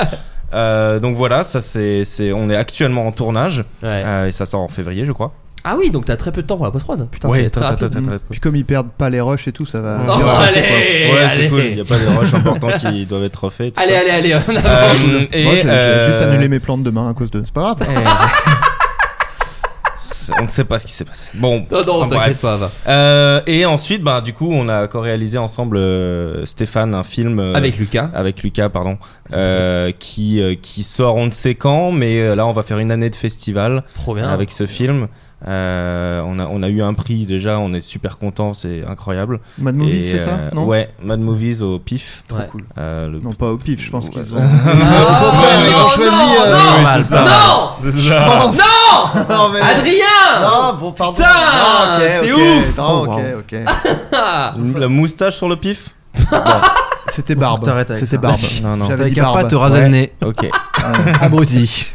Euh, donc voilà, ça c'est, c'est- on est actuellement en tournage Euh, et ça sort en février, je crois.
Ah oui, donc t'as très peu de temps pour la post-prod. Putain,
Ouais,
c'est très
t'as- t'as-
rapide.
t'as-
Puis comme ils perdent pas les rushs et tout, ça va.
Oh,
bien se passer,
allez,
quoi.
<laughs>
Ouais, c'est allez. cool, il y a pas des rushs importants
<laughs>
qui doivent être refaits, tout Allez, ça. allez, allez,
<laughs>
on avance. Euh, et,
Moi, j'ai- j'ai juste
euh,
annulé mes plantes demain à cause de. C'est pas grave. <laughs>
C'est- On ne sait pas ce qui s'est passé. Bon,
Non, non,
enfin,
t'inquiète
bref.
pas, va.
Euh, et ensuite, bah, du coup, on a co-réalisé ensemble euh, Stéphane un film euh,
Avec Lucas.
avec Lucas, pardon, euh, qui euh, qui sort on ne sait quand, mais euh, là, on va faire une année de festival
Trop
Ah.
bien.
avec ce film. Euh, on, a, on a eu un prix déjà, on est super content, c'est incroyable.
Mad Movies, c'est ça Non
euh, Ouais, Mad Movies au PIF.
Trop cool.
Euh, le-
Non, pas au pif, je pense qu'ils ont.
Ah,
Non,
Au contraire, ils ont
non,
choisi.
non,
euh,
non,
oui,
non,
c'est ça.
non,
Je
non,
pense.
non,
<laughs> Non, mais-
Adrien
Non, bon, pardon.
Putain,
Ah, ok,
c'est
ok.
ouf.
Non,
Oh,
ok,
wow.
ok. Ah.
La moustache sur le pif
C'était barbe.
T'arrêtes avec
C'était
ça.
<laughs>
barbe.
Non, non.
J'avais
T'as
dit
qu'à pas
barbe.
te raser le nez. Ok.
<laughs>
Abruti.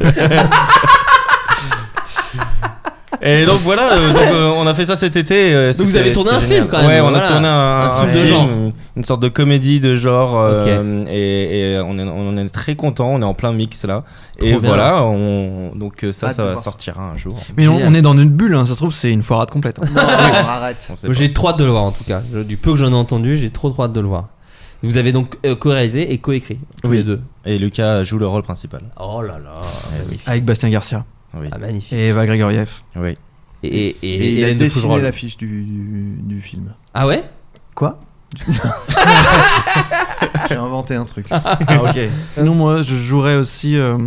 Et donc voilà, euh, donc, euh, on a fait ça cet été. euh,
Donc vous
c'était-
avez tourné
c'était
un
génial.
film, quand même,
Ouais, on
voilà.
a tourné un,
Un film de
film,
genre.
une- une sorte de comédie de genre. euh, et et on, est, on en est très content, on est en plein mix là.
Trop
et
bien.
voilà, on, donc euh,
Ah,
ça,
Hâte
ça
de
va
voir.
sortir un jour.
Mais on, on est dans une bulle, hein, ça se trouve, c'est une foirade complète.
<laughs>
hein.
arrête.
On sait
Oh, J'ai trop hâte de le voir en tout cas. Je- Du peu que j'en ai entendu, j'ai trop trop hâte de le voir. Vous avez donc euh, co-réalisé et co-écrit tous
Oui.
les deux.
Et Lucas joue le rôle principal. Ah
Oh là là.
Avec Bastien Garcia.
Oui.
magnifique.
Et Eva Grégoriev.
Oui.
Et, et,
Et, il a
Hélène de
dessiné
Fougerolles.
l'affiche du, du, du film.
Ah ouais
Quoi
J'ai inventé un truc.
<laughs> Sinon, moi, je jouerais aussi euh,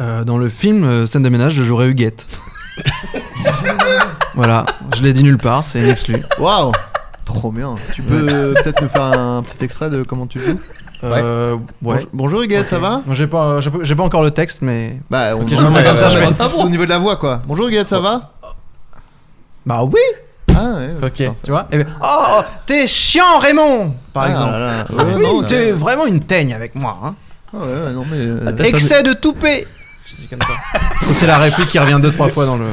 euh, dans le film euh, Scène de ménage, je jouerais Huguette. voilà, je l'ai dit nulle part, c'est une exclue.
Waouh Trop bien. Tu peux euh, peut-être nous faire un petit extrait de comment tu joues
Euh, ouais.
Bonjour- Bonjour Huguette,
Ok.
ça va
Moi, J'ai pas, euh, j'ai pas- j'ai pas encore le texte, mais.
Bah,
Ok,
on en
je
fait
le fais
comme ça,
je
mais
fais-
surtout au niveau de la voix quoi. Bonjour Huguette, ça va
Bah oui
Ah ouais.
Ok, tu vois Eh ben, Oh, oh, t'es chiant, Raymond Par
Ah
exemple.
là là.
Ah
Ouais,
oui,
non,
t'es
ouais.
vraiment une teigne avec moi. hein.
Ah ouais, ouais, non mais. euh,
Excès de toupet Je dis comme ça. <laughs> C'est la réplique qui revient deux, trois fois dans le.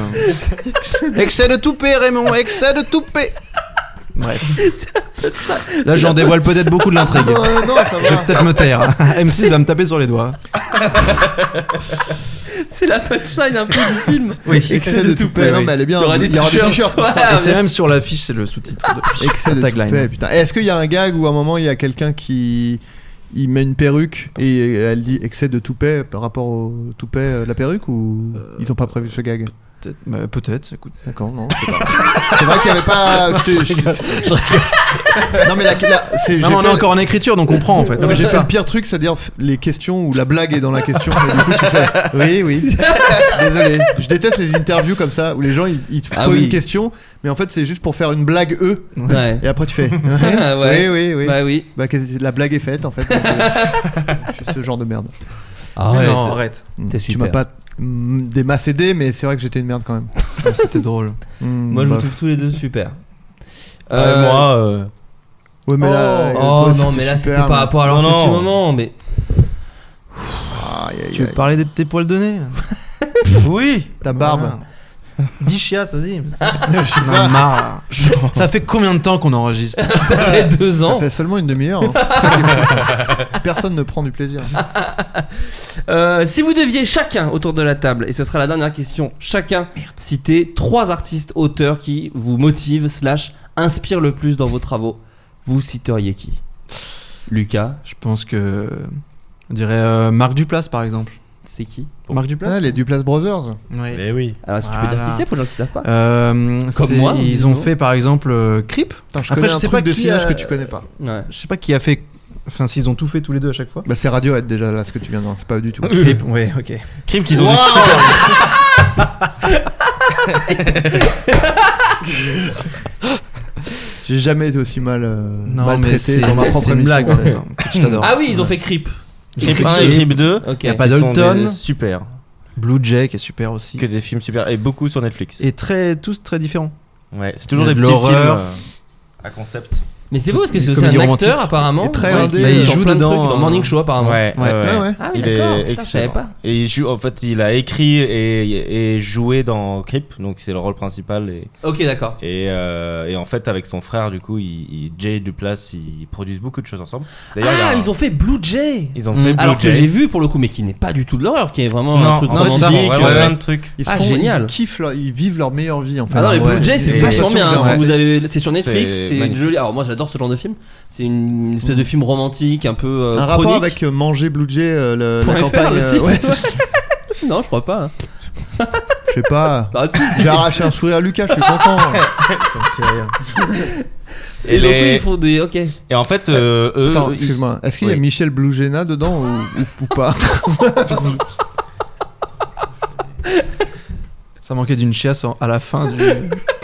Excès de toupet, Raymond Excès de toupet Bref. Là, j'en dévoile peut-être beaucoup de l'intrigue.
Non, euh, non, ça
<laughs>
va.
Je vais peut-être me taire. M6 va me taper sur les doigts.
C'est la punchline un peu du film.
Excès de toupet. Non mais elle est bien.
Il y aura des t-shirts. Voilà,
Et c'est
merci.
même sur l'affiche, c'est le sous-titre. de-
Excès de
la tagline.
toupet, putain. Est-ce qu'il y a un gag où à un moment il y a quelqu'un qui il met une perruque et elle dit excès de toupet par rapport au toupet euh, de la perruque ou
Euh,
ils ont pas prévu ce gag
Peut-être, bah, peut-être, écoute.
D'accord, non, c'est pas. C'est vrai <laughs> qu'il y avait pas. je te- je- non mais la, la- c'est-
Non,
j'ai
mais on
fait-
est encore en écriture, donc on prend en fait.
Non, mais j'ai
C'est
fait
ça.
le pire truc, c'est-à-dire f- les questions où la blague est dans la question. et du coup, tu fais oui, oui. <laughs> Désolé. Je déteste les interviews comme ça où les gens ils, ils te
Ah
posent
oui.
une question, mais en fait c'est juste pour faire une blague eux.
Ouais.
Et après tu fais
Ah ouais.
oui, oui,
<laughs>
oui.
Bah oui.
Bah, qu'est-ce- la blague est faite en fait. Donc, euh, je suis ce genre de merde.
Arrête.
Non, arrête.
Mm.
T'es
Tu
super.
m'as pas mm, des masses aidées, mais c'est vrai que j'étais une merde quand même.
C'était drôle.
Mm,
Moi je vous
bof.
trouve tous les deux super.
Ah, et moi, euh,
Ouais, mais
oh,
là. euh,
oh,
quoi,
non, mais là c'était
super,
par
mais-
rapport à leur
Non,
petit
non.
moment, mais
Aïe, aïe,
Tu veux
aïe.
parler de tes poils de nez là
<laughs>
Oui
Ta barbe.
Voilà. Dix chiasses, vas-y.
<laughs>
Je sais
<laughs>
J'en
pas.
ai marre. Ça fait combien de temps qu'on enregistre
ça fait deux
Ça
ans.
fait seulement une demi-heure. hein.
<laughs>
Personne ne prend du plaisir.
Euh, si vous deviez chacun autour de la table, et ce sera la dernière question, chacun citer trois artistes auteurs qui vous motivent slash inspirent le plus dans vos travaux, vous citeriez qui Lucas.
Je pense que. On dirait euh, Marc Duplace par exemple.
C'est qui
Marc Duplass
Ah, les Duplass Brothers.
Oui.
oui.
Alors, est-ce que tu peux
Voilà.
dire qui c'est pour les gens qui savent pas
Euh,
Comme
c'est-
moi.
Ils ont
disons.
fait par exemple euh, Creep.
Putain, je connais un truc de cinéma
euh,
que tu connais pas.
Euh.
Ouais.
Je sais pas qui a fait. Enfin, s'ils ont tout fait tous les deux à chaque
<laughs>
fois.
Bah, c'est Radiohead déjà là, ce que tu viens de C'est pas du
<laughs>
tout.
Creep, ouais, ok.
Creep qu'ils ont
Wow. J'ai jamais été aussi mal, euh,
Non, mais
maltraité
c'est
dans ma
<laughs>
propre
c'est une
émission.
blague en fait. Je t'adore.
Ah oui, ils ont fait Creep.
Creep 1 et Creep 2.
Ok.
Il y a pas
qui sont
Dalton.
des- Super.
Blue Jay qui est super aussi.
Que des films super. Et beaucoup sur Netflix.
Et très, tous très différents.
Ouais, c'est toujours
Il y a
des
de
petits films
l'horreur.
euh, à concept.
Mais c'est beau parce que
Des
c'est aussi un
comédies
acteur
romantiques.
apparemment.
Et très
Ouais,
indé,
qui est
il joue
dans plein de
bah, dedans,
trucs, dans
euh,
Morning Show apparemment.
Ouais, ouais, ouais.
Ah
Il
oui, d'accord.
est
Putain, Je savais
excellent.
pas.
Et il joue, en fait, il a écrit et, et joué dans Creep, donc c'est le rôle principal. Et,
Ok, d'accord.
Et, euh, et en fait, avec son frère, du coup, il, il- Jay Duplass, ils produisent beaucoup de choses ensemble. D'ailleurs, il y a
Ah,
un-
ils ont fait Blue Jay.
Ils ont fait Blue
Mm. Alors que
Jay.
j'ai vu pour le coup, mais qui n'est pas du tout de l'horreur, qui est vraiment
Non,
un truc
en fait, ça,
romantique.
on voit
euh,
plein de trucs.
Ils, se
Ah,
font,
génial.
ils kiffent, leur- ils vivent leur meilleure vie en fait.
Ah non, mais Blue Jay, c'est
Et-
vachement
et-
bien.
Ouais.
hein, si vous avez- C'est sur Netflix,
C'est
c'est
magnifique.
joli. Alors moi, j'adore ce genre de film. C'est une une espèce de film romantique, un peu euh,
Un rapport
chronique. <laughs>
avec euh, manger Blue Jay, euh, le-
Point
la
FR,
campagne.
le
euh,
site. <laughs>
ouais,
Non, je crois pas. hein.
je sais
<laughs>
pas.
Bah, si, si.
J'ai arraché un sourire à Lucas, je suis
<laughs>
content.
Ça me fait rire.
Et donc,
les-
oui, ils font des. Ok.
Et en fait, euh, eux.
Attends,
ils-
excuse-moi. Est-ce qu'il y a
Oui.
Michel Blougena dedans ou, ou- ou <laughs> pas
Ça manquait d'une chiasse en- à la fin
<laughs>
du.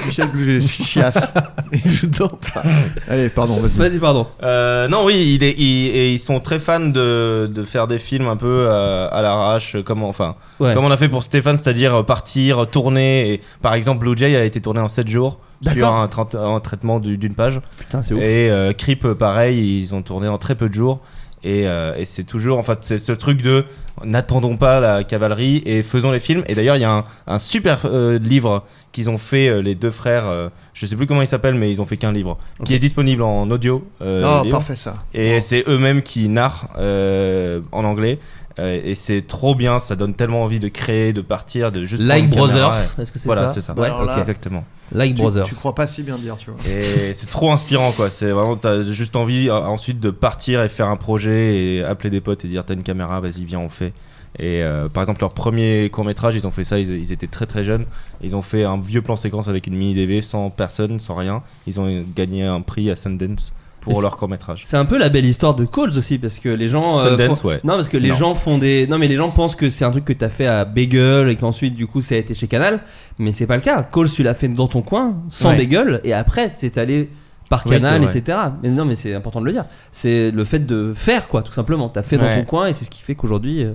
Michel Blougena, <laughs> chiasse. Et je dors pas. Allez, pardon, vas-y.
Vas-y, pardon.
Euh, non, oui, il est- il- et ils sont très fans de, de faire des films un peu euh, à l'arrache, euh, comme, enfin,
Ouais.
comme on a fait pour Stéphane, c'est-à-dire euh, partir, tourner. Et, par exemple, Blue Jay a été tourné en 7 jours sur
D'accord.
un, trente- un traitement du- d'une page.
Putain, c'est ouf.
Et euh, Creep, euh, pareil, ils ont tourné en très peu de jours. Et, euh, et c'est toujours, en fait, c'est ce truc de n'attendons pas la cavalerie et faisons les films. Et d'ailleurs, il y a un, un super euh, livre qu'ils ont fait, euh, les deux frères, euh, je sais plus comment ils s'appellent, mais ils ont fait qu'un livre, qui est disponible en audio. euh,
Non,
le livre.
Oh, parfait ça.
Et c'est eux-mêmes qui narrent euh, en anglais. Euh, et c'est trop bien, ça donne tellement envie de créer, de partir, de juste.
Like
prendre une caméra
<laughs> Brothers,
et-
est-ce que c'est
Voilà,
ça
c'est ça.
Ouais,
Alors là-
Exactement.
Like
Tu,
Brothers.
tu crois pas si bien dire, tu vois.
Et c'est trop inspirant, quoi. C'est vraiment, t'as juste envie euh, ensuite de partir et faire un projet et appeler des potes et dire t'as une caméra, vas-y, viens, on fait. Et euh, par exemple, leur premier court métrage, ils ont fait ça, ils, ils étaient très très jeunes. Ils ont fait un vieux plan séquence avec une mini DV sans personne, sans rien. Ils ont gagné un prix à Sundance
Mais
pour
c'est-
leur court métrage.
C'est un peu la belle histoire de Calls aussi parce que les gens euh,
Sundance,
font-
ouais.
non parce que les
Non.
gens font des non mais les gens pensent que c'est un truc que t'as fait à Bagel et qu'ensuite du coup ça a été chez Canal mais c'est pas le cas Calls tu l'as fait dans ton coin sans
Ouais.
Bagel et après c'est allé par
Oui,
Canal
c'est vrai.
etc mais non mais c'est important de le dire c'est le fait de faire quoi tout simplement t'as fait dans
Ouais.
ton coin et c'est ce qui fait qu'aujourd'hui euh,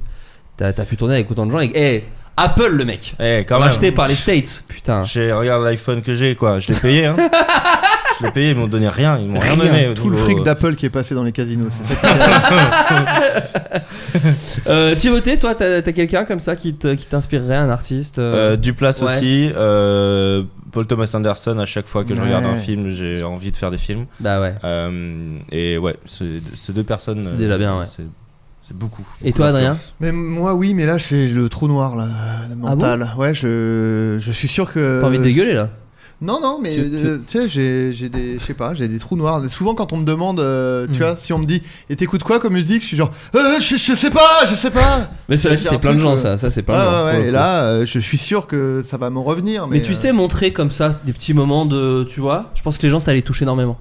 t'as t'as pu tourner avec autant de gens et Eh, Apple le mec
Eh, quand même.
racheté par
<laughs>
les States putain
J'ai- regarde l'iPhone que j'ai, quoi. Je l'ai payé,
<laughs>
hein. Je l'ai payé, ils m'ont donné rien, ils m'ont rien, donné. Euh,
Tout le
Niveau-
fric d'Apple qui est passé dans les casinos, c'est ça <laughs> qui
euh, Timothée toi t'as t'as quelqu'un comme ça qui te- qui t'inspirerait un artiste euh,
Euh, Duplass
ouais.
aussi. euh, Paul Thomas Anderson, à chaque fois que je
Ouais.
regarde un film, j'ai envie de faire des films.
bah ouais
Euh, et ouais, ce- ces deux personnes.
C'est
euh,
déjà bien, ouais.
C'est c'est beaucoup.
Et toi, Adrien
Mais moi, oui, mais là, c'est le trou noir, là, mental. ouais, je, je suis sûr que.
Pas
Euh,
envie de dégueuler là
Non, non, mais
Tu-
euh, tu sais, j'ai- j'ai des, je sais pas, j'ai des trous noirs. Souvent, quand on me demande, euh, tu
Mm.
vois, si on me dit, et t'écoutes quoi comme musique, je suis genre, Euh, je, je sais pas, je sais pas.
Mais c'est vrai que
J'ai
c'est
un
plein de
truc,
gens,
euh,
ça, ça c'est
Ouais,
plein de gens.
ouais,
pour
ouais,
le
et
coup.
là, euh, je suis sûr que ça va me revenir. Mais,
mais tu
euh,
sais, montrer comme ça des petits moments de. Tu vois, je pense que les gens ça les touche énormément.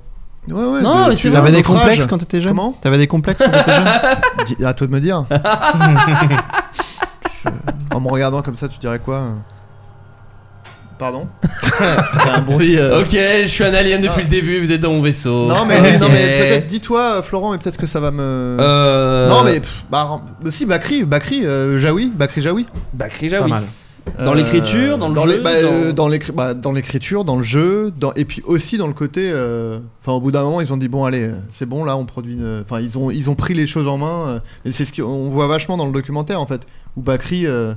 euh, ouais, ouais,
Non,
de-
mais
tu-
c'est vrai.
T'avais des
naufrage.
complexes quand t'étais jeune
Comment
T'avais des complexes quand t'étais
<laughs>
jeune
Dis- À toi de me dire.
<laughs>
Je- En me regardant comme ça, tu dirais quoi euh Pardon <laughs> T'as un bruit. euh,
Ok, je suis un alien depuis le début, vous êtes dans mon vaisseau.
Ah. Non mais,
Ok.
non, mais peut-être dis-toi euh, Florent mais peut-être que ça va me
Euh...
Non mais pff, bah, bah, si Bakri Bakri euh, Jaoui Bakri Jaoui
Bah,
Eh
Krija, oui.
Pas mal.
Dans l'écriture, dans le jeu,
les- bah, euh,
dans-
dans l'écri- bah, dans l'écriture dans le jeu dans et puis aussi dans le côté euh, enfin au bout d'un moment ils ont dit bon allez euh, c'est bon là on produit une enfin ils ont ils ont pris les choses en main euh, et c'est ce qu'on voit vachement dans le documentaire en fait où Bakri euh,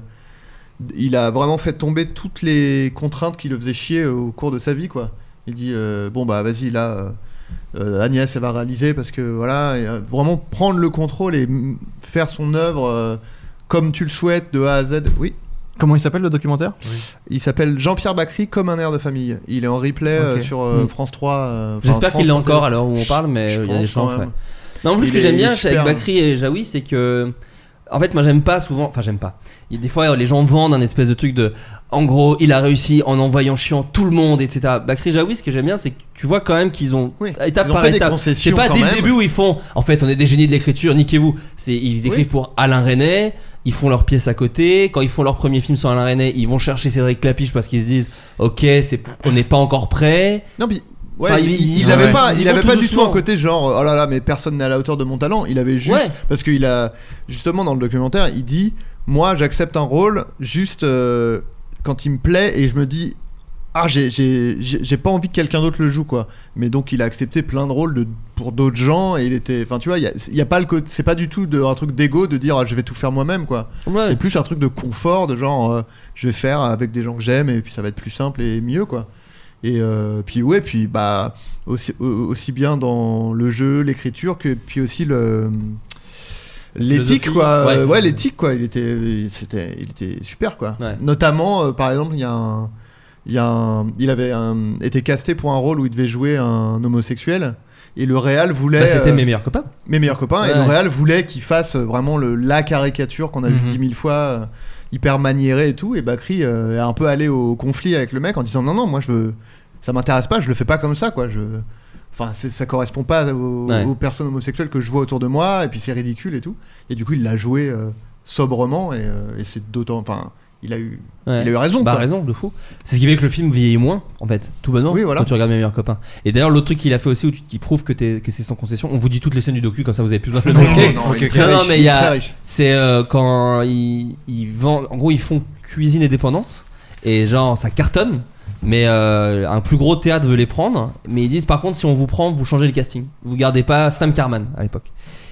il a vraiment fait tomber toutes les contraintes qui le faisaient chier euh, au cours de sa vie quoi il dit euh, bon bah vas-y là euh, euh, Agnès elle va réaliser parce que voilà et, euh, vraiment prendre le contrôle et mm, faire son œuvre euh, comme tu le souhaites de A à Z oui
Comment il s'appelle le documentaire
il s'appelle Jean-Pierre Bacri comme un air de famille. Il est en replay euh,
Ok.
sur euh,
Mm.
France 3. euh, enfin,
J'espère
France
qu'il est
3
encore
télé.
à l'heure où on parle, mais
Je
euh, il y a des
pense,
chances.
quand
Ouais.
même.
Non, en plus, ce
Il
que
est-
j'aime
il est
bien
super,
avec
hein.
Bakri et Jaoui, c'est que En fait, moi, j'aime pas souvent. Enfin, j'aime pas. Il y a des fois, les gens vendent un espèce de truc de. En gros, il a réussi en envoyant chiant tout le monde, etc. Bakri Jaoui, ce que j'aime bien, c'est que tu vois quand même qu'ils ont étape
ils ont
par
fait des
étape.
concessions
C'est pas
quand
dès
même.
le début où ils font. En fait, on est des génies de l'écriture, niquez-vous. C'est ils écrivent pour Alain René. Ils font leurs pièces à côté. Quand ils font leur premier film sur Alain René, ils vont chercher Cédric Clapiche parce qu'ils se disent, ok, c'est, on n'est pas encore prêt.
Non, mais Ouais,
Enfin,
il,
ils-
il
ils
avait
vont-
pas,
ils
il
vont
avait
tout
pas du tout
doucement.
un côté genre oh là là mais personne n'est à la hauteur de mon talent. Il avait juste parce qu'il a justement dans le documentaire il dit moi j'accepte un rôle juste euh, quand il me plaît et je me dis ah j'ai- j'ai j'ai- j'ai pas envie que quelqu'un d'autre le joue quoi. Mais donc il a accepté plein de rôles de, pour d'autres gens et il était enfin tu vois il y a, il y a pas le côté c'est pas du tout de, un truc d'ego de dire Ah, je vais tout faire moi-même quoi.
Ouais.
C'est plus un truc de confort de genre euh, je vais faire avec des gens que j'aime et puis ça va être plus simple et mieux quoi. Et euh, puis ouais, puis bah aussi, au- aussi bien dans le jeu, l'écriture que puis aussi le l'éthique
Philosophie,
quoi.
ouais.
Ouais, l'éthique quoi. Il était il- c'était il était super quoi.
Ouais.
Notamment euh, par exemple, il y a un il y a un- il avait un- été casté pour un rôle où il devait jouer un homosexuel et le réal voulait
Bah, c'était
euh,
mes meilleurs copains.
Mes meilleurs copains et
Ouais.
le réal voulait qu'il fasse euh, vraiment le la caricature qu'on a vu
Mhm.
10 000 fois euh, hyper maniéré et tout et Bakri euh, est un peu allé au conflit avec le mec en disant non non moi je veux ça m'intéresse pas je le fais pas comme ça quoi je enfin c'est- ça correspond pas aux,
Ouais.
aux personnes homosexuelles que je vois autour de moi et puis c'est ridicule et tout et du coup il l'a joué euh, sobrement et, euh, et c'est d'autant enfin il a eu
Ouais.
il a eu raison
Bah
quoi.
raison, de fou. C'est ce qui fait que le film vieillit moins, en fait, tout bonnement.
Oui, voilà.
Quand tu regardes mes meilleurs copains. Et d'ailleurs, l'autre truc qu'il a fait aussi, où tu- qui prouve que, t'es- que c'est sans concession, on vous dit toutes les scènes du docu, comme ça vous avez plus besoin de le
<laughs> Non,
manquer.
non, non, il est très riche,
mais
il
il y
est très
a.
riche.
C'est euh, quand ils, ils vendent. En gros, ils font cuisine et dépendance. Et genre, ça cartonne. Mais euh, un plus gros théâtre veut les prendre. Mais ils disent, par contre, si on vous prend, vous changez le casting. Vous gardez pas Sam Carman à l'époque.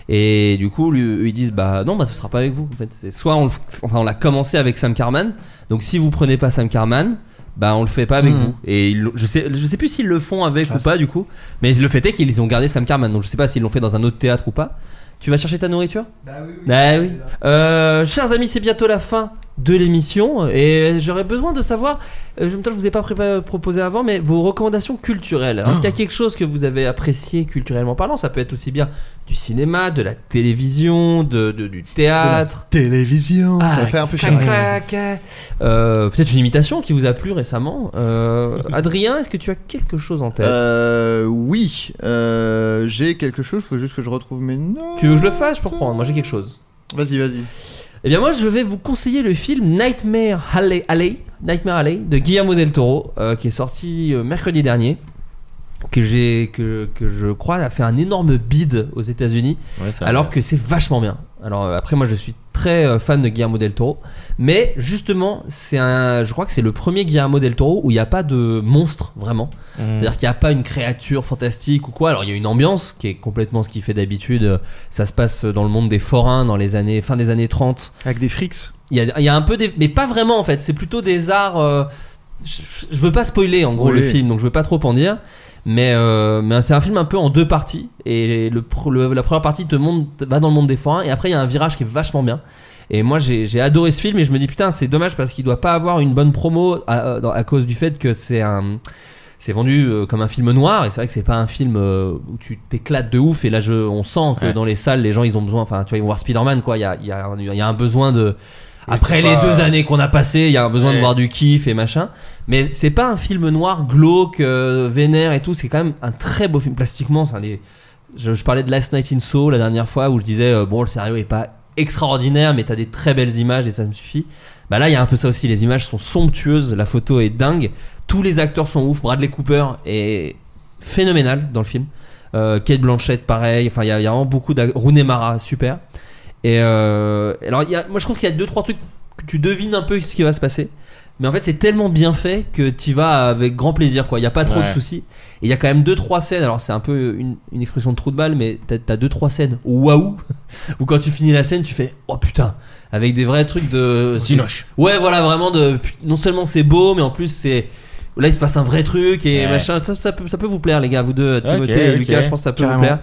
Et du coup, lui- eux, ils disent bah non, bah ce sera pas avec vous. En fait, c'est soit on, le f- enfin, on l'a commencé avec Sam Carman. Donc si vous prenez pas Sam Carman, bah on le fait pas avec
Mhm.
vous. Et ils l'ont- je sais, je sais plus s'ils le font avec ou pas du coup. Mais le fait est qu'ils ont gardé Sam Carman. Donc je sais pas s'ils l'ont fait dans un autre théâtre ou pas. Tu vas chercher ta nourriture Bah oui. Euh, chers amis, c'est bientôt la fin de l'émission et j'aurais besoin de savoir. euh, Je même temps, je vous ai pas prépa- proposé avant, mais vos recommandations culturelles. Alors, Est-ce qu'il y a quelque chose que vous avez apprécié culturellement parlant Ça peut être aussi bien du cinéma, de la télévision, de, de- du théâtre.
télévision ça fait un peu
clac,
chier
clac, Euh, Peut-être une imitation qui vous a plu récemment. Euh, Adrien, est-ce que tu as quelque chose en tête
Euh, oui, euh, j'ai quelque chose, faut juste que je retrouve mes notes.
Tu veux que je le fasse Je peux reprendre. Moi, j'ai quelque chose.
Vas-y, vas-y.
Eh bien moi je vais vous conseiller le film Nightmare Alley, Alley- Nightmare Alley de Guillermo del Toro euh, qui est sorti euh, mercredi dernier que j'ai que, que je crois a fait un énorme bid aux États-Unis
Ouais, ça a
alors
l'air.
que c'est vachement bien. Alors euh, après moi je suis très euh, fan de Guillermo del Toro mais justement c'est un je crois que c'est le premier Guillermo del Toro où il n'y a pas de monstre vraiment.
Mm.
C'est-à-dire qu'il n'y a pas une créature fantastique ou quoi. Alors il y a une ambiance qui est complètement ce qu'il fait d'habitude. Ça se passe dans le monde des forains dans les années fin des années 30
avec des frics.
Il y a, il y a un peu des mais pas vraiment en fait, c'est plutôt des arts euh, je, je veux pas spoiler en gros
Oui.
le film donc je veux pas trop en dire. Mais, euh, mais c'est un film un peu en deux parties et le, pr- le- la première partie te monte va dans le monde des forains et après il y a un virage qui est vachement bien. Et moi j'ai j'ai adoré ce film et je me dis putain c'est dommage parce qu'il doit pas avoir une bonne promo à, euh, dans- à cause du fait que c'est un c'est vendu euh, comme un film noir et c'est vrai que c'est pas un film euh, où tu t'éclates de ouf et là je, on sent que
Ouais.
dans les salles les gens ils ont besoin enfin tu vois ils vont voir Spider-Man quoi il y a, il y, a, un- il y a un besoin de
Oui,
après
c'est
les
pas-
deux années qu'on a passées il y a un besoin de
Ouais.
voir du kiff et machin mais c'est pas un film noir glauque euh, vénère et tout c'est quand même un très beau film plastiquement c'est un des je, je parlais de Last Night in Soul la dernière fois où je disais euh, bon le scénario est pas extraordinaire mais t'as des très belles images et ça me suffit bah là il y a un peu ça aussi les images sont somptueuses la photo est dingue tous les acteurs sont ouf Bradley Cooper est phénoménal dans le film euh, Kate Blanchett pareil enfin il y, a il y a vraiment beaucoup d'ac- Rooney Mara super et euh, alors il y a- moi je trouve qu'il y a deux trois trucs que tu devines un peu ce qui va se passer mais en fait c'est tellement bien fait que tu vas avec grand plaisir quoi il y a pas trop de
Ouais.
soucis aussi. Et il y a quand même deux trois scènes. Alors c'est un peu une, une expression de trou de balle, mais t'as- t'as deux trois scènes waouh. <laughs> Ou quand tu finis la scène, tu fais oh putain avec des vrais trucs de
Zinoche.
Ouais, voilà vraiment de pu- non seulement c'est beau, mais en plus c'est là il se passe un vrai truc et
Ouais.
machin. Ça, ça peut, ça peut vous plaire les gars, vous deux, Timothée
Ok,
et
ok.
Lucas, je pense que ça peut
Carrément.
vous plaire.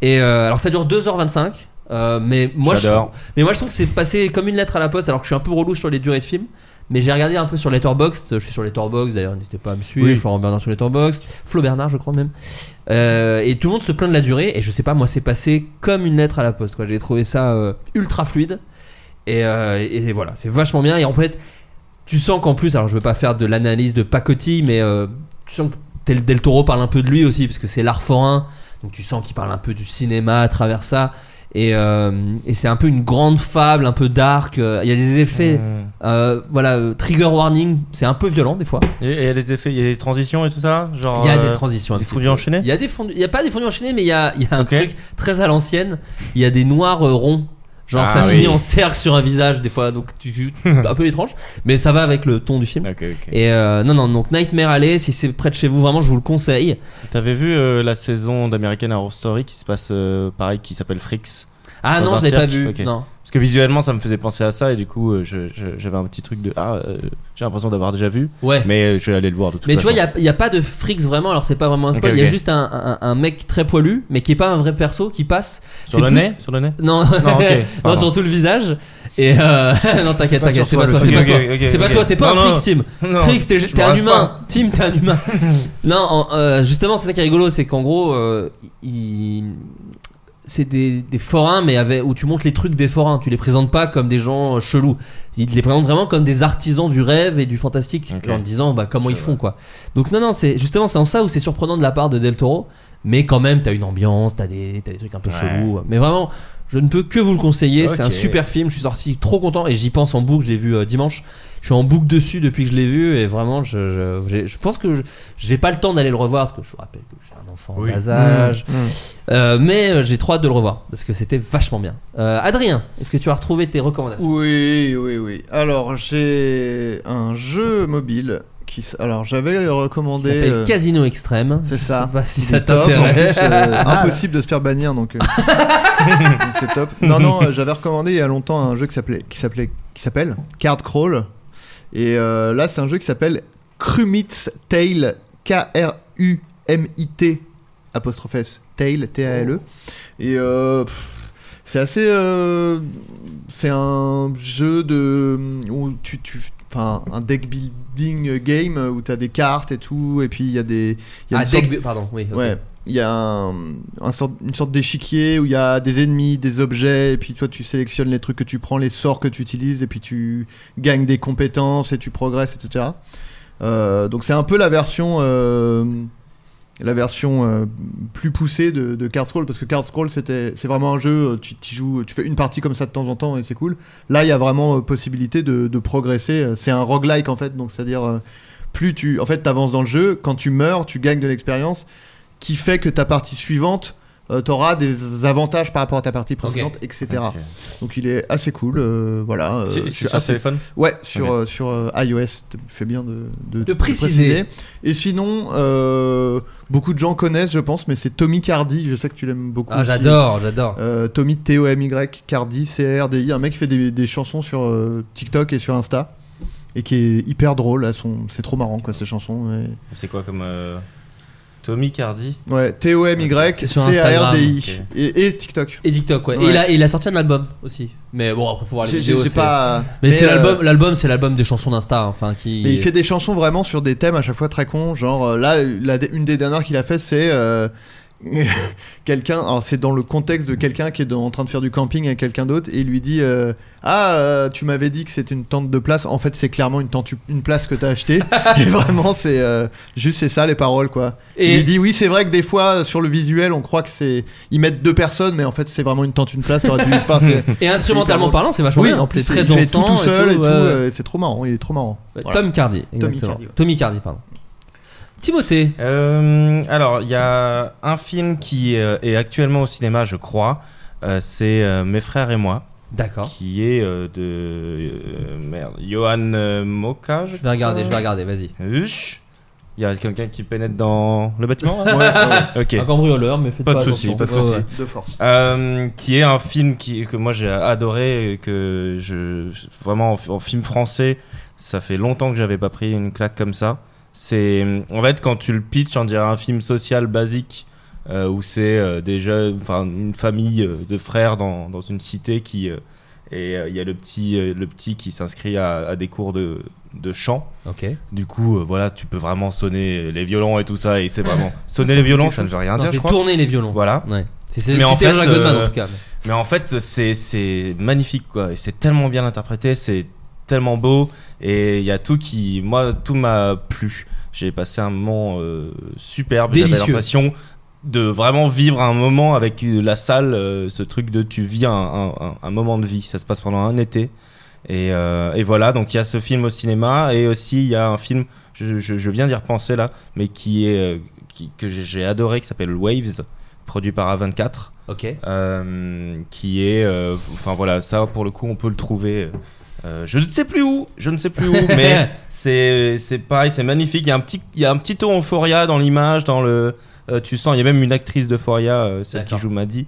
Et euh, alors ça dure 2h25. euh, mais moi je
J'adore.
trouve- mais moi je trouve que c'est passé comme une lettre à la poste alors que je suis un peu relou sur les durées de films mais j'ai regardé un peu sur Letterboxd je suis sur Letterboxd d'ailleurs n'hésitez pas à me suivre
Oui.
Florent Bernard sur Letterboxd Flo Bernard je crois même Euh, et tout le monde se plaint de la durée et je sais pas moi c'est passé comme une lettre à la poste quoi j'ai trouvé ça euh, ultra fluide Et, euh, et voilà, c'est vachement bien. Et en fait, tu sens qu'en plus, alors je veux pas faire de l'analyse de pacotille, mais euh, tu sens que Del, Del Toro parle un peu de lui aussi, parce que c'est l'art forain. Donc tu sens qu'il parle un peu du cinéma à travers ça. Et, euh, et c'est un peu une grande fable, un peu dark. euh, Il y a des effets.
Hmm.
euh, voilà, euh, trigger warning, c'est un peu violent des fois.
Et il y a des effets, il y a des transitions et tout ça genre,
Il y a
euh,
des transitions. un
Des
petit
fondus
peu.
enchaînés
Il y a des fondus- il y a pas des fondus enchaînés, mais il y a, il y a un truc très à l'ancienne. Il y a des noirs euh, ronds. Genre
Ah
ça
oui.
finit en cercle sur un visage des fois, donc tu, tu- un peu étrange, mais ça va avec le ton du film. Et euh, non non donc Nightmare Alley, si c'est près de chez vous, vraiment je vous le conseille.
T'avais vu euh, la saison d'American Horror Story qui se passe euh, pareil, qui s'appelle Freaks
Ah
Dans
non,
un
je l'ai pas
cirque,
vu,
ok.
non.
Parce que visuellement, ça me faisait penser à ça, et du coup, euh, je- je- j'avais un petit truc de ah, euh, j'ai l'impression d'avoir déjà vu.
Ouais.
Mais euh, je vais aller le voir de toute
Mais tu
façon.
vois, il n'y a, pas de frics vraiment, alors c'est pas vraiment un spoil, il
Ok,
y a
ok.
juste un, un- un mec très poilu, mais qui est pas un vrai perso, qui passe.
Sur
C'est
le
plus-
nez Sur le nez Non,
Non,
ok,
<laughs> non
pardon.
sur tout le visage. Et euh, <laughs> non, t'inquiète,
C'est pas
t'inquiète,
sur
c'est
toi,
pas toi,
le
c'est
truc.
pas
Ok,
toi.
ok, ok,
C'est pas
ok.
toi, t'es pas
Non,
un
non,
fric,
<laughs>
Tim.
non.
Fric, t'es
Je
t'es
me
un
rase
humain.
pas.
Tim, t'es un humain. <laughs> Non, en- euh, justement, c'est ça qui est rigolo, c'est qu'en gros, euh, il- c'est des, des forains, mais avec, où tu montres les trucs des forains. Tu les présentes pas comme des gens euh, chelous. Ils les présentent vraiment comme des artisans du rêve et du fantastique,
Ok.
en te disant bah, comment ils font quoi. Donc non non, c'est justement c'est en ça où c'est surprenant de la part de Del Toro, mais quand même t'as une ambiance, t'as des t'as des trucs un peu
Ouais.
chelous. Mais vraiment, je ne peux que vous le conseiller. C'est un
Ok.
super film. Je suis sorti trop content et j'y pense en boucle. Je l'ai vu euh, dimanche. Je suis en boucle dessus depuis que je l'ai vu et vraiment, je, je, j'ai- je pense que je- j'ai pas le temps d'aller le revoir parce que je vous rappelle que j'ai un enfant en
Oui.
bas âge.
Mmh, mmh.
Euh, mais euh, j'ai trop hâte de le revoir parce que c'était vachement bien. Euh, Adrien, est-ce que tu as retrouvé tes recommandations
Oui, oui, oui. Alors, j'ai un jeu mobile qui. s- Alors, j'avais
Ça
recommandé.
s'appelle
euh,
Casino Extrême.
C'est ça.
Je sais pas si
Il
ça
est top. En
t'intéresse.
plus, euh, impossible de se faire bannir, donc, euh, donc c'est top. Non, non, euh, j'avais recommandé il y a longtemps un jeu qui s'appelait, qui s'appelait, qui s'appelle Card Crawl. Et euh, là, c'est un jeu qui s'appelle Krumit's Tale, K-R-U-M-I-T apostrophe S, Tale, T-A-L-E. E. Et euh, pff, c'est assez, euh, c'est un jeu de où tu, tu Enfin, un deck building game où tu as des cartes et tout, et puis il y a des. il y a
Ah,
une
deck
sorte-
bu- pardon, oui, ok.
Ouais, il y a un, un sorte- une sorte d'échiquier où il y a des ennemis, des objets, et puis toi tu sélectionnes les trucs que tu prends, les sorts que tu utilises, et puis tu gagnes des compétences et tu progresses, etc. Euh, donc c'est un peu la version, euh, la version euh, plus poussée de, de Card Scroll, parce que Card Scroll c'était, c'est vraiment un jeu, euh, tu, t'y joues, tu fais une partie comme ça de temps en temps et c'est cool. Là il y a vraiment euh, possibilité de, de progresser. euh, C'est un roguelike en fait, donc c'est-à-dire euh, plus tu, en fait, t'avances dans le jeu, quand tu meurs, tu gagnes de l'expérience qui fait que ta partie suivante, euh, t'auras des avantages par rapport à ta partie précédente, etc. Donc il est assez cool, euh, voilà. euh,
C'est-
je
c'est
suis
sur téléphone
Ouais, sur,
Ok.
euh, sur euh, iOS, tu fais bien de, de, de
préciser.
Et sinon, euh, beaucoup de gens connaissent, je pense, mais c'est Tommy Cardi, je sais que tu l'aimes beaucoup.
Ah,
aussi.
j'adore, j'adore.
Euh, Tommy, T-O-M-Y, Cardi, C-R-D-I, un mec qui fait des, des chansons sur euh, TikTok et sur Insta. Et qui est hyper drôle, elles sont- c'est trop marrant quoi ces chansons. mais-
C'est quoi comme. euh, Tommy Cardi
Ouais, T-O-M-Y,
C'est sur Instagram.
C-A-R-D-I. Et, et TikTok.
Et TikTok, ouais. Et il a, il a sorti un album aussi. Mais bon, après, faut voir Oh, les
J'ai- j'ai-
vidéos.
j'ai
c'est-
pas-
Mais,
mais,
c'est
euh,
l'album, l'album, c'est l'album des chansons d'Insta. hein, Enfin, qui.
Mais il fait des chansons vraiment sur des thèmes à chaque fois très cons. Genre euh, là, la- une des dernières qu'il a fait, c'est euh, <laughs> quelqu'un. Alors c'est dans le contexte de quelqu'un qui est dans- en train de faire du camping avec quelqu'un d'autre et il lui dit euh, Ah, euh, tu m'avais dit que c'était une tente de place. En fait, c'est clairement une tente, une place que
<laughs>
t'as achetée. et vraiment, c'est euh, juste c'est ça les paroles quoi.
Et-
Et... Il lui dit Oui, c'est vrai que des fois sur le visuel, on croit que c'est ils mettent deux personnes, mais en fait, c'est vraiment une tente, une place. t'aurais dû- enfin,
<laughs>
c'est-
Et
c'est
instrumentalement
hyper drôle.
parlant, c'est vachement
oui,
bien.
En plus,
C'est très
il fait tout
dansant
tout
et
seul et
tout,
tout.
ouais, ouais.
euh, c'est trop marrant. Il est trop marrant.
Ouais,
Voilà.
Tom Cardi, exactement.
Cardi, ouais.
Tommy Cardi, pardon. Timothée
Euh, Alors, il y a un film qui euh, est actuellement au cinéma, je crois. Euh, c'est euh, Mes frères et moi.
D'accord.
Qui est euh, de. euh, merde. Johan euh, Moka, je
Je vais regarder, je vais regarder, vas-y.
Il y a quelqu'un qui pénètre dans le bâtiment là
Ouais, <laughs> ouais.
Ok.
Un cambrioleur, mais faites
pas
pas
de souci,
attention.
pas de
Ouais,
souci.
ouais.
De force.
Euh, qui est un film qui, que moi j'ai adoré, et que je vraiment en, en film français, ça fait longtemps que j'avais pas pris une claque comme ça. C'est en fait quand tu le pitches, on dirait un film social basique euh, où c'est euh, des jeunes, enfin une famille euh, de frères dans, dans une cité qui euh, et euh, il y a le petit euh, le petit qui s'inscrit à, à des cours de de chant.
Ok.
Du coup, euh, voilà, tu peux vraiment sonner les violons et tout ça, et c'est vraiment sonner les violons, ça ne veut rien
Non,
dire.
c'est
je crois.
tourner les violons.
Voilà.
euh,
Ouais. C'est- c'est- c'était Jean Goldman, en tout cas.
Mais en fait, c'est- c'est magnifique, quoi. Et c'est tellement bien interprété, c'est tellement beau. Et il y a tout qui. Moi, tout m'a plu. J'ai passé un moment euh, superbe. J'avais
Délicieux.
l'impression de vraiment vivre un moment avec euh, la salle, euh, ce truc de tu vis un, un- un- un moment de vie. Ça se passe pendant un été. Et, euh, et voilà, donc il y a ce film au cinéma et aussi il y a un film, je, je- je viens d'y repenser là, mais qui est euh, qui- que j'ai- j'ai adoré, qui s'appelle Waves, produit par A24.
Ok.
Euh, qui est, euh, enfin voilà, ça pour le coup on peut le trouver. euh, je ne sais plus où, je ne sais plus où,
<laughs>
mais c'est c'est pareil, c'est magnifique. Il y a un petit, il y a un petit ton Euphoria dans l'image, dans le, euh, tu sens. Il y a même une actrice d'Euphoria, euh, celle qui joue Maddy.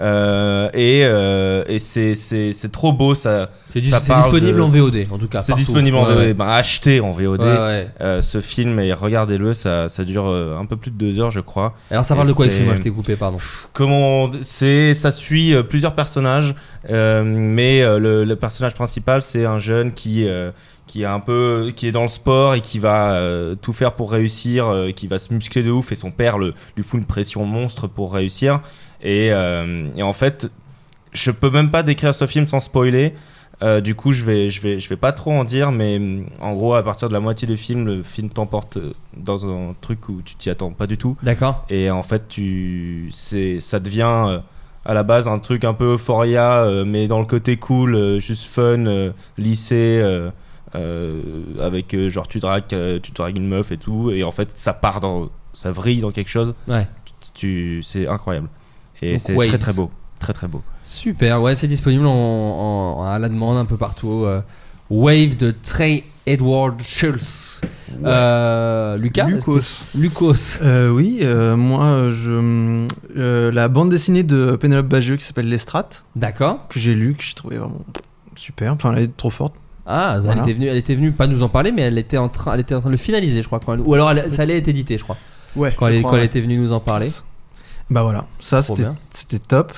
Euh, et euh, et c'est- c'est c'est trop beau ça.
C'est dis-
ça
c'est
parle
disponible
de-
en VOD, en tout cas,
C'est
Bah, partout.
disponible en
Ouais,
VOD,
ouais.
ben, achetez en VOD
Ouais, ouais.
euh, ce film et regardez-le. Ça, ça dure euh, un peu plus de deux heures, je crois.
Alors, ça parle
Et
de quoi le
c'est-
film Moi, Je t'ai coupé, pardon.
comment c'est ça suit euh, plusieurs personnages euh, mais euh, le, le personnage principal c'est un jeune qui euh, qui est un peu qui est dans le sport et qui va euh, tout faire pour réussir euh, qui va se muscler de ouf et son père le, lui fout une pression monstre pour réussir et, euh, et en fait je peux même pas décrire ce film sans spoiler Euh, du coup, je vais, je, vais, je vais pas trop en dire, mais hum, en gros, à partir de la moitié du film, le film t'emporte euh, dans un truc où tu t'y attends pas du tout.
D'accord.
Et en fait, tu, c'est, ça devient euh, à la base un truc un peu euphoria, euh, mais dans le côté cool, euh, juste fun, euh, lycée, euh, euh, avec euh, genre tu dragues, euh, tu dragues une meuf et tout. Et en fait, ça part dans, ça vrille dans quelque chose.
Ouais.
Tu, tu- c'est incroyable. Et
Donc,
c'est
Waves.
très très beau, très très beau.
Super, ouais, c'est disponible en, en- à la demande un peu partout. euh, Wave de Trey Edward Schultz. Euh, Lucas
Lucas.
Lucas.
oui, euh, moi, euh, je, euh, la bande dessinée de Pénélope Bagieux qui s'appelle L'Estrate.
D'accord.
Que j'ai lu, que j'ai trouvé vraiment super. Enfin, elle est trop forte.
Ah, elle
Voilà.
était venue, elle était venue pas nous en parler, mais elle était en train, elle était en train de le finaliser, je crois. quand elle- ou alors elle- ça allait être édité, je crois.
Ouais,
Quand,
je
elle,
crois,
quand elle
ouais.
était venue nous en parler.
Bah voilà, ça
Trop
c'était
bien.
c'était top.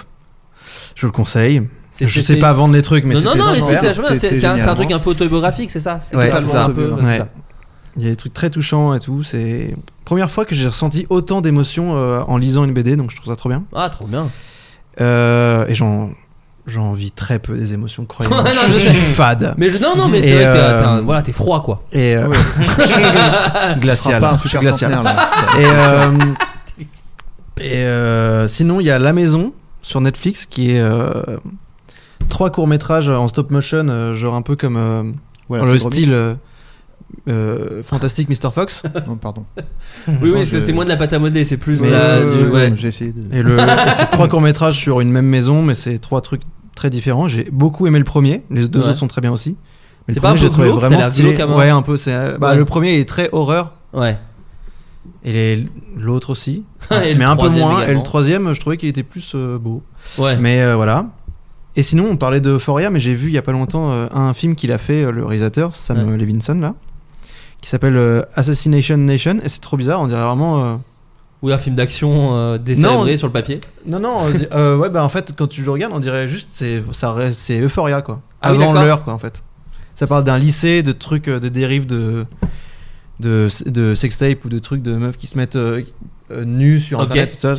Je le conseille.
C'est-
Je
c'est-
sais
c'est-
pas vendre les trucs, mais
non, non,
c'était
non, mais c'est-
super.
c'est- c'est-
C'était
c'est un, c'est un
génial.
truc un peu autobiographique, c'est ça. C'est
Ouais,
totalement
c'est ça.
un peu-
Ouais.
c'est ça.
Il y a des trucs très touchants et tout. C'est première fois que j'ai ressenti autant d'émotions euh, en lisant une BD, donc je trouve ça trop bien.
Ah, trop bien. <laughs>
Euh, et j'en j'en vis très peu des émotions, croyez-moi.
<laughs> Non,
je,
je
suis
sais. <laughs>
fade.
Mais je- non, non, mais c'est
Et,
vrai que t'es-
euh,
t'es un- voilà, t'es froid, quoi.
Et euh,
Ouais.
glacial.
Ce sera pas un
je suis
super
glacial.
centenaire, là.
<laughs>
Et, euh, et, euh, sinon, il y a La Maison sur Netflix qui est euh, trois courts métrages en stop motion, euh, genre un peu comme euh,
Voilà,
dans le
c'est drôle.
style. euh, euh, Fantastic Mr. Fox.
Non, pardon.
Oui, oui, parce que c'est moins de la pâte à modeler, c'est plus de
Mais
la.
c'est-
du- euh, ouais.
euh, J'ai essayé de-
Et, le- et c'est trois courts métrages sur une même maison, mais c'est trois trucs très différents. J'ai beaucoup aimé le premier. Les deux
Ouais.
autres sont très bien aussi.
C'est
Mais le
pas un
premier,
peu
j'ai trouvé
glauque, ça a
vraiment
l'air
stylé.
glauque à mort.
Ouais, un peu. C'est bah,
hein. Ouais.
le premier est très horreur.
<laughs>
<laughs>
Ouais.
Et les- l'autre aussi.
Ah, Et le
mais un peu
troisième
moins. Et
également.
le troisième, je trouvais qu'il était plus euh, beau.
Ouais.
<laughs> Mais euh, voilà. Et sinon, on parlait de Euphoria, mais j'ai vu il y a pas longtemps euh, un film qu'il a fait, euh, le réalisateur Sam
Ouais.
Levinson, là, qui s'appelle euh, Assassination Nation. Et c'est trop bizarre, on dirait vraiment. euh,
Ou un film d'action euh, décélébré sur le papier.
non, non, on dit- euh, ouais, bah en fait, quand tu le regardes, on dirait juste c'est ça reste- c'est Euphoria quoi.
Ah oui,
Avant
d'accord.
l'heure quoi en fait. Ça parle d'un lycée, de trucs, euh, de dérives de de, de sextape ou de trucs de meufs qui se mettent euh, euh, nues sur
Ok.
internet tout ça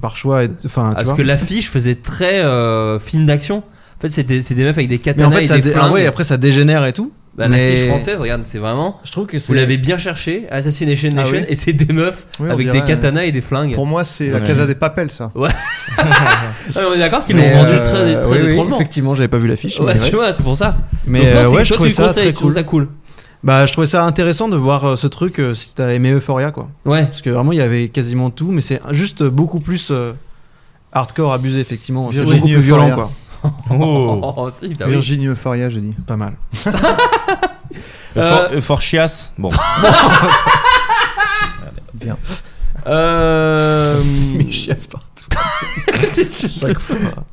par choix. et- Enfin,
Ah,
tu
parce
vois.
que l'affiche faisait très euh, film d'action. En fait, c'est des, c'est des meufs avec des
Mais
katanas
en fait,
et
ça
des
dé- ah
flingues.
ouais, après ça dégénère et tout.
Bah,
mais-
L'affiche française, regarde, c'est vraiment.
Je trouve que
Vous l'avez bien cherché, Assassination
Ah
Nation,
oui.
et c'est des meufs
Oui, on
avec
dirait,
des katanas et des flingues.
Pour moi, c'est la
Ouais.
Casa des Papels, ça.
Ouais. Ah, on est d'accord qu'ils l'ont
<laughs> Mais,
vendu
euh,
très, très
oui, oui,
étrangement.
effectivement, j'avais pas vu l'affiche.
Ouais,
mais
tu
ouais.
vois, c'est pour ça.
Mais
Donc, toi,
euh,
c'est-
ouais,
toi,
je
tu
trouvais
le
ça
conseilles,
très
tu trouves
cool.
ça cool.
Bah, je trouvais ça intéressant de voir euh, ce truc euh, si t'as aimé Euphoria, quoi.
Ouais.
Parce que vraiment, il y avait quasiment tout, mais c'est juste euh, beaucoup plus euh, hardcore, abusé, effectivement. C'est
Virginie
beaucoup plus violent,
Euphoria.
quoi. Oh.
Oh, si,
<laughs>
bah oui.
Virginie Euphoria, j'ai dit.
Pas mal.
Euh, For- euh, For Chias, bon.
Bien.
Euh.
Mais chiasse partout.
<laughs>
Chaque fois.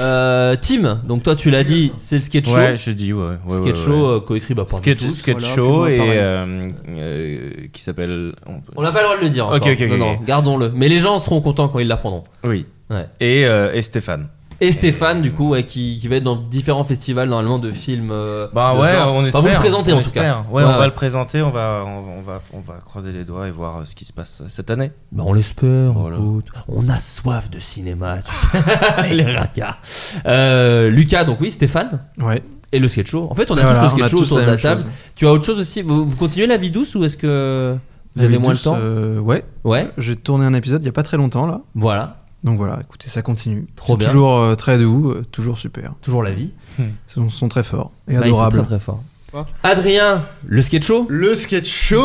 Euh, Tim, donc toi tu l'as dit, c'est le sketch show.
Ouais, j'ai dit, ouais. ouais,
sketch
ouais,
show
ouais.
euh, coécrit bah, par
Sketch,
nous tous.
sketch
Voilà,
show
puis
et
moi, pareil.
euh, euh, qui s'appelle.
On n'a pas le droit de le dire.
Ok,
encore.
ok, ok.
Non, non, gardons-le. Mais les gens seront contents quand ils l'apprendront.
Oui.
Ouais.
Et, euh, et Stéphane.
Et Stéphane, du coup, ouais, qui, qui va être dans différents festivals normalement de films. euh,
Bah
de
ouais,
genre.
on espère.
Enfin, vous le présentez
on
en tout cas.
espère. Ouais, on va le présenter, on va, on va, on va, on va croiser les doigts et voir euh, ce qui se passe euh, cette année.
Bah, on l'espère, écoute. on a soif de cinéma, tu sais. <laughs> Il est ringard. Euh, Lucas, donc oui, Stéphane.
Ouais.
Et le sketch show. En fait, on a
Voilà,
tous le
on a
sketch show
tous
autour
la
de la
même
table.
chose.
Tu as autre chose aussi vous, vous continuez la vie douce ou est-ce que vous
La
avez
vie
moins
douce,
le temps
euh, Ouais.
Ouais.
J'ai tourné un épisode il y a pas très longtemps là.
Voilà.
Donc voilà, écoutez, ça continue.
Trop
C'est
bien.
Toujours euh, très doux, euh, toujours super.
Toujours la vie.
Ils sont, sont très forts et
Ah, ils sont
adorables.
très, très forts. Adrien, le sketch show
Le sketch show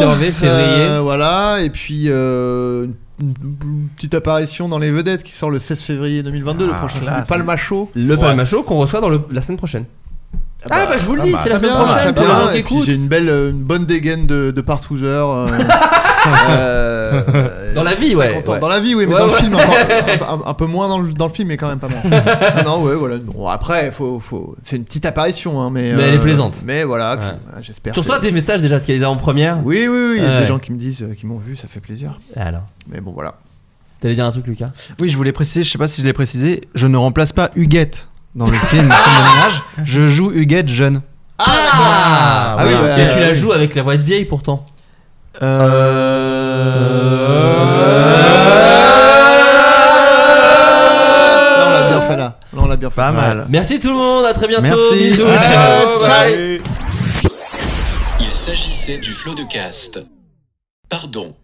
De Mr. V, février.
Euh, Voilà, et puis euh, une une petite apparition dans Les Vedettes qui sort le 16 février 2022, le
Ah,
prochain film,
classe.
du Palma Show.
Le
Ouais.
Palma Show qu'on reçoit dans le- la semaine prochaine. Ah bah, je vous le dis, c'est la
très
semaine
bien,
prochaine.
très
pour
bien.
les gens qui
Et puis
écoutent.
J'ai une belle, euh, une bonne dégaine de, de
<laughs>
partougeur. euh, euh,
Dans la
je suis
vie,
très
ouais,
content.
ouais.
Dans la vie, oui, mais
Ouais,
dans
ouais.
le
<laughs>
film, encore- un, un- un peu moins dans le, dans le film, mais quand même pas mal. non, non, ouais, voilà. Non, après, faut, faut... c'est une petite apparition, hein, mais.
Mais elle est plaisante.
Mais voilà, que- voilà, j'espère.
Tu reçois
que-
des messages déjà parce qu'elle les a en première
Oui, oui, oui. Il y a
Ouais.
des gens qui me disent, euh, qui m'ont vu, ça fait plaisir.
Alors.
Mais bon, voilà.
T'allais dire un truc, Lucas
Oui, je voulais préciser, je sais pas si je l'ai précisé, je ne remplace pas Huguette dans le film La scène de ménage. Je joue Huguette jeune.
Ah,
Ah oui, bah,
Et tu la
oui.
joues avec la voix de vieille pourtant.
Là, on l'a bien fait là. Là, on l'a bien fait.
Pas mal.
Merci tout le monde, à très bientôt.
Merci.
Bisous,
Ouais,
ciao,
ciao.
bye.
Il s'agissait du flot de cast. Pardon.